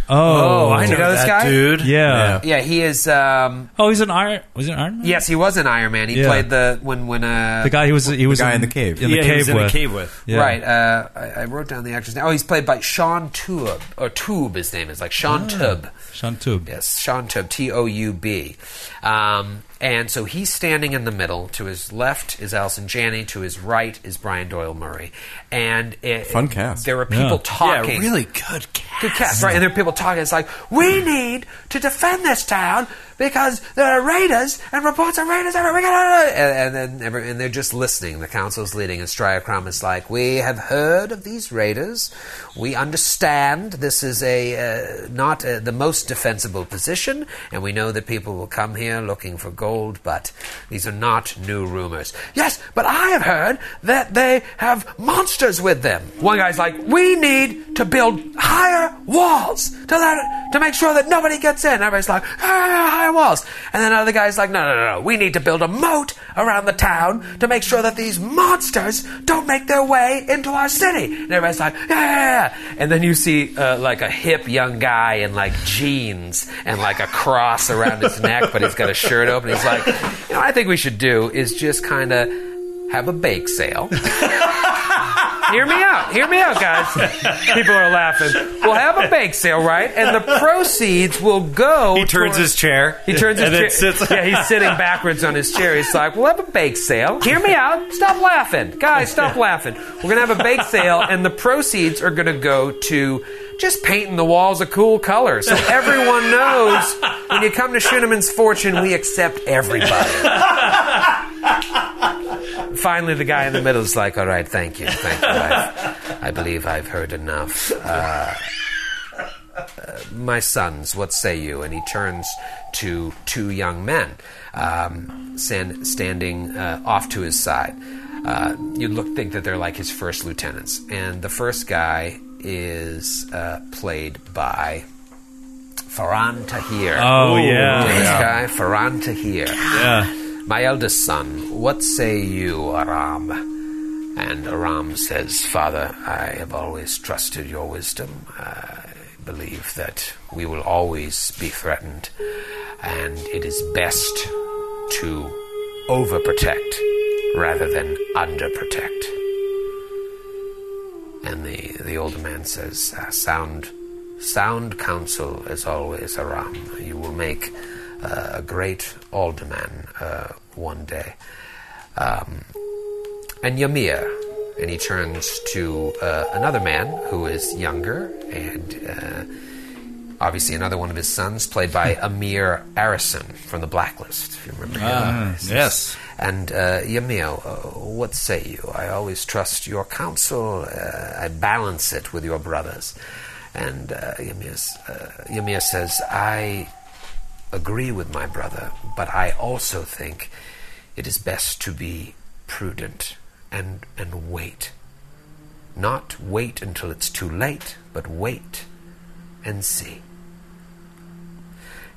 [SPEAKER 10] Oh,
[SPEAKER 3] I know this guy,
[SPEAKER 6] dude.
[SPEAKER 10] Yeah.
[SPEAKER 3] Yeah, he is. Um,
[SPEAKER 10] Oh, he's an Iron. Was he an Iron Man?
[SPEAKER 3] yes, he was an Iron Man. He
[SPEAKER 10] Yeah.
[SPEAKER 3] played the when when uh,
[SPEAKER 10] The guy he was. He was
[SPEAKER 5] guy in the cave.
[SPEAKER 10] In the
[SPEAKER 6] Yeah,
[SPEAKER 10] cave
[SPEAKER 6] he was in
[SPEAKER 10] with.
[SPEAKER 6] the cave with.
[SPEAKER 10] Yeah.
[SPEAKER 3] Right. Uh, I, I wrote down the actor's name. Oh, he's played by Sean Tube or Tube. His name is like Sean Tube.
[SPEAKER 10] Ah, Sean Tube.
[SPEAKER 3] Yes, Sean Toub, T O U B. Um, and so he's standing in the middle. To his left is Alison Janney. To his right is Brian Doyle Murray. And it,
[SPEAKER 5] Fun cast.
[SPEAKER 3] There are people
[SPEAKER 10] Yeah.
[SPEAKER 3] talking.
[SPEAKER 6] Yeah, really good cat.
[SPEAKER 3] Good cast, right? And there are people talking. It's like we need to defend this town because there are raiders and reports of raiders everywhere. We gotta-" And, and then every, and they're just listening. The council's leading, and Striacrom is like, "We have heard of these raiders. We understand this is a uh, not uh, the most defensible position, and we know that people will come here looking for gold. But these are not new rumors. Yes, but I have heard that they have monsters with them. One guy's like, "We need to build higher
[SPEAKER 9] walls to let, to make sure that nobody gets in. Everybody's like, high, high walls. And then other guy's like, no, no, no, no, we need to build a moat around the town to make sure that these monsters don't make their way into our city. And everybody's like, yeah, yeah, yeah. And then you see uh, like a hip young guy in like jeans and like a cross around his neck, but he's got a shirt open. He's like, you know, what I think we should do is just kind of have a bake sale. Hear me out. Hear me out, guys. People are laughing. We'll have a bake sale, right? And the proceeds will go. He
[SPEAKER 2] turns his chair.
[SPEAKER 9] He turns his
[SPEAKER 2] And then
[SPEAKER 9] chair.
[SPEAKER 2] sits-
[SPEAKER 9] Yeah, he's sitting backwards on his chair. He's like, "We'll have a bake sale." Hear me out. Stop laughing, guys. Stop laughing. We're gonna have a bake sale, and the proceeds are gonna go to just painting the walls a cool color, so everyone knows when you come to Schuneman's Fortune, we accept everybody. Finally, the guy in the middle is like, "All right, thank you, thank you. I've, I believe I've heard enough." Uh, uh, my sons, what say you? And he turns to two young men um, san- standing uh, off to his side. Uh, you look think that they're like his first lieutenants, and the first guy is uh, played by Farhan Tahir.
[SPEAKER 14] Oh, yeah.
[SPEAKER 9] this
[SPEAKER 14] Yeah.
[SPEAKER 9] guy Farhan Tahir.
[SPEAKER 14] Yeah.
[SPEAKER 3] My eldest son, what say you, Aram? And Aram says, Father, I have always trusted your wisdom. I believe that we will always be threatened, and it is best to overprotect rather than underprotect.
[SPEAKER 9] And the, the older man says, uh, sound, sound counsel as always, Aram.
[SPEAKER 3] You will make uh, a great alderman uh, one day. Um, and Ymir, and he turns to uh, another man who is younger, and uh, obviously another one of his sons, played by Amir Arison from The Blacklist, if you remember him.
[SPEAKER 2] Ah, yes.
[SPEAKER 3] And uh, Ymir, uh, what say you? I always trust your counsel, uh, I balance it with your brothers. And uh, Ymir's, uh, Ymir says, I agree with my brother, but I also think it is best to be prudent and, and wait. Not wait until it's too late, but wait and see.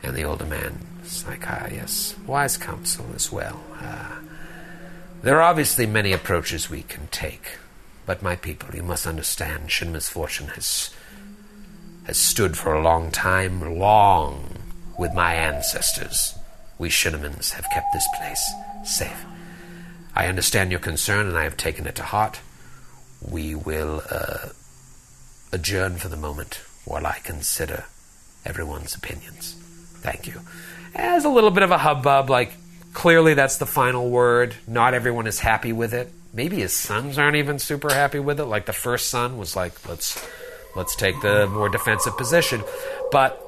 [SPEAKER 3] And the older man is like, ah, yes, wise counsel as well. Uh, there are obviously many approaches we can take, but my people, you must understand, Shin Misfortune has, has stood for a long time, long with my ancestors. We Shinamans have kept this place safe. I understand your concern, and I have taken it to heart. We will uh, adjourn for the moment while I consider everyone's opinions. Thank you.
[SPEAKER 9] As a little bit of a hubbub, like clearly that's the final word.
[SPEAKER 3] Not everyone is happy with it. Maybe his sons aren't even super happy with it. Like the first son was like, let's let's take the more defensive position. But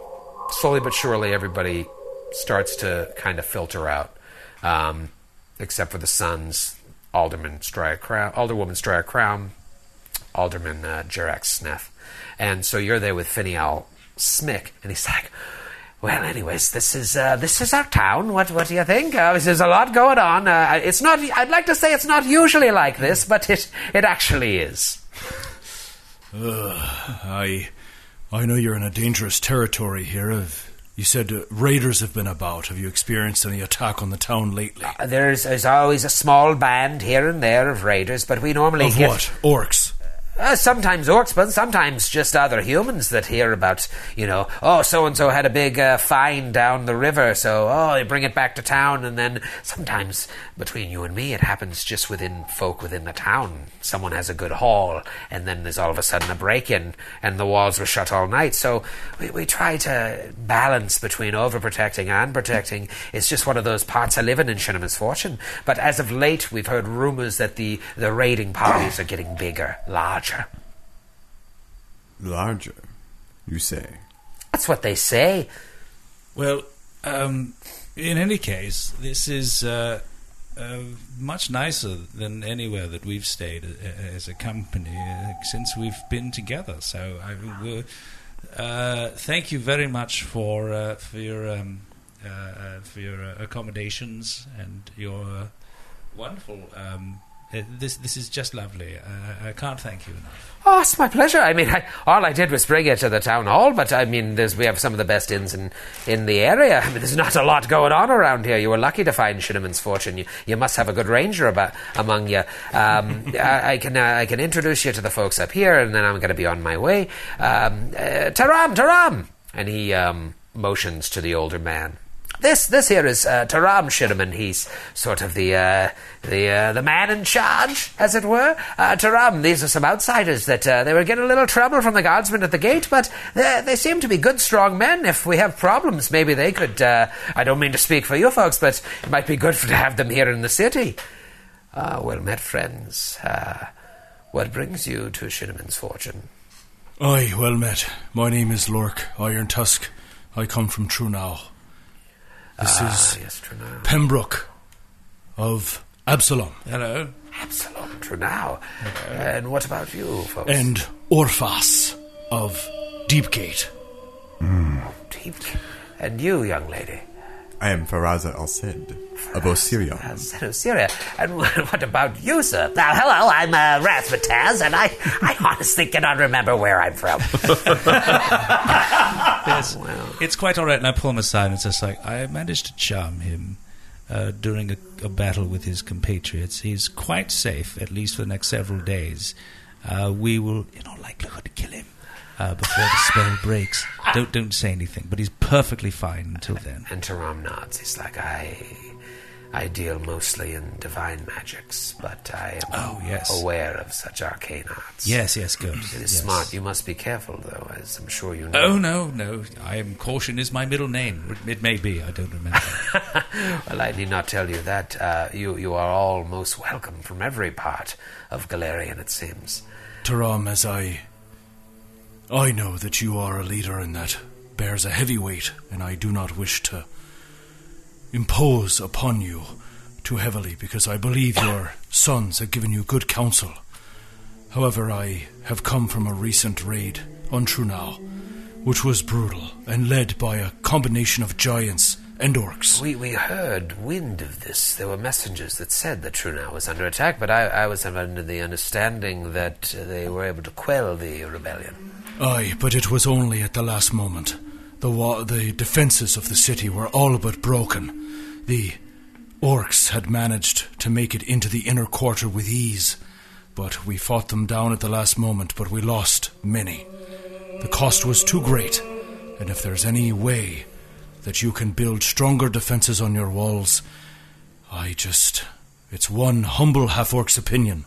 [SPEAKER 3] slowly but surely, everybody starts to kind of filter out, um, except for the sons, Alderman Stryer Crown, Alderwoman Stryer Crown, Alderman uh, Jurek Sneff. And so you're there with Finial Smick, and he's like,
[SPEAKER 15] Well, anyways, this is uh,
[SPEAKER 3] this is our town. What what do you think? Uh, there's a lot going on. Uh, it's not. I'd like to say it's not usually like this, but it it actually is.
[SPEAKER 4] Ugh, I, I know you're in a dangerous territory here. Have, you said uh, raiders have been about. Have you experienced any attack on the town lately?
[SPEAKER 3] Uh, There's, there's always a small band here and there of raiders, but we normally
[SPEAKER 4] of
[SPEAKER 3] get
[SPEAKER 4] what? Orcs.
[SPEAKER 3] Uh, sometimes orcs, but sometimes just other humans that hear about, you know, oh, so and so had a big uh, find down the river, so, oh, they bring it back to town, and then sometimes between you and me, it happens just within folk within the town. Someone has a good haul, and then there's all of a sudden a break in, and the walls were shut all night, so we, we try to balance between overprotecting and protecting. It's just one of those parts I live in in Shinneman's Fortune, but as of late, we've heard rumors that the, the raiding parties are getting bigger, larger.
[SPEAKER 5] Larger, you say.
[SPEAKER 3] That's what they say.
[SPEAKER 10] Well, um, in any case, this is uh, uh, much nicer than anywhere that we've stayed a- a- as a company uh, since we've been together. So I will. Uh, thank you very much for uh, for your um, uh, uh, for your uh, accommodations and your uh, wonderful um, Uh, this this is just lovely. Uh, I can't thank you enough.
[SPEAKER 3] Oh, it's my pleasure. I mean, I, all I did was bring it to the town hall, but I mean, there's, we have some of the best inns in, in the area. I mean, there's not a lot going on around here. You were lucky to find Shinneman's fortune. You, you must have a good ranger about, among you. Um, I, I can uh, I can introduce you to the folks up here, and then I'm going to be on my way. Um, uh, Taram, Taram, and he um, motions to the older man. This this here is uh, Taram Shinneman. He's sort of the uh, the uh, the man in charge, as it were. Uh, Taram, these are some outsiders that uh, they were getting a little trouble from the guardsmen at the gate, but they, they seem to be good, strong men. If we have problems, maybe they could. Uh, I don't mean to speak for you folks, but it might be good to have them here in the city. Ah, well met, friends. Uh, what brings you to Shinneman's fortune?
[SPEAKER 4] Aye, well met. My name is Lork Iron Tusk. I come from Trunau. This
[SPEAKER 3] Ah,
[SPEAKER 4] is
[SPEAKER 3] yes, Trunau.
[SPEAKER 4] Pembroke of Absalom
[SPEAKER 10] Hello.
[SPEAKER 3] Absalom Trunau. And what about you folks?
[SPEAKER 4] and Orphas of Deepgate.
[SPEAKER 3] And you, young lady.
[SPEAKER 5] I am Faraza Al Said of Osirion.
[SPEAKER 3] So, Syria, and wh- what about you, sir? Now, hello, I'm uh, Razzmatazz, and I, I honestly cannot remember where I'm from.
[SPEAKER 10] Yes. It's quite all right. And I pull him aside and it's just like, I managed to charm him uh, during a, a battle with his compatriots. He's quite safe, at least for the next several days. Uh, we will, in all likelihood, kill him uh, before the spell breaks. Don't, don't say anything, but he's perfectly fine until then.
[SPEAKER 3] and Taram nods. He's like, I, I deal mostly in divine magics, but I am
[SPEAKER 10] Oh, yes.
[SPEAKER 3] aware of such arcane arts.
[SPEAKER 10] Yes, yes, good.
[SPEAKER 3] It is
[SPEAKER 10] Yes.
[SPEAKER 3] smart. You must be careful, though, as I'm sure you know.
[SPEAKER 10] Oh, no, no. I am caution is my middle name. It, it may be. I don't remember.
[SPEAKER 3] Well, I need not tell you that. Uh, you, you are all most welcome from every part of Galarian, it seems.
[SPEAKER 4] Taram, as I. I know that you are a leader and that bears a heavy weight, and I do not wish to impose upon you too heavily because I believe your sons have given you good counsel. However, I have come from a recent raid on Trunau, which was brutal and led by a combination of giants and orcs.
[SPEAKER 3] We, we heard wind of this. There were messengers that said that Trunau was under attack, but I, I was under the understanding that uh, they were able to quell the rebellion.
[SPEAKER 4] Aye, but it was only at the last moment. The wa- the defences of the city were all but broken. The orcs had managed to make it into the inner quarter with ease, but we fought them down at the last moment, but we lost many. The cost was too great, and if there's any way that you can build stronger defences on your walls, I just. It's one humble half orc's opinion,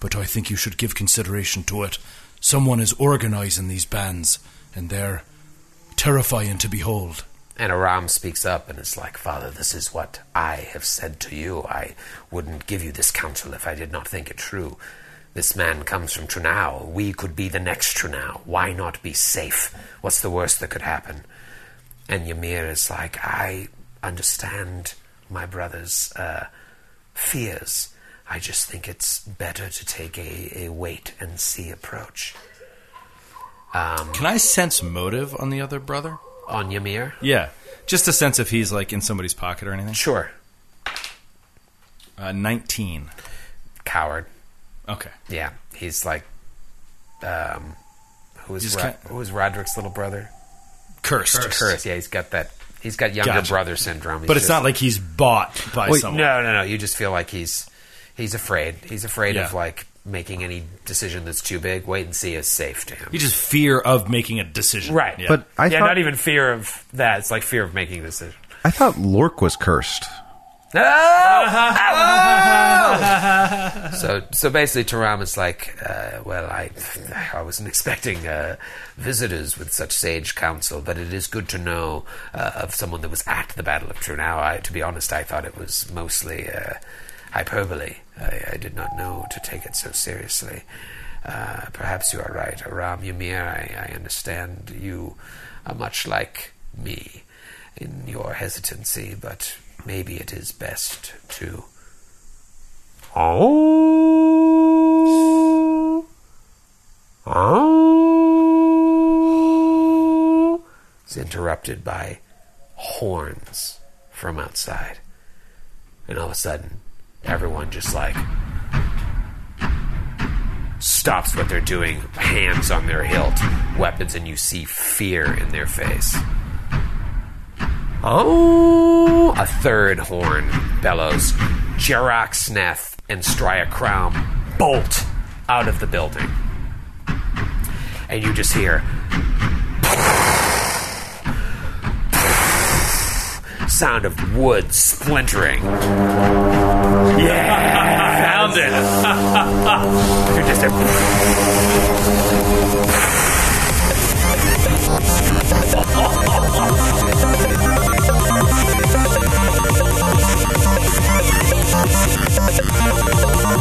[SPEAKER 4] but I think you should give consideration to it. Someone is organizing these bands, and they're terrifying to behold.
[SPEAKER 3] And Aram speaks up and is like, Father, this is what I have said to you. I wouldn't give you this counsel if I did not think it true. This man comes from Trunau. We could be the next Trunau. Why not be safe? What's the worst that could happen? And Ymir is like, I understand my brother's uh, fears. I just think it's better to take a, a wait and see approach. Um,
[SPEAKER 2] Can I sense motive on the other brother?
[SPEAKER 3] On Ymir?
[SPEAKER 2] Yeah. Just a sense if he's like in somebody's pocket or anything.
[SPEAKER 3] Sure.
[SPEAKER 2] Uh, 19.
[SPEAKER 3] Coward.
[SPEAKER 2] Okay.
[SPEAKER 3] Yeah, he's like, um, who is
[SPEAKER 2] He's
[SPEAKER 3] Ro-
[SPEAKER 2] ki-
[SPEAKER 3] who is Roderick's little brother?
[SPEAKER 2] Cursed. Cursed.
[SPEAKER 3] Cursed. Yeah, he's got that. He's got younger
[SPEAKER 2] Gotcha.
[SPEAKER 3] brother syndrome. He's
[SPEAKER 2] But it's
[SPEAKER 3] just-
[SPEAKER 2] not like he's bought by
[SPEAKER 3] Wait,
[SPEAKER 2] someone.
[SPEAKER 3] No, no, no. You just feel like he's he's afraid. He's afraid of
[SPEAKER 2] Yeah.
[SPEAKER 3] like making any decision that's too big. Wait and see is safe to him.
[SPEAKER 2] You just fear of making a decision.
[SPEAKER 3] right.
[SPEAKER 2] Yeah.
[SPEAKER 7] But I
[SPEAKER 3] yeah,
[SPEAKER 7] thought-
[SPEAKER 3] not even fear of that. It's like fear of making a decision.
[SPEAKER 7] I thought Lork was cursed.
[SPEAKER 3] No! Ow! so, so basically, Taram is like, uh, well, I, I wasn't expecting uh, visitors with such sage counsel, but it is good to know uh, of someone that was at the Battle of Trunau. I, to be honest, I thought it was mostly uh, hyperbole. I, I did not know to take it so seriously. Uh, perhaps you are right, Aram Ymir. I, I understand you are much like me in your hesitancy, but maybe it is best to. Oh. Oh. It's interrupted by horns from outside. And all of a sudden, everyone just like stops what they're doing, hands on their hilt, weapons, and you see fear in their face. Oh, a third horn bellows. Jerok Sneth and Strya Crown bolt out of the building. And you just hear sound of wood splintering. Yeah! Found it! You're just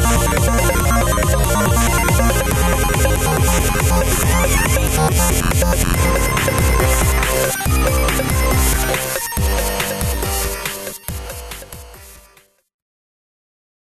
[SPEAKER 9] Thank you.